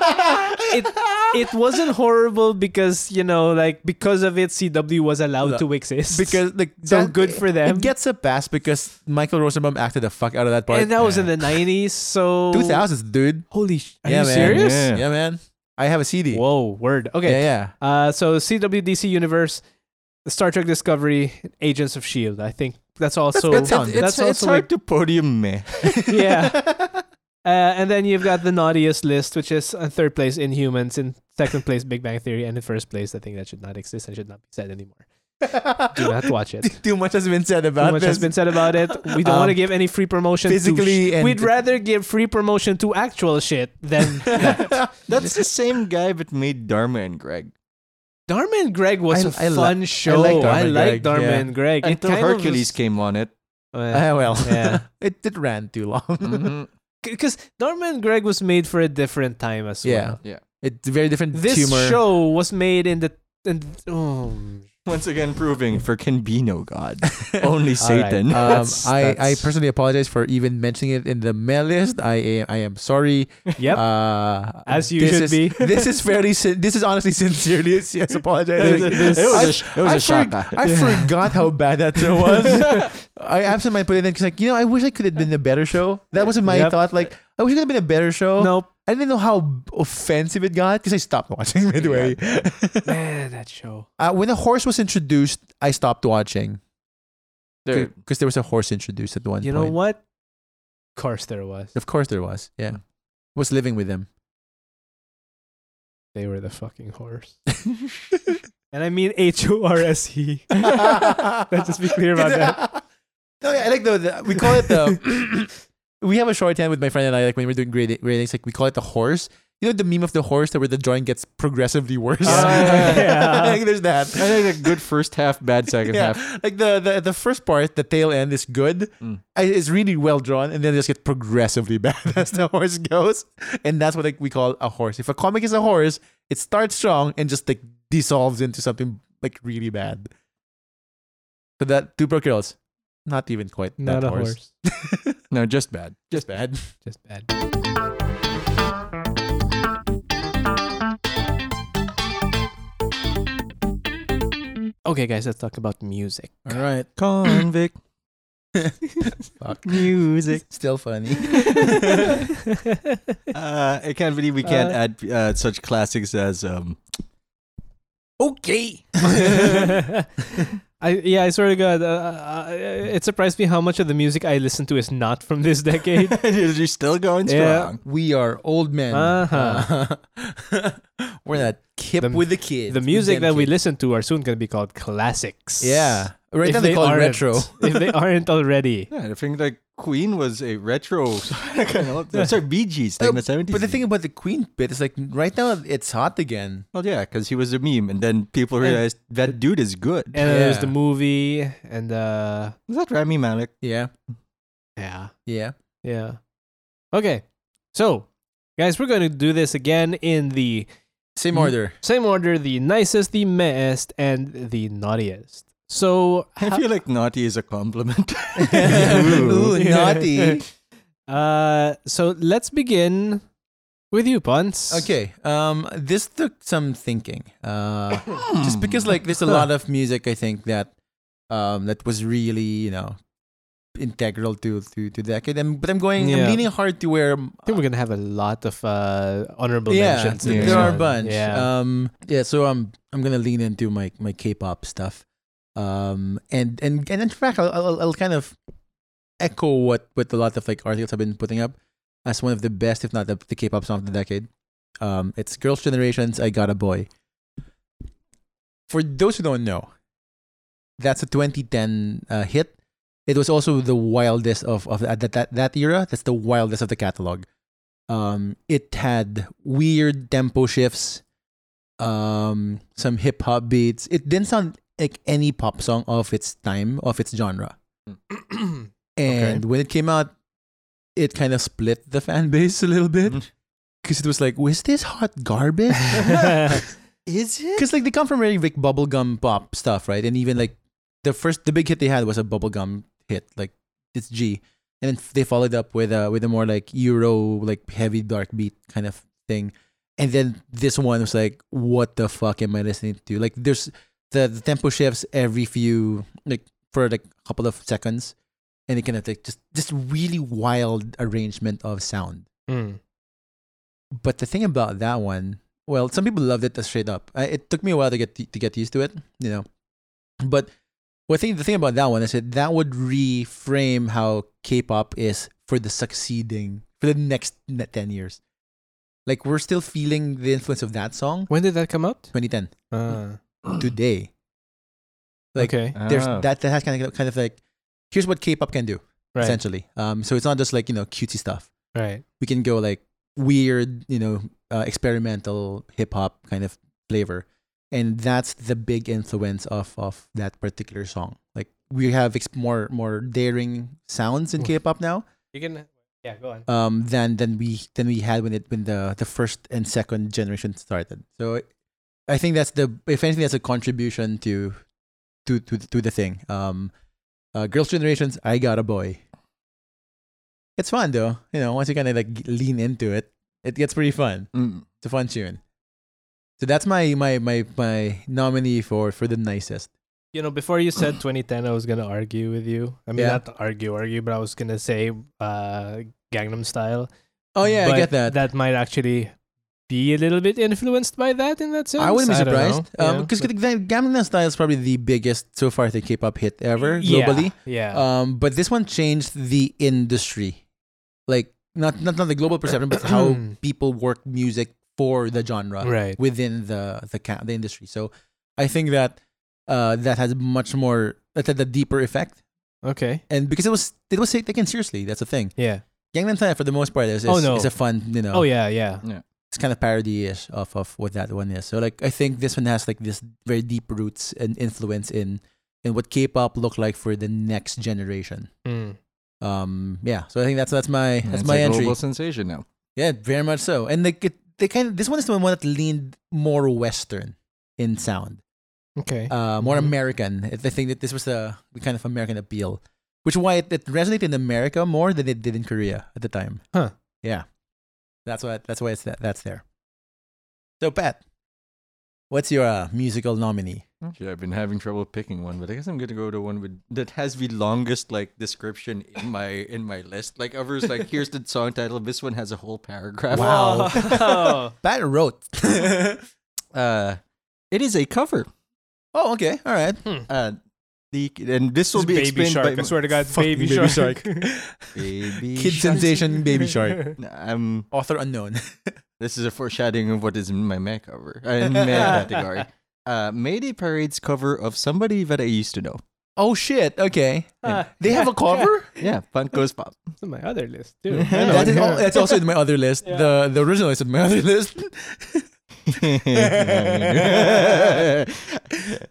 S2: mean, it it wasn't horrible because you know, like because of it, CW was allowed
S3: Look,
S2: to exist.
S3: because like
S2: So good for them.
S3: It gets a pass because Michael Rosenbaum acted the fuck out of that part.
S2: and that was in the nineties. So
S3: two thousands, dude.
S2: Holy sh! Are
S3: Yeah,
S2: you
S3: man.
S2: serious?
S1: Yeah.
S3: Yeah, man. I have a CD.
S2: Whoa, word. Okay.
S3: Yeah, yeah.
S2: Uh, so CW DC Universe, Star Trek Discovery, Agents of Shield. I think that's also
S3: That's on.
S1: It's,
S2: that's
S1: it's
S2: also
S1: hard to podium me.
S2: like yeah. Uh, and then you've got the naughtiest list, which is in third place Inhumans, in second place Big Bang Theory, and in first place I think that should not exist and should not be said anymore. Do not watch it.
S3: Too much has been said about
S2: Too much
S3: this.
S2: has been said about it. We don't
S3: Um,
S2: want to give any free promotion. to
S3: physically
S2: sh-
S3: and-
S2: we'd rather give free promotion to actual shit than
S1: That's the same guy that made Dharma and Greg.
S2: Dharma and Greg was
S3: I-
S2: a
S3: I li-
S2: fun
S3: I
S2: show.
S3: like Dharma
S2: I
S3: and
S2: like
S3: Greg,
S2: Dharma
S3: yeah.
S2: and Greg. It
S1: Until
S2: kind of was-
S1: Hercules came on it.
S2: Uh,
S3: Ah, well,
S2: Yeah. Mm,
S3: it, it ran too long.
S1: Mhm.
S2: because Dharma and Greg was made for a different time as
S3: Yeah.
S2: well.
S1: Yeah.
S3: It's very different
S2: This
S3: humor.
S2: show was made in the in, oh,
S1: Once again, proving there can be no God, only
S2: All right.
S1: Satan.
S3: Um,
S2: That's-
S3: I, I
S2: that's-
S3: personally apologize for even mentioning it in the mail list. I am, I am sorry.
S2: yep.
S3: Uh,
S2: As you
S3: this
S2: should
S3: is,
S2: be.
S3: This is fairly. sin- This is honestly sincerely. Yes, apologize.
S1: It was a- it was a
S3: I
S1: shock.
S3: I forgot how bad that show was. I absently put it in because, like, you know, I wish I could have been a better show. That was my
S2: Yep.
S3: thought. Like, I wish it could have been a better show.
S2: nope.
S3: I didn't know how offensive it got because I stopped watching midway.
S2: Man, that show.
S3: Uh, when a horse was introduced, I stopped watching
S1: Dude,
S3: because there was a horse introduced at one
S2: You
S3: point.
S2: know what? Of course there was.
S3: Of course there was. Yeah. Was living with them.
S2: They were the fucking horse. and I mean H O R S E.
S3: Let's
S2: just be clear about that.
S3: No, yeah, I like the, the we call it the we have a shorthand with my friend and I like when we're doing grading ratings, like we call it the horse. You know the meme of the horse that where the drawing gets progressively worse.
S1: Yeah.
S2: Yeah.
S3: like, there's that.
S1: I think a good first half, bad second
S3: yeah,
S1: half.
S3: like the, the the first part, the tail end is good.
S1: Mm.
S3: I- It's really well drawn, and then it just gets progressively bad as the horse goes, and that's what like, we call a horse. If a comic is a horse, it starts strong and just like dissolves into something like really bad. So that two broke girls, not even quite
S2: Not
S3: that
S2: a horse.
S1: No, just bad.
S3: just bad.
S2: Just bad. Okay, guys, let's talk about music.
S3: All right,
S1: Convict.
S3: Fuck.
S1: Music.
S3: Still funny.
S1: Uh, I can't believe we can't
S2: Uh,
S1: add uh, such classics as um.
S3: Okay.
S2: I yeah, I swear to God, uh, uh, it surprised me how much of the music I listen to is not from this decade.
S1: You're still going
S2: Yeah.
S1: strong.
S3: We are old men.
S2: Uh-huh.
S3: we're not hip
S2: The-
S3: with the kids.
S2: the music
S3: Them
S2: that we
S3: kids.
S2: listen to are soon going to be called classics.
S3: Yeah. Right
S2: If
S3: now they call it
S2: aren't-
S3: retro.
S2: if they aren't already.
S1: Yeah, I think like Queen was a retro. kind of, sorry, Bee Gees, like in the seventies.
S3: Oh, But the thing about the Queen bit is like right now it's hot again.
S1: well, yeah, because he was a meme, and then people realized that dude is good.
S2: And then there's
S3: Yeah.
S2: the movie, and uh,
S1: is that Rami Malek?
S3: Yeah.
S2: yeah,
S3: Yeah.
S2: yeah. Okay, so guys, we're going to do this again in the
S3: Same
S2: Mm.
S3: order.
S2: same order: the nicest, the meest, and the naughtiest. So
S1: I
S2: ho-
S1: feel like naughty is a compliment.
S3: Ooh, naughty.
S2: Uh, so let's begin with you, Ponce.
S3: Okay. Um, this took some thinking. Uh, just because like there's a
S2: Huh.
S3: lot of music I think that um that was really you know integral to to to the decade. And, but I'm going.
S2: Yeah.
S3: I'm leaning hard to where.
S2: I think we're gonna have a lot of uh, honorable
S3: yeah,
S2: mentions.
S1: yeah.
S2: in this
S3: th- there are a
S2: one.
S3: bunch.
S2: Yeah.
S3: Um, yeah. So I'm I'm gonna lean into my my K-pop stuff. Um, and and and in fact, I'll I'll, I'll kind of echo what what a lot of like articles have been putting up as one of the best, if not the, the K-pop song of the decade. Um, it's Girls' Generations. I Got a Boy. For those who don't know, that's a 2010 uh, hit. It was also the wildest of of that that, that era. That's the wildest of the catalog. Um, it had weird tempo shifts, um, some hip hop beats. It didn't sound like any pop song of its time, of its genre. And when it came out, it kind of split the fan base a little bit
S1: Mhm.
S3: because it was like, was this hot garbage? um,
S1: is it?
S3: Because like they come from really like bubblegum pop stuff, right? And even like the first the big hit they had was a bubblegum hit, like it's G. And then f- they followed up with a with a more like Euro like heavy dark beat kind of thing. And then this one was like, what the fuck am I listening to? Like there's the, the tempo shifts every few like for like a couple of seconds. And it kind of like just just really wild arrangement of sound.
S2: Mm.
S3: But the thing about that one, well, some people loved it uh, straight up. I, it took me a while to get to get used to it, you know. But what thing the thing about that one is that that would reframe how K-pop is for the succeeding for the next ne- ten years. Like we're still feeling the influence of that song,
S2: When did that come out?
S3: 2010
S2: Uh,
S3: today. Like
S2: okay.
S3: uh, there's
S1: Ah.
S3: that that has kind of kind of like here's what K-pop can do
S2: Right.
S3: essentially. Um, so it's not just like you know cutesy stuff
S2: Right.
S3: we can go like weird, you know, uh, experimental hip hop kind of flavor, and that's the big influence of of that particular song. Like we have ex- more more daring sounds in
S2: Oof.
S3: K-pop now
S2: You can. Yeah. Go on.
S3: um, than than we than we had when it when the the first and second generation started. So I think that's the if anything that's a contribution to to to to the thing. Um, uh, Girls' Generations, I got a boy. It's fun though, you know. Once you kind of like g- lean into it, it gets pretty fun.
S1: Mm.
S3: It's a fun tune. So that's my my my my nominee for for the nicest.
S2: You know, before you said 2010, I was gonna argue with you. I mean,
S3: Yeah.
S2: not argue, argue, but I was gonna say uh, Gangnam Style.
S3: Oh yeah,
S2: But
S3: I get that.
S2: That might actually be a little bit influenced by that in that sense.
S3: I wouldn't be
S2: don't
S3: surprised
S2: know.
S3: because
S2: Yeah,
S3: um, 'cause
S2: but-
S3: the Gangnam Style is probably the biggest so far the K-pop hit ever
S2: Yeah,
S3: globally.
S2: Yeah.
S3: Um, but this one changed the industry, like not not not the global perception, but how people work music for the genre
S2: Mm. right.
S3: within the the ca- the industry. So I think that uh, that has much more that had a deeper effect,
S2: Okay.
S3: and because it was it was taken seriously. That's the thing.
S2: Yeah.
S3: Gangnam Style, for the most part, is is,
S2: Oh, no.
S3: is a fun you know.
S2: Oh yeah. Yeah.
S3: It's kind of parody ish of, of what that one is. So like I think this one has like this very deep roots and influence in in what K-pop looked like for the next generation.
S2: Mm.
S3: Um, yeah, so I think that's that's my
S1: Yeah,
S3: that's
S1: it's
S3: my
S1: a
S3: entry.
S1: Global sensation now.
S3: Yeah, very much so. And like it, they kind of this one is the one that leaned more Western in sound,
S2: Okay.
S3: uh, more
S2: Mhm.
S3: American. I think that this was a the kind of American appeal, which why it, it resonated in America more than it did in Korea at the time.
S2: Huh.
S3: Yeah, that's why that's why it's that, that's there. So Pat, what's your uh, musical nominee?
S1: Shit, I've been having trouble picking one, but I guess I'm gonna go to one with that has the longest like description in my in my list. Like others, like here's the song title. This one has a whole paragraph.
S3: Wow.
S2: Wow.
S3: Bad wrote.
S1: Uh, it is a cover.
S3: oh, okay. All right.
S1: Uh, the and this will
S2: It's
S1: be
S2: baby
S1: explained
S2: shark.
S1: by
S2: I swear to God, it's
S3: Fucking
S2: baby,
S3: Baby
S2: shark.
S1: baby
S3: Kid
S1: shark.
S3: sensation, baby shark.
S1: Um,
S3: Author unknown.
S1: this is a foreshadowing of what is in my meh cover. Uh, in meh category. Uh, Mayday Parade's cover of somebody that I used to know.
S3: oh shit. Okay.
S2: Ah,
S3: They have a cover.
S1: Yeah, Punk Goes Pop.
S2: It's on my other list too.
S1: Yeah.
S2: I know,
S3: That is
S2: yeah.
S3: al- that's also in my other list.
S2: Yeah.
S3: The the original is in my other list.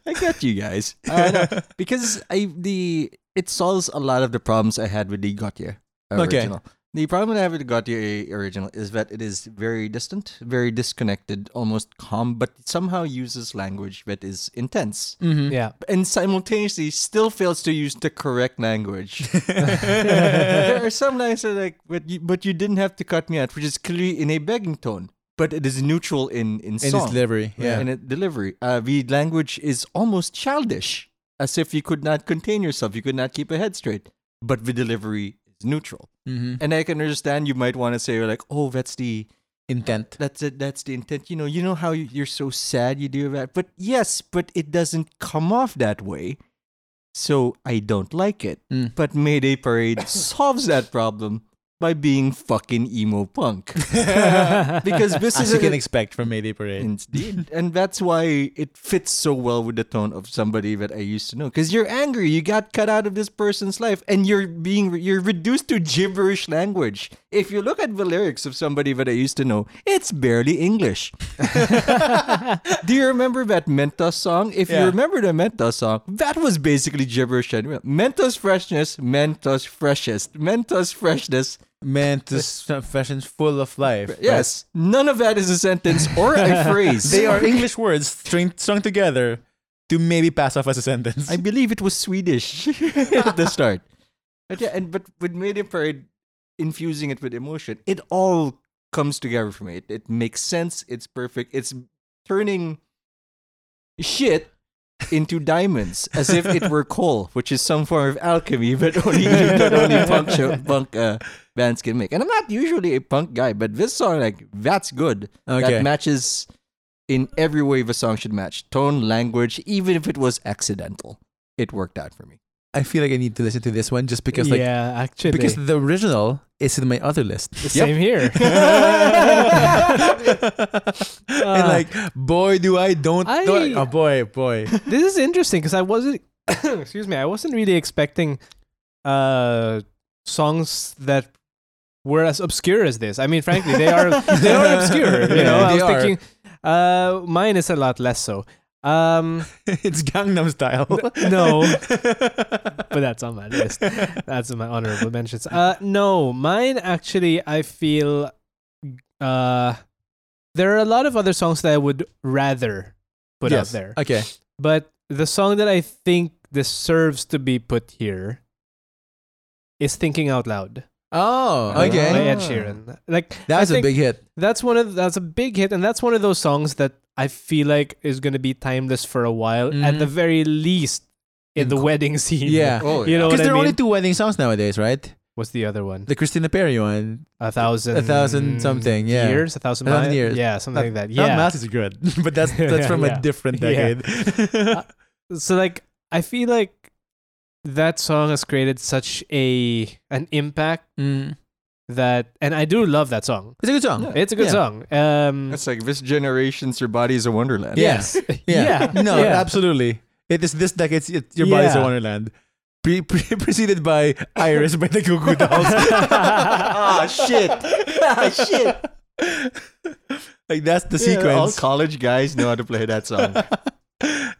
S1: I got you guys. Uh, no, because I the it solves a lot of the problems I had with the Gautier
S3: Okay.
S1: original. The problem I have with the Gautier original is that it is very distant, very disconnected, almost calm, but somehow uses language that is intense
S3: Mhm.
S2: yeah.
S1: and simultaneously still fails to use the correct language. there are some lines that are like, but you, but you didn't have to cut me out, which is clearly in a begging tone, but it is neutral in in,
S3: In
S1: song
S3: its delivery. Yeah.
S1: in it, delivery. Uh, the language is almost childish, as if you could not contain yourself, you could not keep a head straight. But the delivery is neutral,
S3: Mhm.
S1: and I can understand you might want to say like, "Oh, that's the
S3: Intent.
S1: that's it, that's the intent." You know, you know how you- you're so sad you do that, but yes, but it doesn't come off that way. So I don't like it.
S3: Mm.
S1: But Mayday Parade solves that problem by being fucking emo punk because this is
S3: As you
S1: a
S3: can expect from Mayday Parade.
S1: Indeed. and that's why it fits so well with the tone of somebody that I used to know. Because you're angry, you got cut out of this person's life, and you're being you're reduced to gibberish language. If you look at the lyrics of somebody that I used to know, it's barely English. Do you remember that Mentos song? If you
S3: Yeah.
S1: remember the Mentos song, that was basically gibberish. anyway. Mentos freshness, Mentos freshest, Mentos freshness.
S3: Man, this fashion's full of life.
S1: Yes, none of that is a sentence or a phrase.
S3: They are English words string- strung together to maybe pass off as a sentence.
S1: I believe it was Swedish at the start. But yeah, and but with Mayday Parade infusing it with emotion, it all comes together for me. It, it makes sense. It's perfect. It's turning shit into diamonds as if it were coal, which is some form of alchemy that only that only punk show, punk uh, bands can make. And I'm not usually a punk guy, but this song like that's good
S3: Okay.
S1: that matches in every way the song should match tone, language, even if it was accidental. It worked out for me.
S3: I feel like I need to listen to this one just because, like,
S2: yeah, actually,
S3: because the original is in my other list.
S2: the same here.
S3: and like,
S1: Uh.
S3: boy, do I don't.
S2: I-
S3: don't- oh boy, boy.
S2: this is interesting because I wasn't. excuse me, I wasn't really expecting uh, songs that were as obscure as this. I mean, frankly, they are they are obscure. You
S3: Yeah,
S2: know, I
S3: they
S2: was
S3: are.
S2: thinking uh, mine is a lot less so. Um,
S3: it's Gangnam Style.
S2: no, but that's on my list. That's in my honorable mentions. Uh, no, mine actually, I feel uh, there are a lot of other songs that I would rather put
S3: Yes.
S2: out there.
S3: Okay.
S2: But the song that I think deserves to be put here is "Thinking Out Loud"
S3: Oh,
S2: by
S3: okay.
S1: yeah.
S2: Ed Sheeran. Like
S3: That's
S2: I
S3: a
S2: think
S3: big hit.
S2: That's one of that's a big hit, and that's one of those songs that I feel like is gonna be timeless for a while, at
S3: Mhm.
S2: the very least in,
S3: In
S2: the
S3: co-
S2: wedding scene.
S3: Yeah.
S1: Oh,
S2: You know
S3: Because
S2: what
S3: there
S2: I
S3: are
S2: mean?
S3: only two wedding songs nowadays, right?
S2: What's the other one?
S3: The Christina Perry one.
S2: A thousand,
S3: A thousand something, yeah.
S2: years, a thousand,
S3: A thousand
S2: miles?
S3: years.
S2: yeah, something like that.
S3: Not
S2: Yeah,
S3: Mouse is good, but that's that's from
S2: Yeah.
S3: a different
S2: Yeah.
S3: decade.
S2: so like I feel like that song has created such a an impact
S3: Mm.
S2: that, and I do love that song.
S3: It's a good song.
S1: Yeah.
S2: It's a good
S3: Yeah.
S2: song. Um,
S1: That's like this generation's Your Body's a Wonderland.
S3: Yeah.
S2: yes, yeah,
S3: No,
S2: yeah.
S3: absolutely. It is this decade's it, your body's a
S2: Yeah.
S3: wonderland. Pre- pre- preceded by Iris by the Goo Goo Dolls.
S1: Ah, shit. Ah, shit.
S3: like that's the
S1: Yeah, all
S3: sequence.
S1: college guys know how to play that song.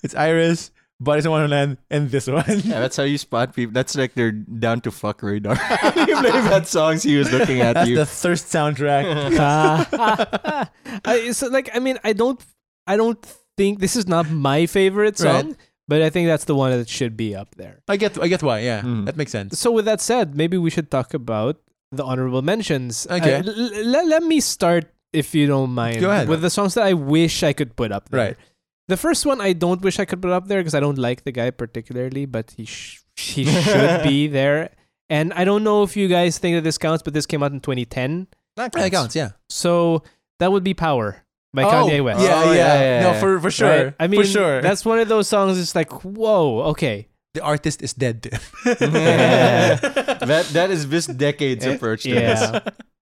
S3: it's Iris, Body's a Wonderland, and this one.
S1: Yeah, that's how you spot people. That's like they're down to fuck radar. you play that songs he was looking at
S3: that's
S1: you.
S3: the thirst soundtrack.
S2: Ah. I, so like I mean I don't I don't think this is not my favorite
S3: Right.
S2: song, but I think that's the one that should be up there.
S3: I get I get why, yeah.
S1: Mm.
S3: That makes sense.
S2: So with that said, maybe we should talk about the honorable mentions. Uh,
S3: Okay.
S2: l- l- let- let me start if you don't mind
S3: Go ahead.
S2: with the songs that I wish I could put up there.
S3: Right.
S2: The first one I don't wish I could put up there because I don't like the guy particularly, but he sh- he should be there. And I don't know if you guys think that this counts, but this came out in 2010,
S1: That
S3: Yeah, it counts. Yeah.
S2: so that would be "Power" by Kanye West.
S3: Yeah,
S1: Oh,
S3: yeah,
S1: yeah, yeah,
S3: No,
S1: yeah.
S3: for for
S2: Right?
S3: sure.
S2: I mean,
S3: for sure.
S2: that's one of those songs. It's like, whoa, okay,
S3: the artist is dead.
S1: Yeah. that that is this decade's approach to this.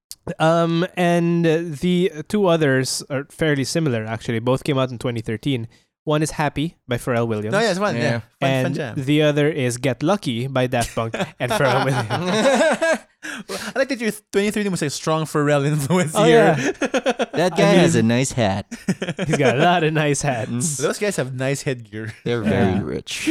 S2: yeah. um, and uh, the two others are fairly similar actually. Both came out in 2013. One is "Happy" by Pharrell Williams.
S3: no, Oh, yeah, it's fun. Yeah,
S1: Yeah.
S3: Fun, fun
S2: and
S3: jam.
S2: the other is "Get Lucky" by Daft Punk and Pharrell Williams.
S3: I like that your 2013 was a strong Pharrell influence
S2: Oh,
S3: here.
S1: That
S2: guy has a
S1: nice hat.
S2: He's got a lot of nice hats.
S3: Those guys have nice headgear.
S1: They're very
S2: Yeah.
S1: rich.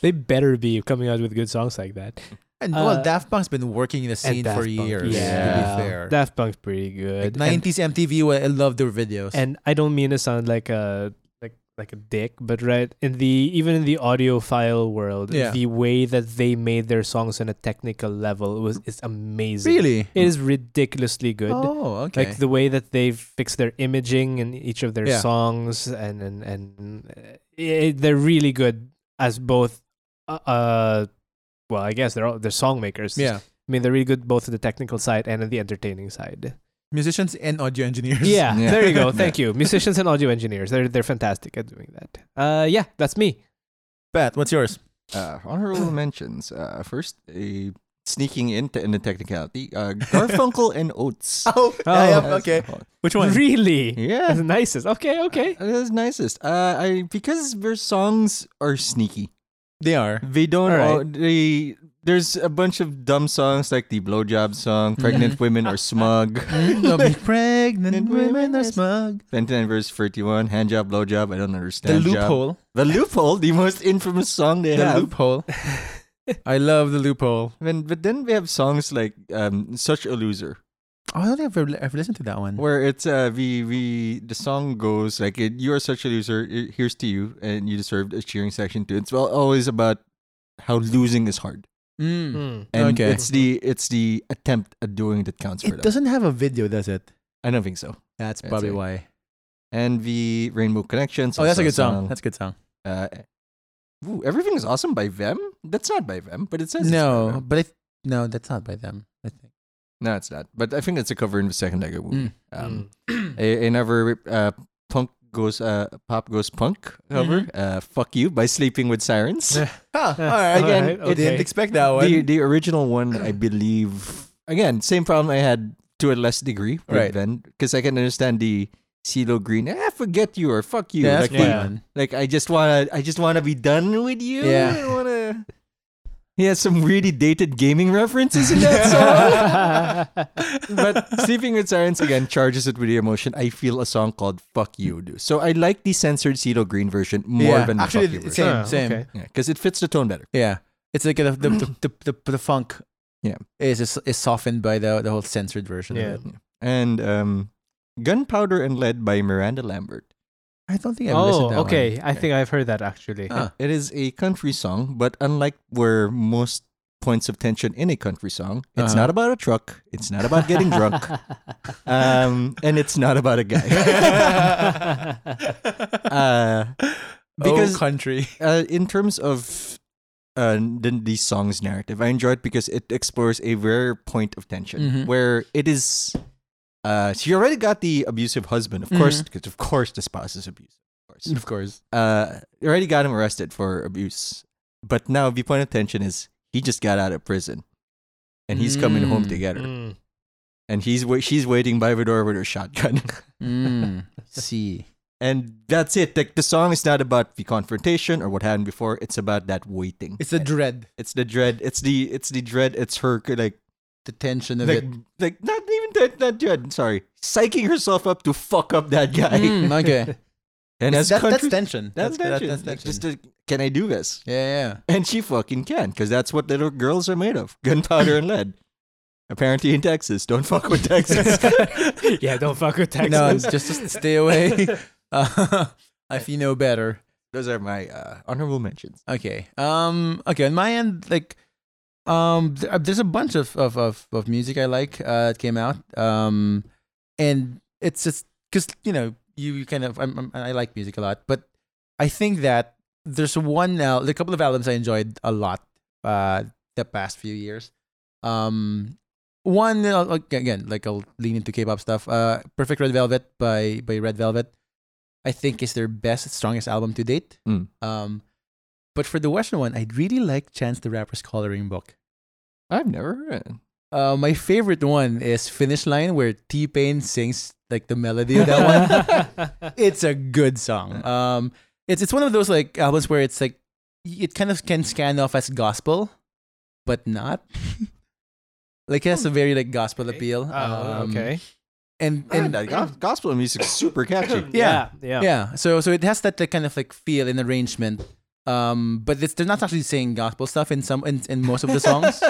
S2: they better be coming out with good songs like that.
S3: And
S2: Uh,
S3: well, Daft Punk's been working in the scene for years.
S2: yeah.
S3: To be fair.
S2: Daft Punk's pretty good. and,
S3: 90s MTV, well, I love their videos.
S2: and I don't mean to sound like a like like a dick, but right in the even in the audiophile world,
S3: Yeah.
S2: the way that they made their songs on a technical level was is amazing.
S3: really?
S2: it is ridiculously good.
S3: Oh, okay.
S2: Like the way that they've fixed their imaging in each of their
S3: Yeah.
S2: songs, and and and uh, it, they're really good as both. uh, Uh, well, I guess they're all, they're song makers.
S3: yeah.
S2: I mean they're really good both on the technical side and on the entertaining side.
S3: Musicians and audio engineers.
S2: Yeah,
S1: Yeah.
S2: there you go. Thank you, musicians and audio engineers. They're they're fantastic at doing that. Uh, yeah, that's me.
S3: Pat, what's yours?
S1: Uh, honorable mentions. Uh, first, a sneaking into in the technicality. Uh, Garfunkel and Oates.
S3: Oh,
S2: yeah,
S3: okay. Which one?
S2: Really,
S1: Yeah.
S2: that's the nicest. Okay, okay.
S1: That is nicest. Uh, I because their songs are sneaky.
S3: They are.
S1: They don't.
S2: Alright.
S1: all- they there's a bunch of dumb songs like the blowjob song, "Pregnant Women Are Smug,"
S3: pregnant
S1: women are
S3: smug.
S1: Benton verse thirty-one, handjob, blowjob. I don't
S3: The
S1: understand. job.
S3: loophole.
S1: The loophole, the most infamous song they
S3: The
S1: have.
S3: loophole. I love the loophole.
S1: When, but then we have songs like um, "Such a Loser,"
S3: Oh, I don't think I've ever, I've listened to that one.
S1: where it's uh, we we the song goes like it, "You are such a loser. i- Here's to you, and you deserve a cheering section too." It's well, always about how losing is hard,
S3: Mm.
S2: Mm.
S1: and
S3: Okay.
S1: it's the it's the attempt at doing that counts for them.
S3: It doesn't have a video, does it?
S1: I don't think so.
S3: That's
S1: That's
S3: probably
S1: it.
S3: why.
S1: And the Rainbow Connections.
S3: Oh, that's a good song. That's a good song.
S1: uh, ooh, everything is awesome by them. That's not by them, but it says it's by
S3: No,
S1: them.
S3: but I th- no, that's not by them. I think.
S1: no, it's not. But I think it's a cover in the second Lego movie.
S3: Mm.
S2: Hmm.
S1: Um, a- another uh, punk goes uh, pop goes punk cover
S3: Mm-hmm.
S1: uh, fuck you by sleeping with sirens
S3: Huh,
S2: Yeah.
S3: all right, again,
S2: Alright,
S3: I
S2: okay.
S3: didn't expect that one.
S1: the, the original one i believe again same problem i had to a less degree with
S3: Right.
S1: then because i can understand the CeeLo Green, ah, forget you or fuck you.
S3: yeah,
S1: like,
S3: that's
S1: the-
S2: Yeah.
S3: fun.
S1: like I just wanna, I just wanna be done with you.
S3: Yeah.
S1: I wanna. He has some really dated gaming references in that
S2: Hmm.
S1: song. but Sleeping with Sirens again charges it with the emotion. I feel a song called "Fuck You" do. So I like the censored CeeLo Green version more
S3: Yeah,
S1: than the
S3: actually,
S1: "Fuck You"
S3: it's
S1: version
S3: Same,
S2: Ah,
S3: same.
S2: okay.
S1: because it fits the tone better.
S3: Yeah, it's like the the the, the, the, the funk.
S1: Yeah.
S3: is is- is softened by the the whole censored version.
S2: Yeah.
S3: Of it.
S1: And um, "Gunpowder and Lead" by Miranda Lambert.
S3: I don't think I've listened
S2: Oh,
S3: to that
S2: okay.
S3: one.
S2: I think I've heard that actually.
S3: Ah.
S1: It is a country song, but unlike where most points of tension in a country song, it's
S3: Uh-huh.
S1: not about a truck. It's not about getting drunk. um, and it's not about a guy. uh,
S3: because
S1: because-
S3: Oh, country.
S1: uh, in terms of uh, the, the song's narrative, I enjoy it because it explores a rare point of tension
S3: Mhm.
S1: where it is. Uh, she already got the abusive husband, of course, because of course the spouse is abusive. Of course,
S3: Of course.
S1: uh, you already got him arrested for abuse, but now the point of tension is he just got out of prison, and he's coming home to get her,
S2: Mm.
S1: and he's wa- she's waiting by the door with her shotgun.
S3: Mm, see.
S1: And that's it. Like the song is not about the confrontation or what happened before. It's about that waiting.
S3: It's the dread,
S1: It's the dread. It's the it's the dread. It's her like
S3: the tension of
S1: like,
S3: it.
S1: like not even that that dread. Sorry, psyching herself up to fuck up that guy.
S3: Mm, okay.
S1: And as
S3: It's that- that's
S1: country,
S3: tension.
S1: that's
S3: that-
S1: tension.
S3: that's
S1: Like,
S3: tension.
S1: just a, can I do this?
S3: yeah, yeah.
S1: And she fucking can, because that's what little girls are made of: gunpowder and lead. Apparently in Texas, don't fuck with Texas.
S2: yeah, don't fuck with Texas.
S3: No, it's just, just stay away. Uh, if you know better.
S1: Those are my uh, honorable mentions.
S3: Okay. Um. Okay. On my end, like, um, th- uh, there's a bunch of of of, of music I like uh, that came out. Um, and it's just because you know you, you kind of I'm, I'm, I like music a lot, but I think that there's one now a couple of albums I enjoyed a lot uh the past few years. Um, one uh, like, again like I'll lean into K-pop stuff. Uh, Perfect Red Velvet by by Red Velvet, I think is their best strongest album to date.
S1: Mm.
S3: Um, but for the Western one, I really like Chance the Rapper's coloring book.
S1: I've never heard it.
S3: Uh, my favorite one is Finish Line, where T Pain sings like the melody of that one. it's a good song. Um, it's it's one of those like albums where it's like it kind of can scan off as gospel, but not. like it has a very like gospel appeal.
S2: Hmm. Oh,
S3: Um,
S2: okay.
S3: And and
S1: uh, gospel music's super catchy.
S3: yeah,
S2: yeah.
S3: yeah. So so it has that like, kind of like feel and arrangement. Um, but it's, they're not actually saying gospel stuff in some in, in most of the songs.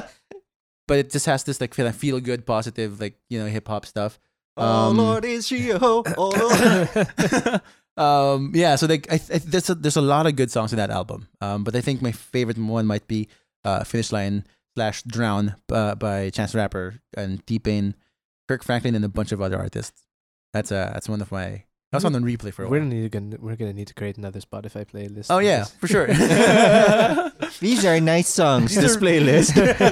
S3: but it just has this like feel feel good, positive like you know hip hop stuff.
S1: oh
S3: Um,
S1: Lord, is she a hoe? Oh Lord.
S3: um, yeah, so like I, I, there's a, there's a lot of good songs in that album. Um, but I think my favorite one might be uh, "Finish Line" slash "Drown" uh, by Chance the Rapper and T Pain, Kirk Franklin, and a bunch of other artists. That's uh that's one of my that's
S1: Mm-hmm.
S3: one on replay for a
S2: We're
S3: while.
S2: gonna, gonna we're gonna need to create another Spotify playlist.
S3: Oh
S2: for
S3: yeah,
S2: this.
S3: for sure.
S1: These are nice songs.
S3: These
S1: This
S3: are-
S1: playlist.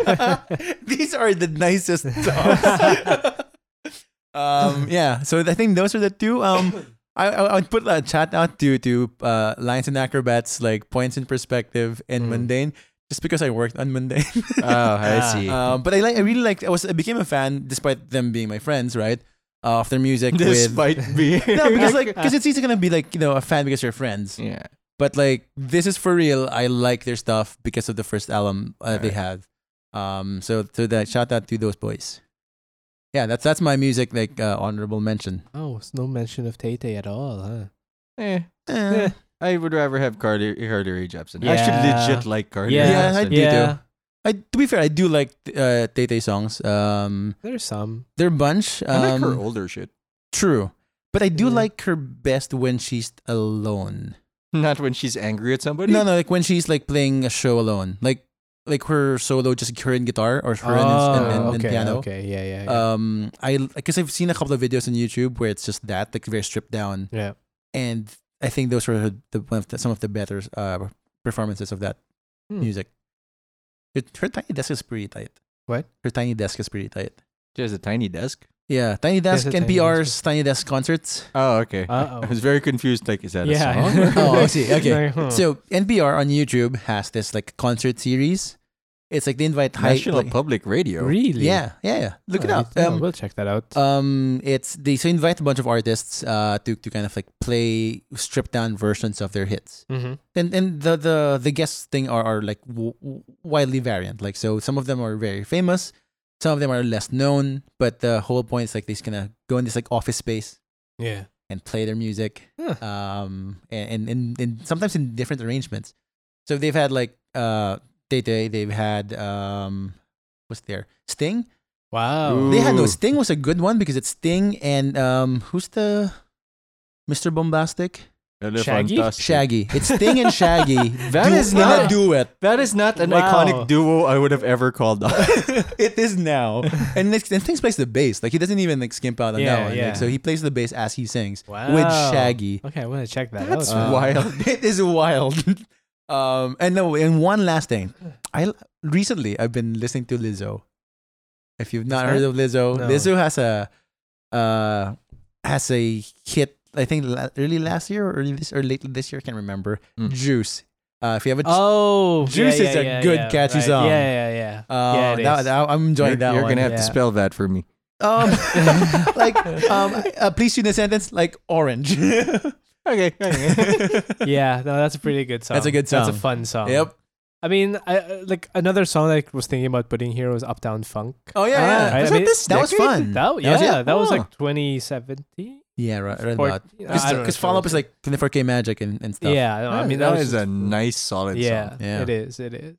S3: These are the nicest songs. um, yeah, so I think those are the two. Um, I, I I would put a chat out to to uh, lines and acrobats, like points in perspective
S2: Mm.
S3: and mundane, just because I worked on mundane.
S1: oh, I
S2: Ah.
S1: see.
S3: um, but I like I really liked I was I became a fan despite them being my friends, right? Uh, of their music. with,
S1: Despite being
S3: no, because like because it's easy gonna be like you know a fan because you're friends.
S1: yeah.
S3: But like this is for real. I like their stuff because of the first album uh, they had. Um, so so that shout out to those boys. Yeah, that's that's my music like uh, honorable mention.
S2: Oh, it's no mention of Tay Tay at all, huh?
S1: Eh,
S3: Eh.
S1: I would rather have Carly Carly Rae Jepsen. I
S2: Yeah.
S1: should legit like Carly Rae
S2: Yeah,
S3: I
S1: Jepsen.
S3: do
S2: yeah.
S3: too. I to be fair, I do like uh, Tay Tay songs. Um,
S2: There's some.
S3: their bunch. Um,
S1: I like her older shit.
S3: True, but I do
S2: Yeah.
S3: like her best when she's alone.
S1: Not when she's angry at somebody.
S3: No, no, like when she's like playing a show alone, like like her solo, just her and guitar or her and- and, and, and
S2: Ah, Oh, okay,
S3: piano.
S2: okay, yeah, yeah, yeah.
S3: Um, I because I've seen a couple of videos on YouTube where it's just that like very stripped down,
S2: yeah.
S3: and I think those were the, one of the some of the better uh, performances of that
S2: Hmm.
S3: music. Her, her tiny desk is pretty tight.
S2: What?
S3: Her tiny desk is pretty tight.
S1: She has a tiny desk.
S3: Yeah, tiny desk
S2: a Tiny
S3: NPR's
S2: Desk.
S3: tiny desk concerts.
S1: Oh, okay.
S2: Uh-oh.
S1: I was very confused. Like, is that a
S2: yeah.
S1: song?
S3: Oh, I see, okay.
S2: Like, hmm. huh.
S3: So NPR on YouTube has this like concert series. It's like they invite high
S1: National
S3: like-
S1: Public Radio.
S2: really?
S3: Yeah, yeah, yeah. Look it
S2: Oh,
S3: up.
S2: yeah,
S3: Um,
S2: we'll check that out.
S3: Um, it's they so invite a bunch of artists uh to, to kind of like play stripped down versions of their hits,
S2: mm-hmm.
S3: and and the the the guests thing are are like w- w- widely variant. Like so, some of them are very famous, some of them are less known. But the whole point is like they're just gonna go in this like office space
S2: Yeah.
S3: and play their music,
S2: Huh.
S3: um, and and, and, and sometimes in different arrangements. So they've had like uh, they they they've had um, what's there Sting.
S2: Wow.
S1: Ooh.
S3: They had no
S1: Ooh.
S3: Sting was a good one because it's Sting and um who's the Mr. Bombastic?
S2: Shaggy?
S1: Elefantastic.
S3: Shaggy. It's Sting and Shaggy.
S1: That is
S3: in a
S1: not-
S3: duet.
S1: That is not an
S2: Wow.
S1: iconic duo I would have ever called up.
S3: It is now. And, it's- and Sting plays the bass. Like he doesn't even like skimp out on
S2: Yeah,
S3: that one. Like,
S2: yeah.
S3: so he plays the bass as he sings with
S2: Wow.
S3: Shaggy.
S2: Okay, I want to check that
S1: That's
S2: out. Uh,
S3: Um,
S1: wild.
S3: it is wild. Um and no, and one last thing. I recently I've been listening to Lizzo. If you've not
S2: that-
S3: heard of Lizzo,
S2: No.
S3: Lizzo has a uh has a hit I think la- early last year or early this or late this year, I can't remember.
S1: Mm.
S3: Juice. Uh if you haven't
S2: Hmm. Oh,
S3: Juice
S2: yeah,
S3: is
S2: yeah,
S3: a
S2: yeah,
S3: good
S2: yeah,
S3: catchy
S2: right.
S3: song.
S2: Yeah, yeah, yeah.
S3: uh,
S2: yeah, it
S3: that-
S2: is.
S3: that- I'm enjoying
S1: you're
S3: that
S1: you're
S3: one.
S1: gonna have to
S2: yeah.
S1: spell that for me.
S3: Um, like, um, uh, please tune the sentence like orange.
S1: Okay.
S2: yeah, no, that's a pretty good song.
S3: That's a good
S2: That's
S3: song.
S2: a fun song.
S3: yep.
S2: I mean, I, uh, like another song I was thinking about putting here was Uptown Funk.
S3: Oh yeah,
S2: Ah,
S3: yeah.
S2: right,
S3: Was
S2: I
S3: that
S2: mean,
S3: this that was
S1: decade?
S3: fun.
S2: That,
S3: That was
S2: yeah,
S3: it?
S2: that was
S1: Oh.
S2: like 2017.
S3: yeah, right, right
S2: Or-
S3: about.
S2: I don't know,
S3: Because follow up is like 24k magic and, and stuff.
S2: Yeah, no, I mean
S1: that
S2: was
S1: is
S2: just-
S1: a nice, solid
S2: yeah,
S1: song.
S3: Yeah.
S2: it is, it is.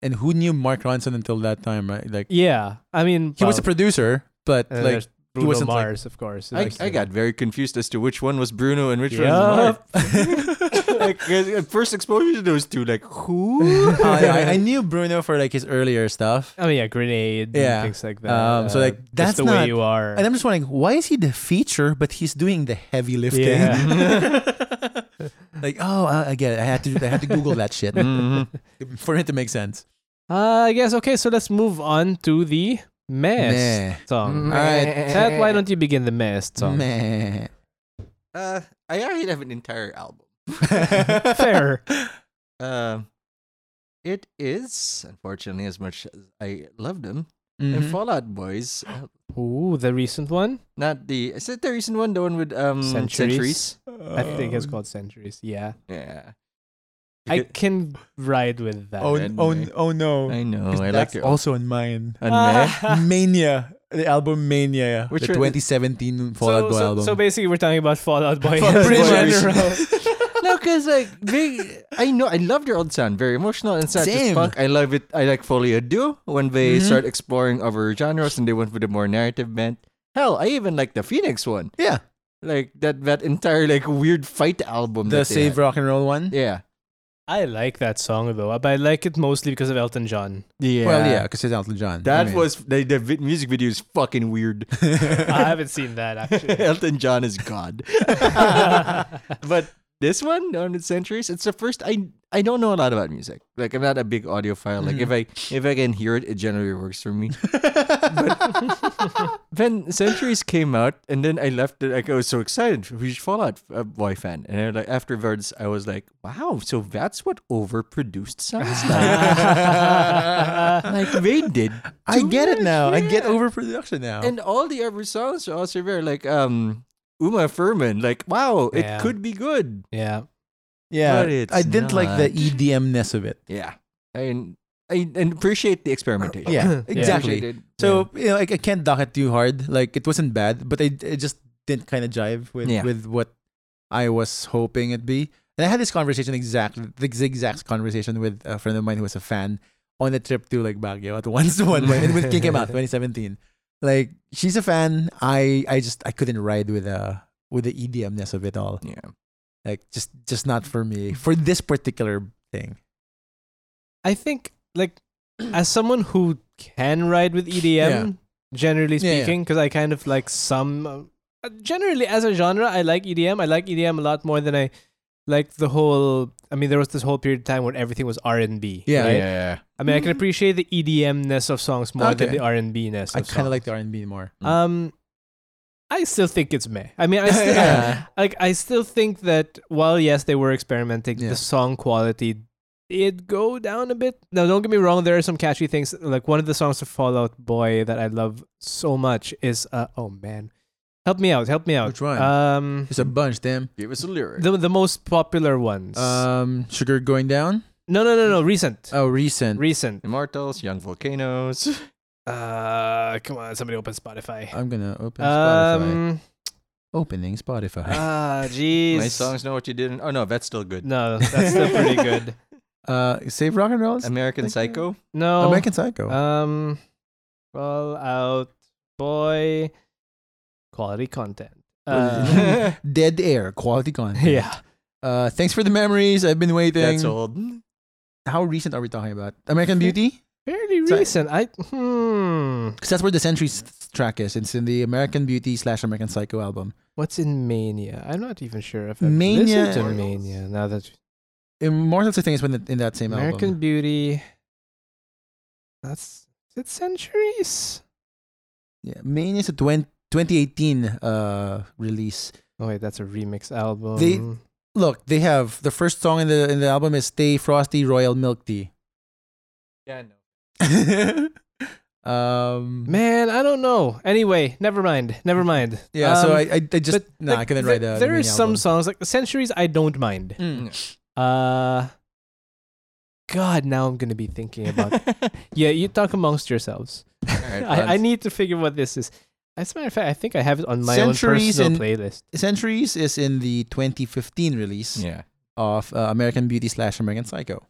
S3: And who knew Mark Ronson until that time, right? Like
S2: Yeah, I mean,
S3: he was a
S2: well, uh,
S3: producer, but
S2: and then
S3: like
S2: there's Bruno
S3: wasn't, like-
S2: Mars, of course.
S1: I,
S2: There's-
S1: I got very confused as to which one was Bruno and which one was Mark.
S2: Yup.
S1: like, 'cause first exposure to those two, like who?
S3: Oh, yeah, I, I knew Bruno for like his earlier stuff.
S2: I mean, Oh, yeah, grenade,
S3: Yeah.
S2: and things like that.
S3: Um, so, like,
S2: just
S3: that's
S2: the
S3: not-
S2: way you are.
S3: And I'm just wondering, why is he the feature, but he's doing the heavy lifting?
S2: Yeah.
S3: like, oh, I, I get it. I had to, I had to Google that shit
S2: Mm.
S1: Mhm.
S3: for it to make sense.
S2: uh, I guess okay. So let's move on to the mess
S3: Meh.
S2: song.
S3: All right.
S2: Ted, why don't you begin the mess song?
S3: Meh.
S1: Uh, I already have an entire album.
S2: Fair.
S1: Um, it is unfortunately as much as I love them. And
S2: Mm-hmm.
S3: Mhm.
S1: Fallout Boys, uh,
S2: Ooh, the recent one.
S1: not the is it the recent one, the one with um
S2: Centuries?
S1: centuries.
S2: I think
S3: Uh.
S2: it's called Centuries. Yeah,
S1: Yeah,
S2: I can ride with that.
S3: Oh,
S1: Red
S3: oh,
S1: Meh.
S3: oh no.
S1: I know.
S3: 'Cause
S1: I like
S3: that's
S1: their
S3: also in mine.
S1: And
S2: Ah.
S1: meh.
S3: Mania. The album Mania.
S1: Which
S3: Which the
S1: one-
S3: 2017 Fallout
S2: so,
S3: Boy
S2: so,
S3: album.
S2: so basically, we're talking about Fallout Boy
S3: Fallout
S2: in
S3: Boy.
S2: general.
S1: no, because like they, I know I love their old sound, very emotional and sad as
S3: Same.
S1: fuck. I love it. I like Folio Do when they
S3: Mhm.
S1: start exploring other genres and they went with a more narrative bent. Hell, I even like the Phoenix one,
S3: yeah.
S1: like that that entire like weird fight album.
S3: The
S1: that they
S3: Save Rock and Roll one.
S1: had. Yeah,
S2: I like that song though, but I like it mostly because of Elton John.
S1: yeah.
S3: Well, yeah, because it's Elton John.
S1: That
S3: I mean.
S1: was the, the vi- music video is fucking weird.
S2: I haven't seen that actually.
S1: Elton John is god. but this one, on the centuries, it's the first I I don't know a lot about music. Like I'm not a big audiophile. Like if I if I can hear it, it generally works for me. but when centuries came out, and then I left it, like I was so excited, huge Fallout uh, Boy fan, and I, like afterwards I was like, wow, so that's what overproduced sounds like. like they did.
S3: uh, I
S1: too
S3: get it
S1: much,
S3: now. I get
S1: yeah.
S3: overproduction now.
S1: And all the other songs are also very like um Uma Thurman. Like wow,
S2: Yeah.
S1: it could be good.
S2: yeah.
S3: yeah,
S1: but it's
S3: I didn't like the
S1: not.
S3: EDM-ness of it.
S1: Yeah, and I and appreciate the experimentation.
S3: Yeah, exactly.
S1: Appreciate it.
S3: So you know, like, I can't dock it too hard. Like it wasn't bad, but I it just didn't kind of jive with
S1: Yeah.
S3: with what I was hoping it'd be. And I had this conversation exactly the exact conversation with a friend of mine who was a fan on a trip to like Baguio at once one when when King came out 2017. Like she's a fan. I I just I couldn't ride with uh with the EDMness of it all.
S1: yeah.
S3: Like just just not for me for this particular thing.
S2: I think like as someone who can ride with EDM,
S3: Yeah.
S2: generally
S3: Yeah, yeah.
S2: speaking, because I kind of like some. Uh, generally, as a genre, I like EDM. I like EDM a lot more than I like the whole. I mean, there was this whole period of time when everything was R and B.
S3: Yeah.
S2: right?
S1: yeah.
S2: I mean, I can appreciate the EDM ness of songs more than the
S3: Okay.
S2: R and B ness.
S3: I kind of like the R&B more. Uh,
S2: Um, I still think it's meh. I mean, I still,
S3: Yeah.
S2: like I still think that while yes, they were experimenting, the
S3: Yeah.
S2: song quality did go down a bit. Now, don't get me wrong, there are some catchy things. Like one of the songs of Fallout Boy that I love so much is uh oh man, help me out, help me out.
S3: Which one?
S2: Um,
S3: There's a bunch, damn.
S1: Give us a lyric.
S2: the the most popular ones.
S3: Um, sugar going down.
S2: no, no, no, no, recent,
S3: Oh, recent.
S2: recent.
S1: Immortals, young volcanoes.
S2: Uh, come on, somebody open Spotify.
S3: I'm gonna Uh, open Spotify.
S2: Um,
S3: Opening Spotify.
S2: ah, jeez.
S1: My songs know what you didn't. Oh no, that's still good.
S2: No, that's still pretty good.
S3: Uh, save rock and roll.
S2: um,
S1: American
S3: Thank you.
S1: Psycho.
S2: No.
S3: American Psycho.
S2: Um, fall out boy, quality content. Uh,
S3: Dead air. Quality content.
S2: yeah.
S3: Uh, thanks for the memories. I've been waiting.
S1: That's old.
S3: How recent are we talking about? American Beauty.
S2: Fairly
S3: So-
S2: recent. I hmm.
S3: Because that's where the Centuries track is. It's in the American Beauty slash American Psycho album.
S2: What's in Mania? I'm not even sure if I've
S3: Mania-
S2: listened to Mania. Now that
S3: Immortals, I think, is when the, in that same
S2: American
S3: album.
S2: Beauty. That's is it centuries.
S3: Yeah, Mania is a 20, 2018 uh release.
S2: Oh wait, that's a remix album.
S3: Look, they have the first song in the in the album is "Stay Frosty Royal Milk Tea."
S1: Yeah, no.
S3: um
S2: Man, I don't know. Anyway, never mind. Never mind.
S3: yeah so
S2: Um,
S3: I, I I just
S2: but,
S3: nah I
S2: like,
S3: couldn't
S2: there-
S3: write uh, that
S2: There are some songs like centuries I don't mind.
S1: Mm.
S3: mm.
S2: Uh God, now I'm gonna be thinking about. yeah, you talk amongst yourselves. I, I need to figure what this is. As a matter of fact, I think I have it on my
S3: Centuries
S2: own
S3: and-
S2: personal playlist.
S3: Centuries is in the 2015 release
S1: Yeah.
S3: of uh, American Beauty slash American Psycho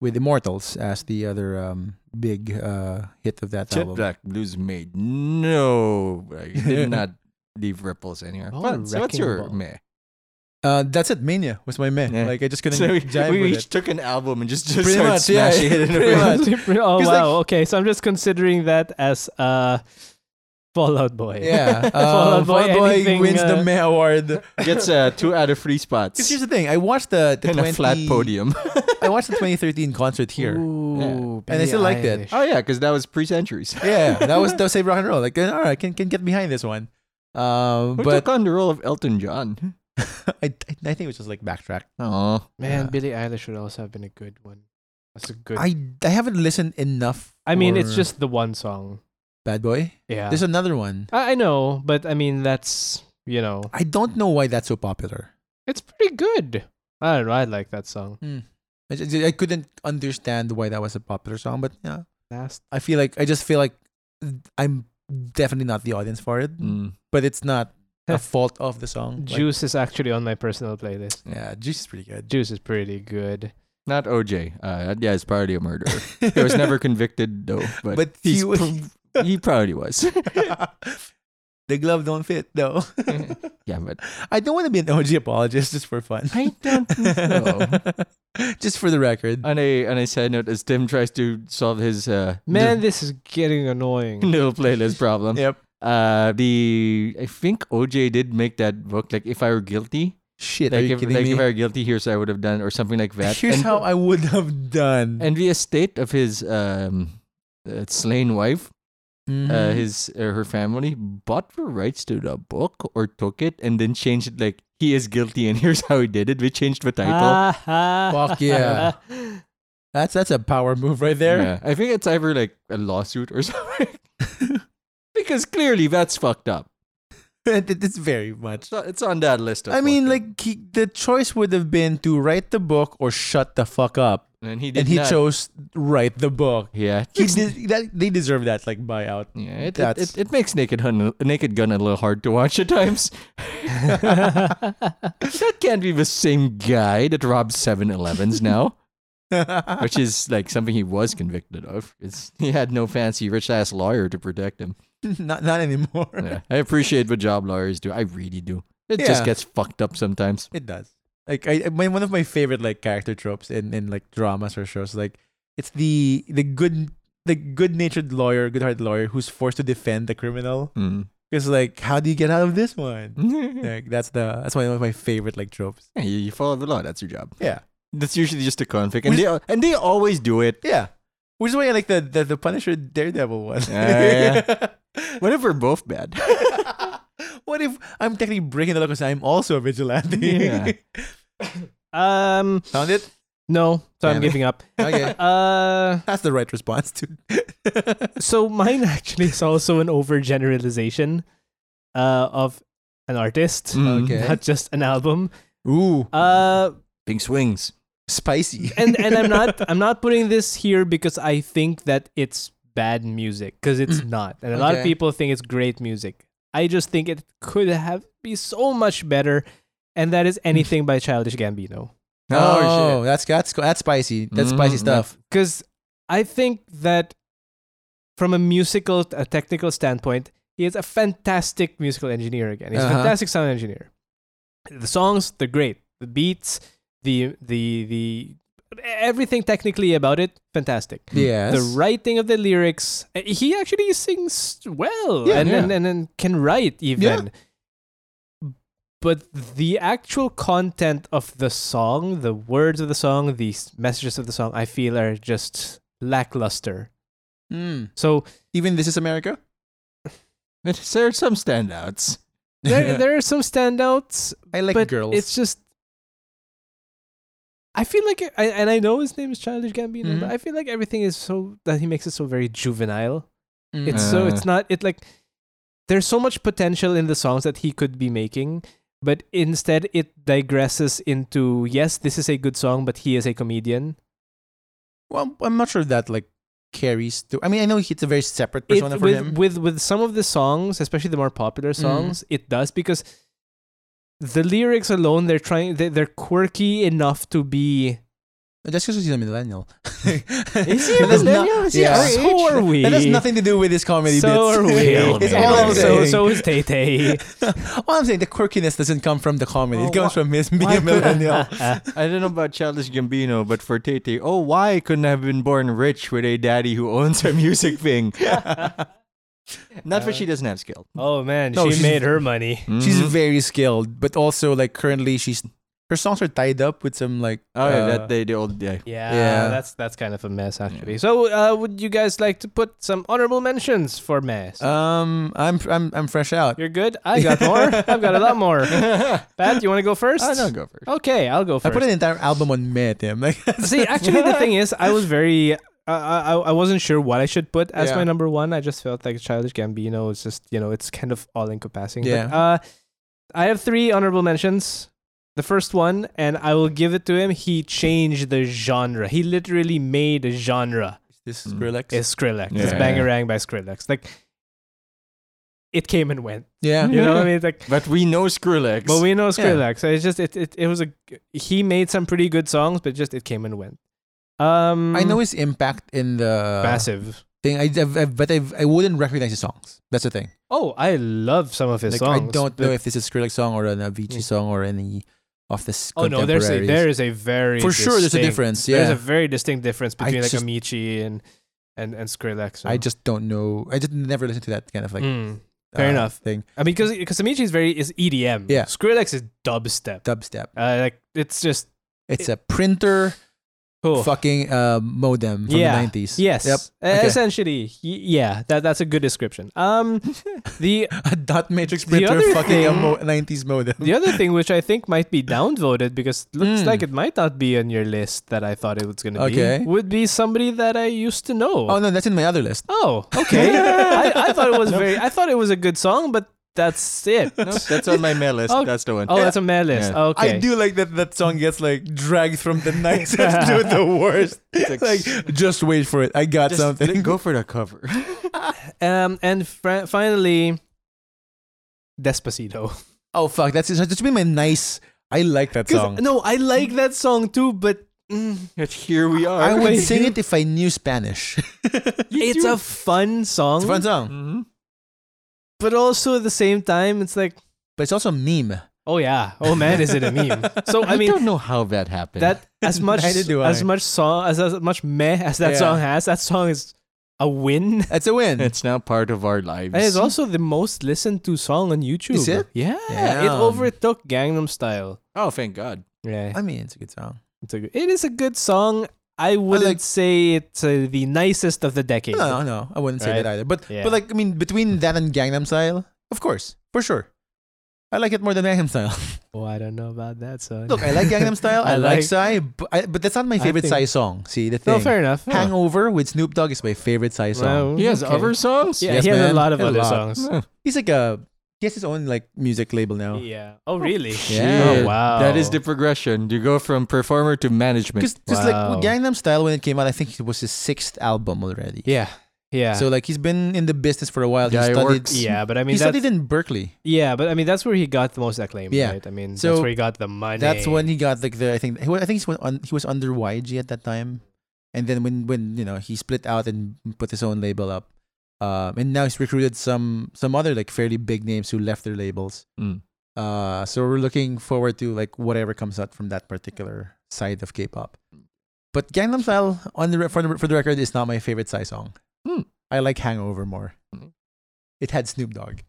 S3: with Immortals as the other um big uh hit of that album
S1: Black Blues made no. I did not leave ripples anywhere.
S2: Oh,
S1: Fun. So what's
S2: Wrecking
S1: your
S2: Ball.
S1: meh?
S3: Uh, that's it. Mania was my man.
S1: Yeah.
S3: Like I just couldn't
S1: So we,
S3: jive
S1: we
S3: with
S1: each
S3: it.
S1: took an album and just, just
S3: Pretty
S1: started
S3: much, yeah,
S1: smashing it in
S3: pretty
S1: a row.
S3: much.
S2: oh wow.
S3: 'Cause, like-
S2: okay, so I'm just considering that as uh, Fallout Boy.
S3: Yeah, uh,
S2: Fallout Boy,
S3: Fall Out Boy
S2: anything,
S3: wins
S2: uh,
S3: the May Award.
S1: Gets uh, two out of three
S3: Because
S1: spots
S3: here's the thing, I watched the, the
S1: and
S3: 20,
S1: a flat podium.
S3: I watched the 2013 concert here.
S2: Ooh,
S3: And I still
S2: Billie
S3: liked it.
S2: Eilish.
S1: oh yeah, because that was pre-centuries.
S3: Yeah, that was that was save rock and roll. Like, all right, I can can get behind this one. Um,
S1: Who
S3: but
S1: took on the role of Elton John?
S3: I, I think it was just like backtrack.
S1: Oh
S2: Man,
S3: Yeah.
S2: Billie Eilish would also have been a good one. That's a good. I,
S3: I I haven't listened enough.
S2: mean, it's
S3: for
S2: just the one song.
S3: Bad Boy.
S2: Yeah.
S3: There's another one.
S2: I, I know, but I mean, that's you know,
S3: I don't know why that's so popular.
S2: it's pretty good. I don't know. I like that song.
S3: I, ju- I couldn't understand why that was a popular song, but yeah,
S2: Last.
S3: I feel like I just feel like I'm definitely not the audience for it.
S1: Mm.
S3: But it's not a fault of the song. Like,
S2: Juice is actually on my personal playlist.
S3: yeah, Juice is pretty good.
S2: Juice is pretty good.
S1: Not OJ. Uh, yeah, he's probably a murderer. he was never convicted though, but,
S3: But
S1: he's
S3: he was.
S1: pro- he probably was.
S3: the glove don't fit though.
S1: yeah, but
S3: I don't want to be an OG apologist just for fun.
S1: I don't know.
S3: just for the record.
S1: on a on a side note, as Tim tries to solve his uh,
S2: Man, this is getting annoying.
S1: little playlist problem,
S3: yep.
S1: uh, the I think OJ did make that book like if I were guilty,
S3: Shit. are
S1: like
S3: you
S1: if
S3: kidding
S1: like
S3: me?
S1: if I were guilty, here's what I would have done or something like that.
S3: Here's
S1: and,
S3: how I would have done.
S1: and the estate of his um uh, slain wife, uh,
S3: Mhm.
S1: his uh, her family bought the rights to the book or took it and then changed it like he is guilty and here's how he did it. We changed the title.
S3: Ah, Fuck yeah. that's that's a power move right there.
S1: Yeah, I think it's either like a lawsuit or something. because clearly that's fucked up.
S3: It- it's very much.
S1: It's on, it's on that list. Of
S3: I mean,
S1: fucked up.
S3: like he, the choice would have been to write the book or shut the fuck up,
S1: and he did
S3: and he
S1: not.
S3: chose write the book.
S1: Yeah,
S3: He did, that, they deserve that like buyout.
S1: yeah. It, it,
S3: That's-
S1: it, it makes Naked Hun, Naked Gun a little hard to watch at times. that can't be the same guy that robs 7-Elevens now, which is like something he was convicted of. It's, he had no fancy rich ass lawyer to protect him.
S3: not not anymore.
S1: Yeah, I appreciate what job lawyers do. I really do. It
S3: Yeah.
S1: just gets fucked up sometimes.
S3: It does. Like I, my, one of my favorite like character tropes in, in like dramas or shows, like it's the the good the good natured lawyer, good hearted lawyer who's forced to defend the criminal.
S1: Mm.
S3: Because like, how do you get out of this one?
S2: Mm.
S3: Like that's the that's one of my favorite like tropes.
S1: Yeah, you, you follow the law. That's your job.
S3: Yeah.
S1: That's usually just a conflict, and they al- and they always do it.
S3: uh, Yeah. Which is why I like the the, the Punisher Daredevil one.
S1: Ah, What if we're both bad?
S3: what if I'm technically breaking the law because I'm also a vigilante?
S1: Yeah.
S2: um,
S3: Found it?
S2: no, so I'm
S3: Damn it.
S2: giving up.
S3: Okay.
S2: Uh,
S3: That's the right response to
S2: so mine actually is also an overgeneralization, uh, of an artist,
S1: Hmm.
S3: Okay.
S2: not just an album.
S3: Ooh,
S2: Uh,
S1: Big swings.
S3: spicy.
S2: and and I'm not I'm not putting this here because I think that it's bad music because it's not, and a lot of
S3: Mm. Okay.
S2: people think it's great music. I just think it could have be so much better, and that is anything by Childish Gambino.
S3: Oh, that's that's that's spicy. That's spicy
S2: Mm-hmm.
S1: Mm,
S3: stuff.
S2: Because I think that from a musical, a technical standpoint, he is a fantastic musical engineer. Again, he's
S3: Uh-huh.
S2: a fantastic sound engineer. The songs, they're great. The beats, the the the everything technically about it, fantastic.
S3: Yes.
S2: the writing of the lyrics. uh, He actually sings well
S3: Yeah,
S2: and,
S1: yeah.
S2: And, and and can write even. But the actual content of the song, the words of the song, the s- messages of the song, I feel are just lackluster.
S3: Mm.
S2: So
S3: Even this is America.
S1: But there are some standouts.
S2: there, there are some standouts,
S3: I like
S2: but
S3: girls.
S2: it's just. I feel like, I, and I know his name is Childish Gambino, but
S3: Mhm.
S2: I feel like everything is so that he makes it so very juvenile.
S3: Mm.
S2: It's so
S1: Uh.
S2: it's not it like there's so much potential in the songs that he could be making, but instead it digresses into yes, this is a good song, but he is a comedian.
S3: well, I'm not sure that like carries to. I mean, I know it's a very separate
S2: It,
S3: persona for
S2: with
S3: him. Mm-hmm.
S2: with with some of the songs, especially the more popular songs, it does because the lyrics alone they're trying they, they're quirky enough to be
S3: Just because he's a millennial.
S2: Is he
S3: That does not-
S2: millennial? Is he
S3: yeah.
S2: our age? So are we.
S3: That has nothing to do with his comedy
S2: So
S3: bits.
S2: are we.
S4: Hell
S3: it's
S4: no.
S3: all I'm
S4: Oh,
S2: so,
S3: saying.
S2: so is Tay Tay.
S3: all I'm saying, the quirkiness doesn't come from the
S1: Oh,
S3: comedy. it comes
S1: wha-
S3: from his being
S1: why
S3: a
S1: could-
S3: millennial.
S2: Mm-hmm.
S1: I don't know about Childish Gambino, but for Tete, oh, why couldn't I have been born rich with a daddy who owns a music thing? Not for she doesn't have skill.
S2: Oh man,
S3: No,
S2: she
S3: she's-
S2: made her money.
S3: She's
S1: Mhm.
S3: very skilled, but also like currently she's her songs are tied up with some like
S1: oh yeah,
S3: uh,
S1: that day the old day.
S2: Yeah,
S3: Yeah.
S2: that's that's kind of a mess actually. So, uh, would you guys like to put some honorable mentions for mess?
S3: Um, I'm I'm I'm fresh out.
S2: You're good. I got more. I've got a lot more. Pat, you want to go first? Oh.
S1: I don't Oh, go first.
S2: Okay, I'll go
S3: I
S2: first.
S3: put an entire album on me, Tim. Like,
S2: See, actually, the thing is, I was very. I, I I wasn't sure what I should put as my
S3: Yeah.
S2: number one. I just felt like Childish Gambino is just you know it's kind of all encompassing.
S3: Yeah.
S2: But, uh, I have three honorable mentions. The first one, and I will give it to him. He changed the genre. He literally made a genre.
S3: this is
S1: Mm.
S3: Skrillex.
S2: is Skrillex. It's
S1: Yeah.
S2: Bangarang by Skrillex. Like it came and went.
S3: yeah,
S2: You know what I mean? Like
S1: But we know Skrillex.
S2: but we know
S3: Yeah.
S2: Skrillex. So It's just it, it it was a he made some pretty good songs, but just it came and went. Um
S3: I know his impact in
S2: Uh,
S3: the
S2: massive.
S3: thing. I, I've, I've, but I've, I wouldn't recognize his songs. That's the thing.
S2: Oh, I love some of his
S3: Like,
S2: songs.
S3: I don't know
S2: but-
S3: if this is Skrillex song or an Avicii
S2: Yeah.
S3: song or any of this.
S2: Oh no, there's a there is a very
S3: for sure. There's a
S2: distinct-
S3: difference.
S2: There's a
S3: Yeah,
S2: very distinct difference
S3: I
S2: between like
S3: just-
S2: Amici and and and Skrillex.
S3: I just don't know. I just never listened to that kind of like uh,
S2: Mm. fair enough.
S3: thing.
S2: I mean, because because Amici is very is EDM.
S3: Yeah.
S2: Skrillex is dubstep.
S3: Dubstep.
S2: Uh, like it's just
S3: It's a printer
S2: cool.
S3: fucking uh, modem from
S2: Yeah.
S3: the nineties.
S2: Yes.
S3: Yep.
S2: Uh,
S3: Okay.
S2: Essentially, y- yeah. That that's a good description. Um, the
S3: a dot matrix
S2: The
S3: printer
S2: other
S3: fucking a
S2: thing-
S3: mo- 90s modem.
S2: the other thing which I think might be downvoted because it looks
S3: Mm.
S2: like it might not be on your list that I thought it was going to
S3: Okay.
S2: be would be somebody that I used to know.
S3: Oh no, that's in my other list.
S2: Oh, okay. I, I thought it was very. I thought it was a good song, but that's it.
S1: no, that's on my mail list.
S2: Oh.
S1: That's the one.
S2: Oh, that's a mad list.
S1: Yeah.
S2: Okay.
S3: I do like that that song gets like dragged from the nicest to the worst.
S1: like-
S3: like just wait for it. I got
S1: Just
S3: something.
S1: Go for the cover.
S2: Um, and fr- finally, Despacito.
S3: Oh fuck, that's that's been my nice. I like that
S2: 'Cause-
S3: song.
S2: No, I like that song too, but. mm,
S1: Yet here we are.
S3: I would
S2: wait.
S3: sing it if I knew Spanish.
S2: it's a fun song.
S3: It's a fun
S2: Mm.
S3: song,
S1: Mhm.
S2: but also at the same time, it's like,
S3: but it's also a meme.
S2: oh yeah, oh man, is it a meme? So I mean,
S1: don't know how that happened.
S2: that as much
S3: Neither do
S2: as
S3: I.
S2: much song as, as much meh as that
S3: Yeah.
S2: song has, that song is a win.
S3: That's a win.
S1: it's now part of our lives.
S2: And it's also the most listened to song on YouTube.
S3: Is it?
S2: Yeah, it
S3: Damn.
S2: overtook Gangnam Style.
S1: oh, thank God.
S2: Yeah,
S3: I mean, it's a good song.
S2: it's a good, it is a good song. I wouldn't say it's uh, the nicest of the decade.
S3: No, no, no, I wouldn't say
S2: Right?
S3: that either. But
S2: Yeah.
S3: but like I mean, between that and Gangnam Style, of course, for sure, I like it more than Gangnam Style.
S2: Oh, I don't know about that song.
S3: Look, I like Gangnam Style.
S2: I
S3: I, like
S2: like-
S3: Psy, but, I, but that's not my
S2: I
S3: favorite
S2: think-
S3: Psy song. See the
S2: no,
S3: thing.
S2: fair enough.
S3: Hangover with Snoop Dogg is my favorite Psy
S2: Well,
S3: song.
S1: He has
S2: okay.
S1: other songs.
S2: Yeah,
S3: Yes,
S2: he has a
S3: man.
S2: lot of
S3: A
S2: other
S3: lot.
S2: songs.
S1: Huh.
S3: He's like a he has his own like music label now.
S2: Yeah. Oh, really?
S3: Yeah.
S2: Oh,
S1: Shit.
S2: wow.
S1: That is the progression. You go from performer to management.
S3: Because like
S2: Wow.
S3: with Gangnam Style when it came out, I think it was his sixth album already.
S2: Yeah. Yeah.
S3: So like he's been in the business for a while.
S1: Guy
S3: he studied.
S1: works.
S2: yeah, but I
S3: he
S2: mean, that's,
S3: studied in Berkeley.
S2: yeah, but I mean, that's where he got the most acclaim,
S3: Yeah.
S2: right? I mean,
S3: So
S2: that's where he got the money.
S3: That's when he got like the I think he wa- I think he was on, he was under YG at that time, and then when when you know he split out and put his own label up, um, and now he's recruited some some other like fairly big names who left their labels.
S1: Mm.
S3: Uh, so we're looking forward to like whatever comes out from that particular side of K-pop. But Gangnam Style on the re- for the, for the record is not my favorite Psy song.
S2: Hmm.
S1: Mm.
S3: I like Hangover more.
S1: Mm.
S3: It had Snoop Dogg.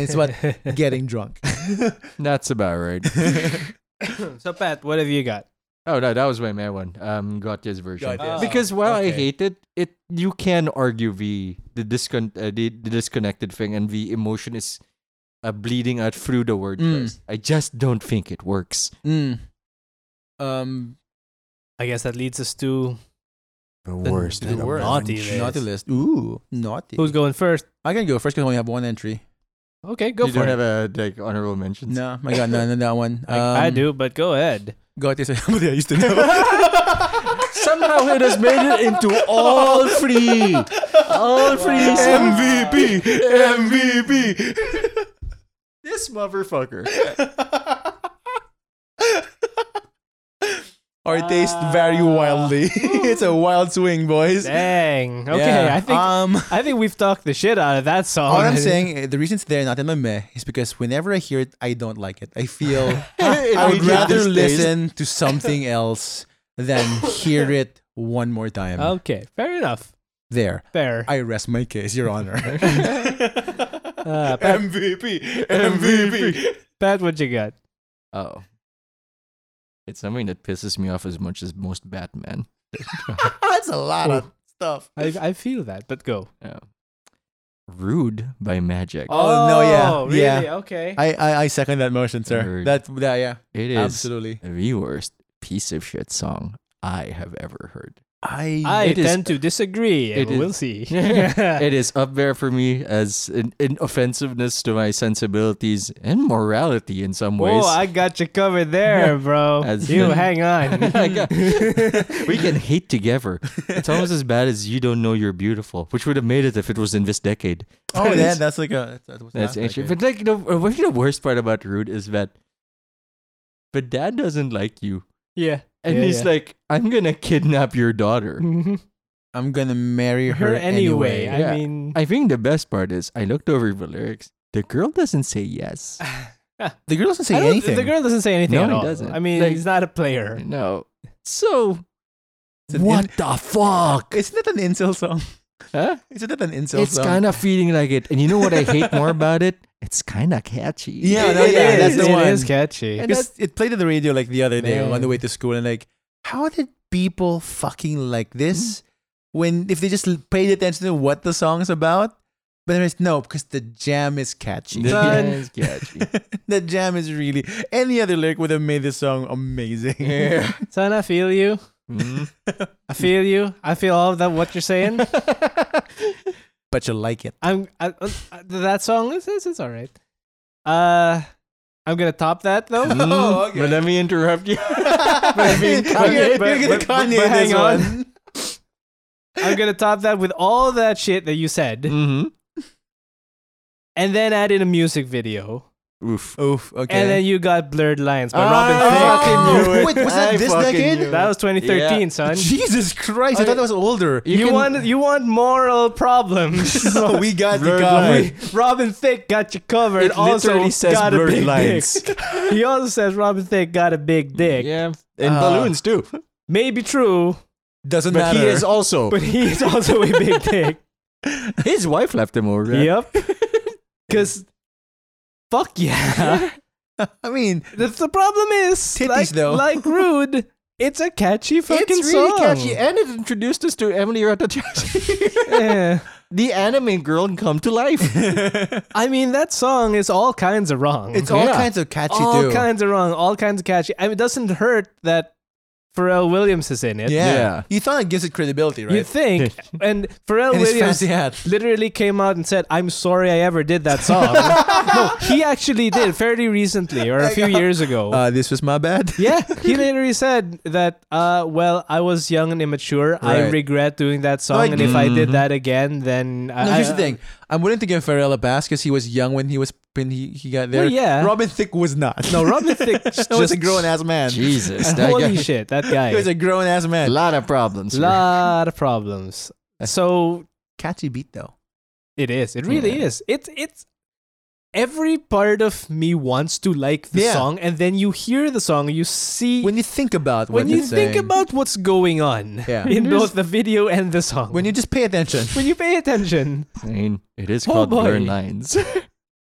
S3: It's about getting drunk.
S1: That's about right.
S2: so, Pat, what have you got?
S1: Oh no, that was my main one. Um, Gotye's version.
S3: Gotye's.
S2: Ah,
S1: because while I
S3: okay.
S1: hate it, it you can argue the the discon uh, the, the disconnected thing and the emotion is uh, bleeding out through the word
S3: Mm.
S1: choice. I just don't think it works.
S2: Hmm.
S3: Mm. Um,
S2: I guess that leads us to
S1: The
S2: worst the
S3: Dude,
S2: and
S3: we're
S2: naughty
S3: on
S2: list.
S3: naughty list. Ooh, naughty.
S2: who's going first.
S3: I can go first because I only have one entry.
S2: Okay, go
S1: you
S2: for
S1: don't
S2: it.
S1: have a like honorable mentions.
S3: No, I got none of that one.
S2: Like, I
S3: Um,
S2: do, but go ahead.
S3: Got this. somebody I used to know.
S1: Somehow it has made it into all three. All three.
S3: MVP, MVP.
S1: This motherfucker.
S3: Our tastes
S2: Ah.
S3: vary wildly. it's a wild swing, boys.
S2: Dang. Okay,
S3: Yeah.
S2: I think Oh,
S3: Um,
S2: I think we've talked the shit out of that song.
S3: all I'm saying, uh, the reason it's there not in my meh is because whenever I hear it, I don't like it. I feel I would
S1: Outrageous
S3: rather
S1: taste.
S3: listen to something else than hear it one more time.
S2: Okay, fair enough.
S3: There,
S2: Fair.
S3: I rest my case, Your Honor.
S2: Uh, Pat,
S3: MVP,
S2: Pat, what you got?
S1: Oh. It's something that pisses me off as much as most Batman.
S3: That's a lot of stuff.
S2: I, I feel that, but go.
S1: Yeah. Rude by Magic.
S3: Oh, no, yeah,
S2: Oh, really?
S3: yeah.
S2: Okay.
S3: I, I I second that motion, sir.
S1: Word.
S3: That that yeah,
S1: It is
S3: absolutely.
S1: the worst piece of shit song I have ever heard.
S3: I,
S2: I
S1: It is-
S2: tend to disagree.
S1: it
S2: and
S1: is-
S2: we'll see.
S1: it is up there for me as an, an offensiveness to my sensibilities and morality in some ways.
S2: Whoa, I got you covered there, bro.
S1: As
S2: you
S1: in-
S2: hang on.
S1: I got- we can hate together. It's almost as bad as you don't know you're beautiful, which would have made it if it was in this decade.
S3: oh yeah, that's like a that was
S1: That's
S3: last
S1: ancient.
S3: decade.
S1: But like the what the worst part about Rude is that but dad doesn't like you.
S2: yeah.
S1: And
S2: Yeah,
S1: he's
S2: yeah.
S1: like, I'm gonna kidnap your daughter.
S2: Mhm.
S3: I'm gonna marry her,
S2: Her anyway.
S3: anyway.
S2: I
S1: yeah.
S2: mean,
S1: I think the best part is I looked over the lyrics. The girl doesn't say yes.
S3: The girl doesn't say
S2: I don't-
S3: anything.
S2: The girl doesn't say anything
S1: No,
S2: at
S1: he
S2: all.
S1: doesn't.
S2: I mean,
S1: Like-
S2: he's not a player.
S1: No. So
S3: It's an
S1: what the fuck?
S3: in- isn't that an insult song?
S1: Huh?
S3: Isn't that an insult
S1: It's
S3: song?
S1: kind of feeling like it. And you know what I hate more about it? It's kind of catchy.
S3: Yeah, no,
S2: It
S3: yeah, that's
S2: is.
S3: the one.
S2: It is catchy.
S1: And
S3: Because it played on the radio like the other day on
S1: Man.
S3: the way to school, and like, how did people fucking like this when if they just l- paid attention to what the song is about? But there's no, because the jam is catchy.
S1: The
S2: Done.
S1: band's catchy.
S3: the jam is really any other lyric would have made this song amazing.
S1: Yeah.
S2: Son, I feel you.
S1: Mhm.
S2: I feel you. I feel all of that. What you're saying.
S3: but you like it.
S2: I'm I, uh, uh, that song is is is all right. Uh, I'm gonna top that though.
S1: Mhm.
S3: Oh, okay.
S1: But let me interrupt you.
S3: I mean,
S2: Kanye-
S3: you're,
S2: but-
S3: you're gonna
S2: but- but-
S3: Kanye
S2: but
S3: this
S2: hang on.
S3: one.
S2: I'm gonna top that with all that shit that you said,
S1: mm-hmm.
S2: and then add in a music video,
S1: Oof.
S3: Oof. Okay.
S2: and then you got blurred lines by Robin
S1: I
S2: Thicke.
S1: Ah, fucking knew it.
S3: Wait, was that
S1: I
S3: this
S1: fucking
S3: decade?
S1: knew it.
S2: That was 2013,
S1: Yeah.
S2: son.
S3: Jesus Christ! I
S1: Okay.
S3: thought that was older.
S2: You,
S1: can-
S2: want you want moral problems.
S3: So we got the
S1: Blurred
S3: cover.
S1: line.
S2: Robin Thicke got you covered.
S1: It
S2: also
S1: literally says
S2: got a
S1: blurred
S2: big
S1: lines.
S2: dick. he also says Robin Thicke got a big dick.
S1: Yeah, and
S3: Uh,
S1: balloons too.
S2: Maybe true,
S3: Doesn't
S1: But
S3: matter.
S1: he is also
S2: but he's also a big dick.
S1: his wife left him over. right?
S2: Yep. Because fuck yeah.
S3: I mean,
S2: the, the problem is,
S3: Titties,
S2: like,
S3: though.
S2: like Rude, it's a catchy fucking
S1: it's really
S2: song.
S1: catchy, and it introduced us to Emily Ratajkowski,
S2: Yeah.
S1: the anime girl, and come to life.
S2: I mean, that song is all kinds of wrong.
S3: it's all
S1: Yeah.
S3: kinds of catchy
S2: all
S3: too.
S2: kinds of wrong. All kinds of catchy. I mean, it doesn't hurt that Pharrell Williams is in it.
S3: yeah.
S1: Yeah.
S3: you thought it gives it credibility, right?
S2: You think? and Pharrell
S3: and his
S2: Williams
S3: fancy hat.
S2: literally came out and said, "I'm sorry I ever did that song." no, he actually did fairly recently, or a few years ago.
S3: Uh, this was my bad.
S2: yeah, he literally said that. Uh, well, I was young and immature. I
S3: Right.
S2: regret doing that song,
S3: Like-
S2: and if I did
S1: Mhm.
S2: that again, then I,
S3: No, here's
S2: I-
S3: the thing. I'm willing to give Pharrell a pass because he was young when he was when he, he got there.
S2: Well, yeah.
S3: Robin Thicke was not.
S2: No, Robin Thicke just
S3: he was a grown ass man.
S1: Jesus, that guy,
S2: holy shit, that guy.
S3: He was a grown ass
S1: a
S3: man.
S1: lot of problems.
S2: lot of problems. So
S3: Catchy beat though.
S2: it is. It really
S1: Yeah.
S2: is. It's it's. Every part of me wants to like the
S3: Yeah.
S2: song, and then you hear the song, you see
S3: When you think about what
S2: when you
S3: it's
S2: think
S3: saying,
S2: about what's going on
S3: Yeah.
S2: in
S1: There's-
S2: both the video and the song,
S3: when you just pay attention.
S2: when you pay attention,
S1: I mean, it is
S2: Oh,
S1: called
S2: boy.
S1: Blurred Lines.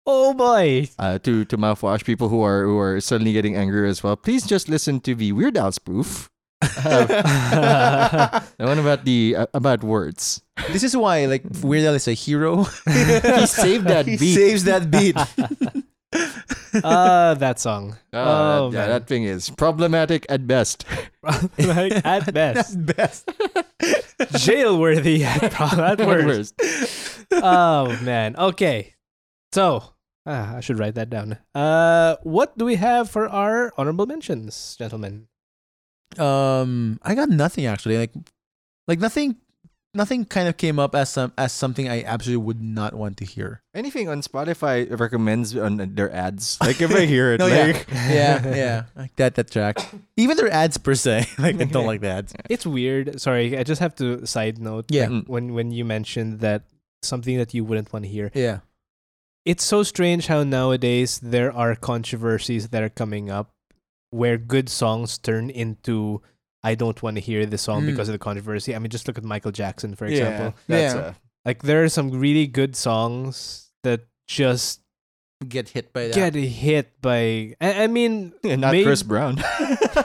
S2: oh boy,
S1: Uh, to to mouthwash people who are who are suddenly getting angry as well. Please just listen to the Weird Al spoof.
S2: Ah,
S1: Uh, the one about the uh, about words.
S3: This is why like Weird Al is a hero.
S1: He saved that
S3: he
S1: beat.
S3: saves that beat.
S2: uh, that song.
S1: Ah,
S2: oh
S1: that, yeah,
S2: man,
S1: that thing is problematic at best.
S2: Like, at best,
S3: Best.
S2: jailworthy at, pro- at
S1: At
S2: worst.
S1: worst.
S2: oh man, okay. So ah, I should write that down. Uh, what do we have for our honorable mentions, gentlemen?
S3: Um, I got nothing actually. Like, like nothing nothing kind of came up as some as something I absolutely would not want to hear.
S1: Anything on Spotify recommends on their ads. Like if I hear it,
S3: No, yeah.
S1: like
S3: yeah, yeah, like that that track. Even their ads per se, like I don't like the ads.
S2: It's weird. Sorry, I just have to side note.
S3: Yeah.
S1: Mm.
S2: When when you mentioned that something that you wouldn't want to hear,
S3: Yeah,
S2: it's so strange how nowadays there are controversies that are coming up where good songs turn into I don't want to hear this song
S3: Mm.
S2: because of the controversy. I mean, just look at Michael Jackson
S1: for
S2: for example.
S1: example,
S3: Yeah.
S1: that's
S3: Yeah.
S1: uh,
S2: Like there are some really good songs that just
S3: get hit by that.
S2: get hit by. I, I mean,
S1: yeah, not
S2: Maybe-
S1: Chris Brown.
S3: He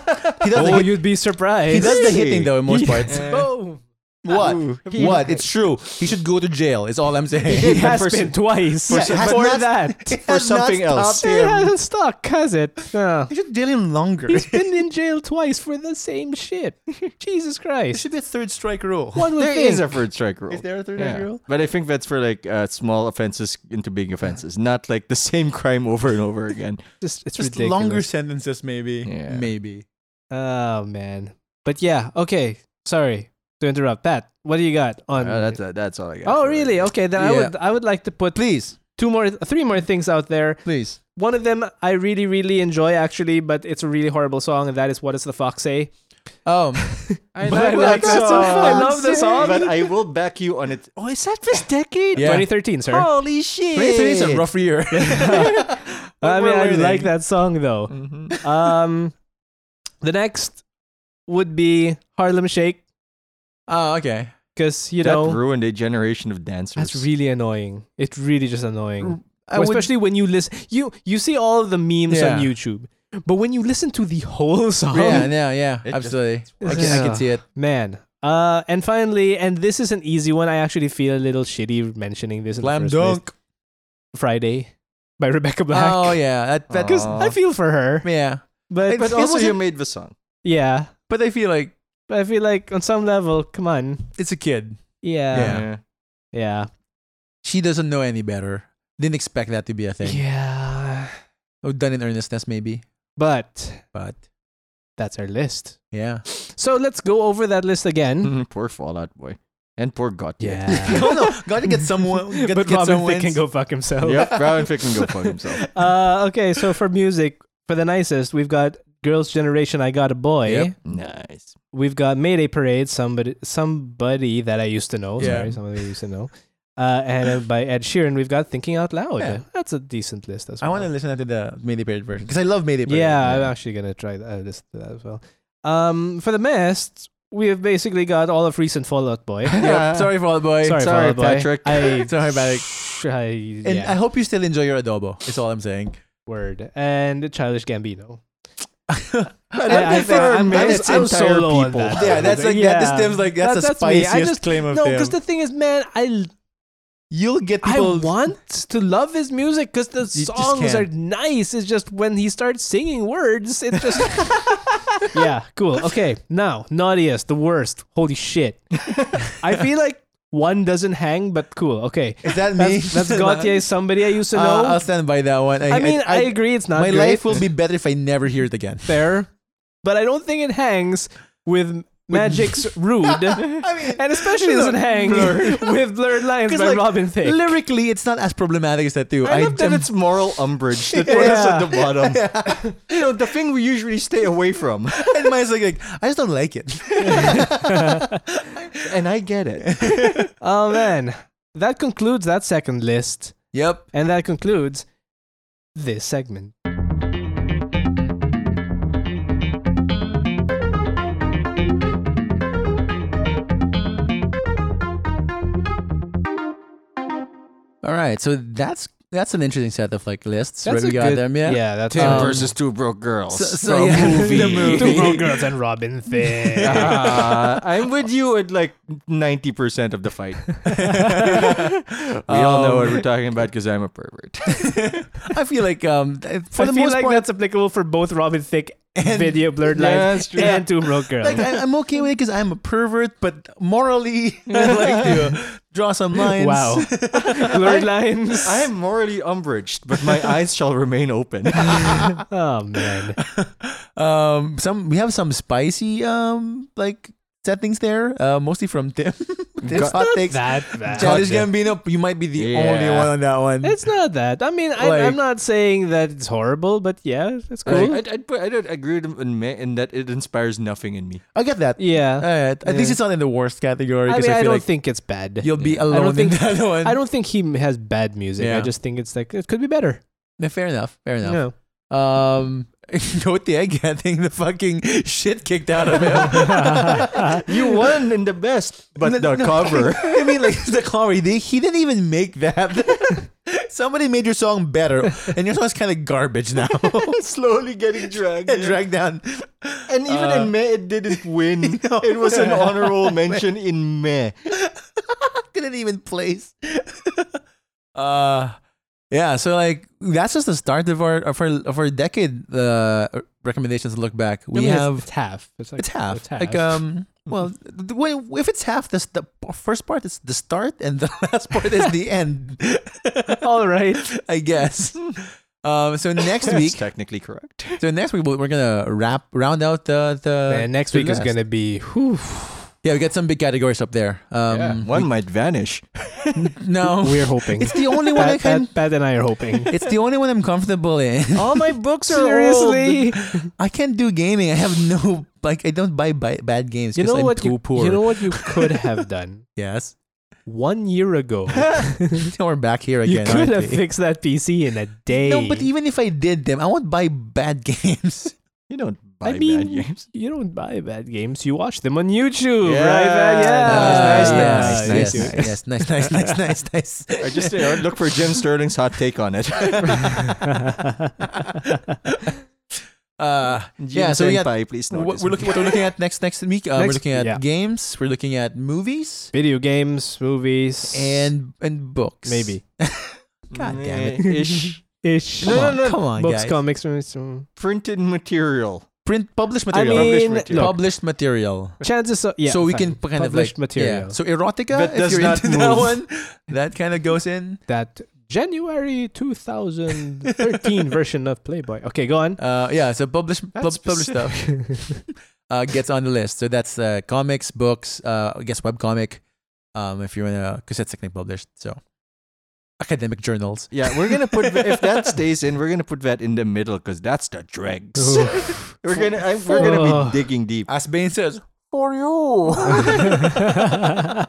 S3: does
S2: oh,
S3: the hit-
S2: you'd be surprised.
S3: he does the hitting
S1: Really?
S3: though in most parts.
S1: Yeah.
S2: Oh,
S3: What?
S1: Ooh.
S3: What? It's true. He should go to jail. Is all I'm
S2: it
S3: saying.
S1: Yeah,
S2: has
S1: for
S2: been
S1: s-
S2: twice
S3: for
S2: for,
S3: s- has not-
S2: that.
S3: It
S1: For
S3: has not
S1: something else.
S3: stopped
S2: It
S3: him.
S2: hasn't stuck, has it? No.
S3: They should jail him longer.
S2: He's been in jail twice for the same shit. Jesus
S3: There
S2: Christ.
S3: should be a third strike rule.
S2: One would
S1: There
S2: think.
S1: is a third strike rule.
S3: Is there a third
S1: Yeah.
S3: strike rule?
S1: But I think that's for like uh, small offenses into big offenses, not like the same crime over and over again.
S2: just, it's
S3: Just
S2: ridiculous.
S3: longer sentences, maybe.
S1: Yeah.
S3: Maybe.
S2: Oh, man. But yeah, okay. Sorry to interrupt. Pat, what do you got
S1: Uh,
S2: on.
S1: that's uh, that's all I got.
S2: oh,
S1: for-
S2: really? Okay, then I
S3: Yeah.
S2: would I would like to put
S3: Please,
S2: two more, three more things out there.
S3: please.
S2: One of them I really, really enjoy actually, but it's a really horrible song, and that is "What Does the Fox Say."
S3: Um, I
S2: But I like that song. I love the song.
S1: But I will back you on it. Oh, is that this decade? Oh,
S3: Yeah.
S2: 2013, sir.
S1: Holy shit!
S3: 2023 is a rough year.
S2: I mean,
S3: we're
S2: I like
S3: learning.
S2: that song though.
S1: Mhm.
S2: Um, the next would be Harlem Shake,
S3: Oh, okay.
S2: because you
S1: that
S2: know
S1: ruined a generation of dancers.
S2: that's really annoying. It's really just annoying,
S3: I would-
S2: especially when you listen. You you see all of the memes on
S3: Yeah.
S2: YouTube, but when you listen to the whole song,
S3: yeah, no, yeah,
S1: It just-
S3: absolutely. I can, I
S2: Yeah.
S3: can see it.
S2: man. Uh, and finally, and this is an easy one. I actually feel a little shitty mentioning this. In the
S3: Slam
S2: first place.
S3: dunk.
S2: Friday by Rebecca Black.
S3: Oh yeah, that that
S2: Because
S1: Aw.
S2: I feel for her.
S3: yeah.
S2: But,
S1: But
S3: It
S1: also, you
S3: wasn't-
S1: made the song.
S2: yeah.
S3: But I feel like
S2: But I feel like on some level, come on.
S3: it's a kid.
S2: Yeah.
S1: yeah.
S2: Yeah.
S3: She doesn't know any better. Didn't expect that to be
S2: Yeah.
S3: a thing. Oh, done in earnestness, maybe.
S2: But
S3: But
S2: that's our list.
S3: yeah.
S2: So let's go over that list again.
S1: Mhm, poor Fallout Boy. And poor Gottlieb.
S2: Yeah.
S3: no, no. Got to get someone. Get,
S2: but
S3: get
S2: Robin
S3: someone.
S2: Thicke can go fuck himself.
S1: yep, Brown Fick can go fuck himself.
S2: Uh, okay, so for music, for the nicest, we've got Girls' Generation, I Got a Boy.
S3: Yep.
S1: Nice.
S2: We've got Mayday Parade, somebody somebody that I used to know.
S3: Yeah.
S2: Sorry, somebody I used to know. Uh, and uh, by Ed Sheeran, we've got Thinking Out Loud.
S3: Yeah.
S2: That's a decent list as
S3: I
S2: well.
S3: want to listen to the Mayday Parade version because I love Mayday Parade.
S2: Yeah, I'm actually gonna try that, uh, listen to that as well. Um, for the best, we have basically got all of recent Fallout Boy.
S3: Yep. Sorry for all the boys.
S2: sorry,
S1: sorry,
S2: Fallout Boy.
S1: Patrick.
S2: I,
S3: Sorry, Patrick.
S2: I,
S3: And
S2: yeah,
S3: I hope you still enjoy your adobo. It's all I'm saying.
S2: word and Childish Gambino.
S1: That
S2: I- I-
S1: differ
S2: I'm- I was-
S1: amidst
S2: I was so
S1: entire
S2: low on
S1: people.
S2: that.
S3: yeah, that's like that. This Tim's like that's
S2: That-
S3: the
S2: me. I
S3: spiciest
S2: just-
S3: claim of
S2: No,
S3: Tim.
S2: because the thing is, man, I
S3: You'll get
S2: I
S3: people.
S2: want to love his music because the
S3: just
S2: songs are
S3: can't.
S2: nice. It's just when he starts singing words, it's just. yeah, cool. Okay, now, naughtiest, the worst. Holy shit. I feel like one doesn't hang, but cool. Okay.
S3: Is that me?
S2: That's, that's Gautier, somebody I used to
S3: Uh,
S2: know.
S3: I'll stand by that one.
S2: I, mean, I, agree, it's not
S3: my
S2: great,
S3: life will be better if I never hear it again.
S2: fair, but I don't think it hangs with Magic's Rude.
S3: I mean,
S2: And especially doesn't hang with Blurred Lines
S3: 'Cause,
S2: by
S3: like,
S2: Robin Thicke.
S3: lyrically, it's not as problematic as that too.
S1: I love that
S3: am-
S1: it's moral umbrage that put us
S2: Yeah.
S1: at the bottom. You know, the thing we usually stay away from.
S3: and mine's like, like, I just don't like it.
S1: And I get it.
S2: Oh man, that concludes that second list,
S3: Yep.
S2: and that concludes this segment.
S3: All right. So that's that's an interesting set of like lists.
S2: That's
S3: right?
S2: a
S3: We got
S2: good-
S3: them. Yeah.
S2: that's
S3: Tim
S2: um,
S3: versus
S1: two broke girls.
S3: So- so, From yeah, movie. the movie.
S2: Two Broke Girls and Robin Thicke.
S1: Uh, I'm with you at like 90% of the fight. Um, we all know what we're talking about because I'm a pervert.
S3: I feel like um th- for
S2: I
S3: the
S2: feel
S3: most
S2: like
S3: part,
S2: that's applicable for both Robin Thicke video blurred
S1: Yeah,
S2: lines
S1: that's true.
S2: and Two Broke Girls.
S3: like I, I'm okay with it because I'm a pervert, but morally, I like to draw some lines.
S2: wow, blurred lines.
S1: I am morally umbraged, but my eyes shall remain open.
S2: oh man,
S3: Um, some we have some spicy um like settings there, uh, mostly from Tim. This
S1: Got-
S3: hot takes.
S2: that bad.
S3: Childish
S1: Yeah.
S3: Gambino, you might be the
S1: Yeah.
S3: only one on that one.
S2: It's not that. I mean, I,
S3: Like-
S2: I'm not saying that it's horrible, but yeah, it's cool.
S1: Like, I'd, I'd put, I don't agree with him in, me, in that it inspires nothing in me.
S3: I get that.
S2: yeah.
S3: Alright, at least
S2: Yeah.
S3: it's not in the worst category
S2: I
S3: because
S2: mean,
S3: I,
S2: I,
S3: feel
S2: don't
S3: like
S2: think it's bad.
S3: you'll be
S2: don't
S3: alone in
S2: think-
S3: that one.
S2: I don't think he has bad music.
S3: Yeah.
S2: I just think it's like it could be better.
S3: Yeah, fair enough. Fair enough.
S2: No.
S3: Um, Note Egg getting the fucking shit kicked out of him.
S1: Uh, You won in the best, but
S3: No,
S1: the
S3: no.
S1: cover.
S3: I mean, like the comedy, they, he didn't even make that. Somebody made your song better, and your song's kind of garbage now.
S1: Slowly getting dragged.
S3: and
S1: in.
S3: dragged down.
S1: And even
S3: Uh,
S1: in May, it didn't win.
S3: No.
S1: It was an honorable mention in May.
S3: couldn't even place. uh yeah, so like that's just the start of our of our of our decade uh recommendations to look back.
S2: I
S3: We
S2: mean, it's-
S3: have
S2: it's half. It's, like,
S3: it's half. Like um well th- th- when- if it's half this the p- first part is the start and the last part is the end,
S2: all right.
S3: I guess. Um so next
S1: That's
S3: week
S1: technically correct.
S3: so next week we'll- we're going to wrap round out the the
S2: Man, next
S3: the
S2: week is
S3: list.
S2: gonna be. Whew,
S3: Yeah, we got some big categories up there. Um
S1: One might vanish.
S3: no.
S2: we're hoping.
S3: it's the only one I
S2: Pat,
S3: can
S2: Pat, Pat and I are hoping.
S3: It's the only one I'm comfortable in.
S2: all my books
S3: are
S2: seriously.
S3: I can't do gaming. I have no like. I don't buy, bi bad games
S2: You
S3: because
S2: know
S3: I'm
S2: what you
S3: too poor.
S2: you know what you could have done
S3: yes,
S2: one year ago.
S3: we're back here
S2: You eh.
S3: again.
S2: could
S3: aren't
S2: have
S3: we?
S2: fixed that PC in a day.
S3: No, but even if I did them, I won't buy bad games.
S1: You don't buy
S2: I mean,
S1: bad games.
S2: you don't buy bad games. You watch them on YouTube,
S1: Yeah,
S2: right? man?
S1: nice,
S2: Yeah,
S1: nice, nice,
S2: yeah, you
S1: nice,
S2: do.
S3: Uh, yes, nice, nice, nice, nice, nice.
S1: I just you know, look for Jim Sterling's hot take on it.
S3: Uh,
S1: Jim
S3: so we got-
S1: Senpai, please
S3: what
S1: notice.
S3: we're looking, what we're looking at next next week. Uh, we're
S2: Next-
S3: looking at
S2: yeah.
S3: games. We're looking at movies
S2: Video games, movies,
S3: and and books.
S2: maybe
S3: God damn it.
S1: Meh, Ish.
S2: ish.
S1: No,
S3: Come
S1: no,
S3: on,
S1: no.
S3: come on,
S2: Books,
S3: guys.
S2: comics. movies, mm.
S1: Printed material.
S3: Print published
S2: I
S3: material.
S1: Published
S2: mean,
S1: material.
S2: look,
S3: published material.
S2: chances are yeah.
S3: so we
S2: fine.
S3: can kind of like
S2: Published material
S3: Yeah. So erotica,
S1: That
S3: if
S1: does
S3: you're
S1: not
S3: into that
S1: move.
S3: one, that kind of goes in.
S2: that January 2013 version of Playboy. Okay, go on.
S3: Uh, yeah, so published pub-
S1: That's
S3: published stuff uh, gets on the list. So that's uh, comics, books, uh, I guess webcomic. Um, if you want to, because that's technically published. So academic journals.
S1: Yeah, we're gonna put if that stays in, we're gonna put that in the middle because that's the dregs. we're gonna I, we're gonna
S2: Oh.
S1: be digging deep.
S3: As Bane says, for you.
S1: I,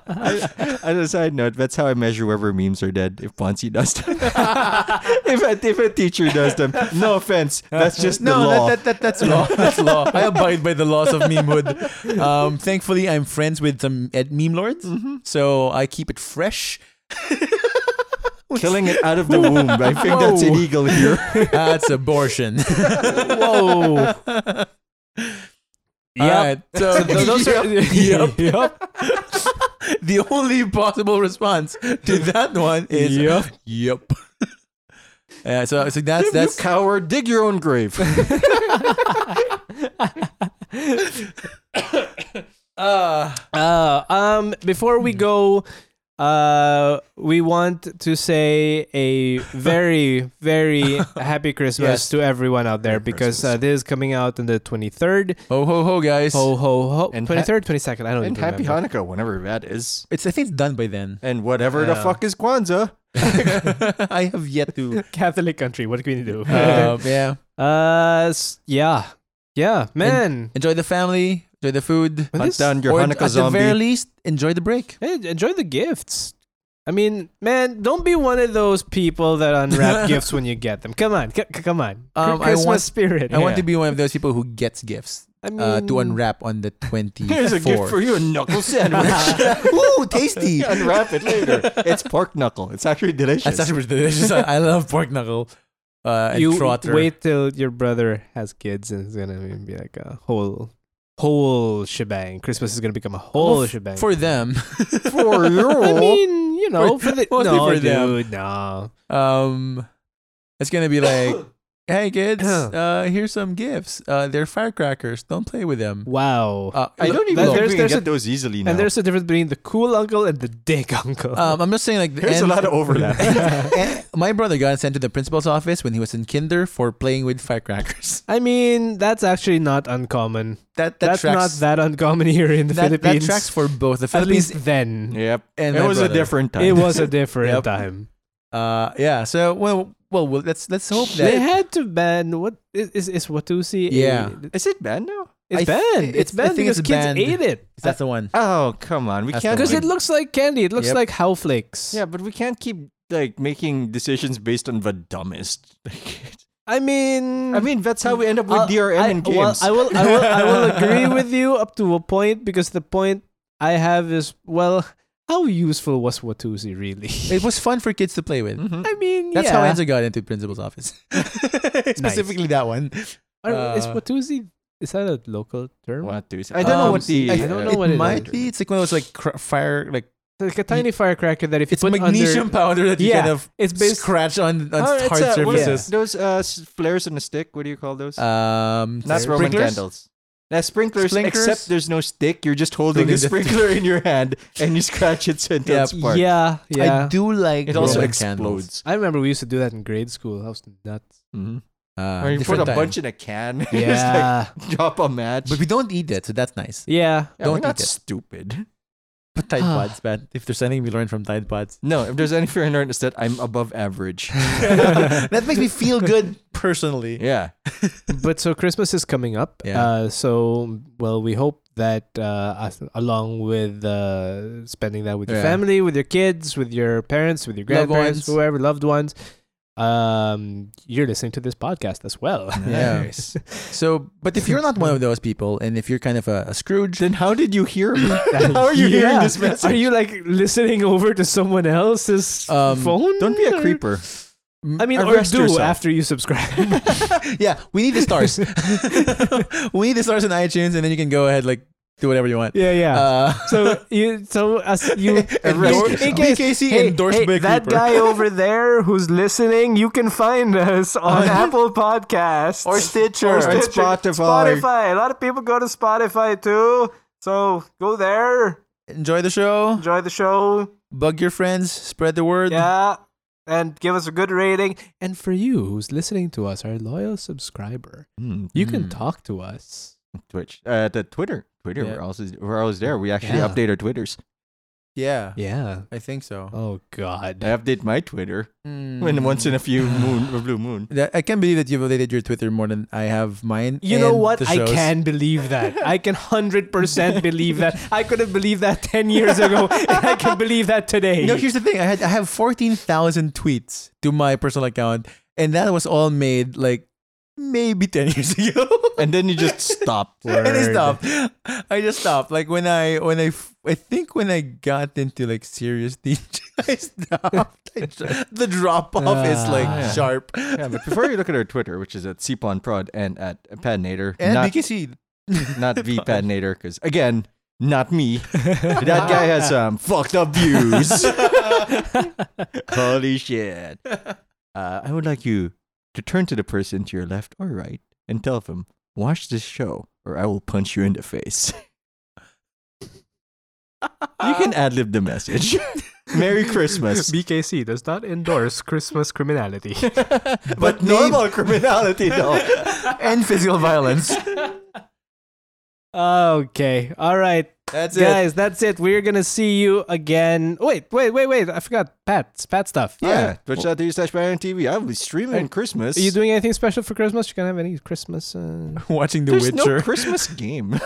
S1: as a side note, that's how I measure whether memes are dead. If Ponzi does them, if a, if a teacher does them, no offense, that's just the
S3: no,
S1: law.
S3: that, that, that, that's law. That's law. I abide by the laws of memehood. Um, thankfully, I'm friends with some at meme lords, so I keep it fresh.
S1: Killing it out of the womb. I think that's
S2: Whoa.
S1: illegal here.
S3: That's abortion.
S2: Whoa.
S3: All
S2: Yeah.
S3: right, so
S2: Those are
S3: Yep.
S2: Yup.
S3: the only possible response to that one is
S2: Yup.
S3: Yup. Yeah, so so that's that's
S1: you coward. Dig your own grave.
S3: uh
S2: Uh, um, before we go, uh, we want to say a very, very happy Christmas
S3: Yes.
S2: to everyone out there because uh, this is coming out on the 23rd.
S3: ho ho ho guys.
S2: Ho, ho, ho.
S1: And ha-
S2: 23rd, 22nd. I don't
S1: and
S2: even
S1: happy
S2: remember.
S1: Hanukkah, whenever that is.
S3: It's I think it's done by then.
S1: And whatever the
S2: Yeah.
S1: fuck is Kwanzaa.
S3: I have yet to.
S2: Catholic country. What can we do? Uh,
S3: Uh, yeah,
S2: s- yeah. Yeah, man.
S3: enjoy the family, enjoy the food,
S2: When
S1: Hunt
S2: this-
S1: down your
S3: or
S1: Hanukkah
S3: at the
S1: zombie.
S3: very least, enjoy the break.
S2: Hey, enjoy the gifts. I mean, man, don't be one of those people that unwrap gifts when you get them. Come on, c- c- come on.
S3: Um, I
S2: Christmas
S3: want-
S2: spirit.
S3: I want to
S1: Yeah.
S3: be one of those people who gets gifts
S2: I mean,
S3: uh, to unwrap on the twenty.
S1: Mm. Here's a gift for you, a knuckle sandwich.
S3: Ooh, tasty.
S1: Unwrap it later. It's pork knuckle. It's actually delicious.
S3: That's actually delicious. I I love pork knuckle uh, and
S2: you
S3: trotter.
S2: wait till your brother has kids and it's gonna be like a whole, whole shebang. Christmas is gonna become a whole
S3: Well, f-
S2: shebang.
S3: for them.
S1: for you.
S2: I mean, you know,
S3: For-
S2: for the
S3: mostly
S2: no,
S3: for them.
S2: dude, no.
S3: Um, it's gonna be like hey kids, uh, here's some gifts. Uh, they're firecrackers. Don't play with them.
S2: Wow.
S3: Uh,
S1: I
S3: look-
S1: don't even
S2: There's-
S1: think
S2: there's-
S1: we can
S2: there's
S1: get
S2: a-
S1: those easily now.
S2: And there's a difference between the cool uncle and the dick uncle.
S3: Um, I'm just saying, like, the
S1: There's a
S3: end-
S1: lot of overlap.
S3: And my brother got sent to the principal's office when he was in kinder for playing with firecrackers.
S2: I mean, that's actually not uncommon.
S3: That that
S2: that's
S3: tracks.
S2: not that uncommon here in the
S3: that, that
S2: Philippines.
S3: tracks for both the
S2: At
S3: Philippines.
S2: least then.
S1: yep.
S3: And
S1: it
S3: my
S1: was a
S3: brother.
S1: different time.
S2: It was a different
S3: Yep.
S2: time.
S3: Uh, yeah. So well, well, well, let's let's hope
S2: They
S3: that
S2: had to ban what is is, is Watusi? a-
S3: Yeah.
S1: Is it banned now?
S2: it's
S3: I th-
S2: banned.
S3: it's-
S2: it's
S3: I
S2: banned
S3: think
S2: because
S3: it's
S2: kids
S3: banned.
S2: ate it.
S3: that's the one.
S1: Oh come on, we
S3: That's
S1: can't.
S3: the
S2: Because
S1: keep-
S2: it looks like candy. It looks
S3: Yep.
S2: like how flakes.
S1: yeah, but we can't keep like making decisions based on the dumbest. I
S2: I mean,
S1: mean, that's how we end up with
S2: I'll-
S1: DRM
S2: I,
S1: in
S2: well,
S1: games.
S2: I will, I will, I will agree with you up to a point because the point I have is well, how useful was Watusi really?
S3: It was fun for kids to play with.
S1: Mhm.
S2: I mean,
S3: That's
S2: yeah.
S3: how Enzo got into principal's office. Specifically that one.
S2: I don't- is
S3: uh,
S2: Watusi is that a local term?
S1: What do you say? I don't know
S2: Um,
S1: what the.
S2: I don't know
S3: it
S2: what it
S3: might
S2: is.
S3: be. It's like one of those like cr- fire like
S2: It's like a tiny firecracker that if you
S3: it's
S2: put
S3: magnesium
S2: under,
S3: powder that you
S2: Yeah.
S3: kind of
S2: it's based
S3: scratch on, on
S1: Oh, it's,
S3: hard
S1: uh, what is
S3: surfaces.
S1: it? Those uh, s- flares on a stick. What do you call those?
S3: Um,
S1: Not Roman
S3: sprinklers?
S1: candles. Now sprinklers,
S3: Sprinklers?
S1: except there's no stick. You're just holding
S3: Holding
S1: a
S3: the stick.
S1: sprinkler in your hand and you scratch it so it
S3: Yep.
S1: does spark.
S2: Yeah, yeah.
S3: I do like
S1: It also
S3: Roman candles.
S1: explodes.
S2: I remember we used to do that in grade school. That was nuts.
S1: Mm-hmm.
S3: Uh,
S1: Or you put
S3: different
S1: a
S3: time.
S1: bunch in a can. and just
S2: Yeah,
S1: like drop a match.
S3: but we don't eat that, so that's nice.
S2: yeah.
S1: Yeah, we're
S3: don't
S1: not
S3: eat it.
S1: stupid.
S3: But Tide Pods, man. If there's anything we learned from Tide Pods,
S1: No, if there's anything I learned, it's that I'm above average.
S3: that makes me feel good personally.
S1: yeah.
S2: But so Christmas is coming up.
S3: Yeah.
S2: Uh, so well, we hope that uh, as- along with uh, spending that with your
S3: Yeah.
S2: family, with your kids, with your parents, with your
S3: Loved
S2: grandparents,
S3: ones.
S2: whoever loved ones, um, you're listening to this podcast as well.
S3: Yeah. So, but if you're not one of those people, and if you're kind of a, a Scrooge,
S1: Then how did you hear me? how are you hearing
S2: Yeah.
S1: this message?
S2: Are you like listening over to someone else's
S3: Um,
S2: phone?
S1: Don't be a
S2: Or-
S1: creeper.
S2: I mean, or
S1: Arrest
S2: do
S1: yourself.
S2: after you subscribe.
S3: yeah, we need the stars. we need the stars in iTunes, and then you can go ahead like do whatever you want.
S2: yeah, yeah.
S3: Uh,
S2: so you, so as you
S1: Endorse-
S2: in case-
S3: BKC
S2: hey,
S3: endorsed
S2: hey,
S3: by a
S2: that
S3: creeper.
S2: guy over there who's listening, you can find us on Apple Podcasts
S1: Or Stitcher. Or Spotify.
S2: Spotify. A lot of people go to Spotify too. So go there,
S3: Enjoy the show.
S2: enjoy the show,
S3: Bug your friends. Spread the word.
S2: yeah, and give us a good rating. And for you who's listening to us, our loyal subscriber,
S1: Hmm,
S2: you can talk to us.
S1: Twitch. Uh, the Twitter. Twitter.
S3: Yeah.
S1: We're, also, we're always there. We actually
S2: Yeah.
S1: update our Twitters.
S3: Yeah,
S2: Yeah.
S3: I think so. Hmm.
S2: Oh God.
S1: I update my Twitter
S3: Mm.
S1: when once in a few moon or blue moon.
S3: That- I can't believe that you've updated your Twitter more than I have mine.
S2: You know
S3: and
S2: what?
S3: the
S2: I
S3: shows.
S2: can believe that. I can 100% believe that. I couldn't believe that 10 years ago, and I can believe that today.
S3: No, here's the thing. I had I have fourteen thousand tweets to my personal account, and that was all made like maybe ten years ago.
S1: And then you just stop.
S3: and I
S2: Word.
S3: stopped. I just stopped. Like when I when I f- I think when I got into like serious teaching, I stopped. I dr- the drop off is like
S2: Ah. Yeah.
S3: sharp.
S1: yeah, but before you look at our Twitter, which is at cponprod and at padnader,
S3: And
S1: not,
S3: BKC.
S1: not the padnader, because again, not me. that guy has some fucked up views. Holy shit. Uh, I would like you to turn to the person to your left or right and tell them, watch this show or I will punch you in the face. you can ad lib the message. Merry Christmas.
S2: BKC does not endorse Christmas criminality.
S1: but normal criminality, though.
S3: and physical violence.
S2: okay. All right.
S3: That's it.
S2: Guys, that's it. We're going to see you again. Wait, wait, wait, wait. I forgot Pat's Pat stuff.
S1: Yeah, twitch.tv slash Byron TV. I will be streaming Christmas.
S2: Are you doing anything special for Christmas? You going to have any Christmas? Uh...
S3: Watching The
S1: There's
S3: Witcher.
S1: no Christmas game.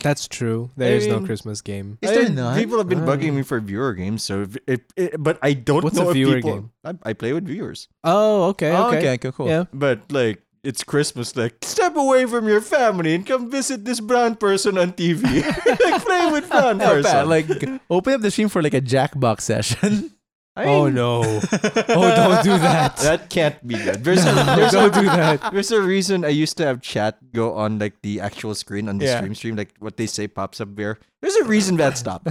S2: That's true. There is
S1: mean-
S2: no Christmas game.
S3: Is there
S1: I-
S3: not?
S1: People have been
S2: Uh.
S1: bugging me for viewer games, so if, if, it- but I don't
S2: What's
S1: know
S2: a
S1: if
S2: viewer
S1: people.
S2: game?
S1: I, I play with viewers,
S2: Oh, okay.
S3: Oh,
S2: Okay.
S3: okay, okay, cool.
S2: Yeah.
S1: but like it's Christmas. Like step away from your family and come visit this brown person on TV. like play with brown
S3: How
S1: person.
S3: bad? Like open up the stream for like a Jackbox session.
S1: I
S2: Oh,
S1: mean,
S2: no. oh, don't do that.
S1: That can't be good. There's a,
S2: No,
S1: there's,
S2: don't
S1: a,
S2: do that.
S1: there's a reason I used to have chat go on like the actual screen on the
S3: Yeah.
S1: stream stream, like what they say pops up there. There's a reason that stopped.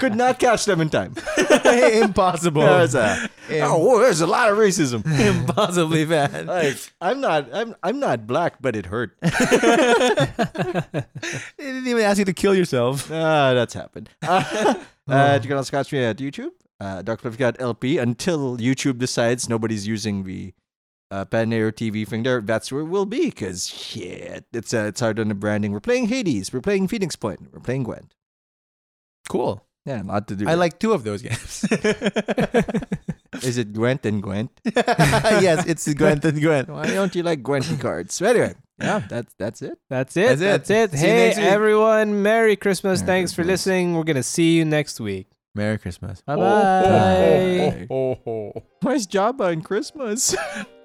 S1: Could not catch them in time.
S3: Impossible.
S1: There's a, oh, there's a lot of racism.
S3: Impossibly bad.
S1: Like I'm not, I'm, I'm not black, but it hurt.
S3: They didn't even ask you to kill yourself.
S1: Uh, that's happened. Uh,
S3: Oh.
S1: uh, you can also catch me at YouTube, uh, Dr. Got LP, until YouTube decides nobody's using the uh, Panero TV thing there. That's where we'll be, because shit, it's, uh, it's hard on the branding. We're playing Hades, we're playing Phoenix Point, we're playing Gwent.
S3: Cool.
S1: Yeah, a lot to do.
S3: I like two of those games.
S1: Is it Gwent and Gwent?
S3: yes, it's Gwent and Gwent.
S1: Why don't you like Gwent cards? So anyway, yeah, that's that's it.
S2: That's it.
S3: That's it.
S2: That's it.
S3: See you
S2: Hey,
S3: next week.
S2: everyone. Merry Christmas.
S1: Merry
S2: Thanks for
S1: Christmas.
S2: listening. We're going to see you next week.
S3: Merry Christmas.
S2: Bye bye.
S1: ho, Where's Jabba and Christmas?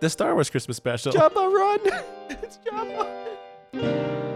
S3: The Star Wars Christmas special.
S1: Jabba run! it's Jabba.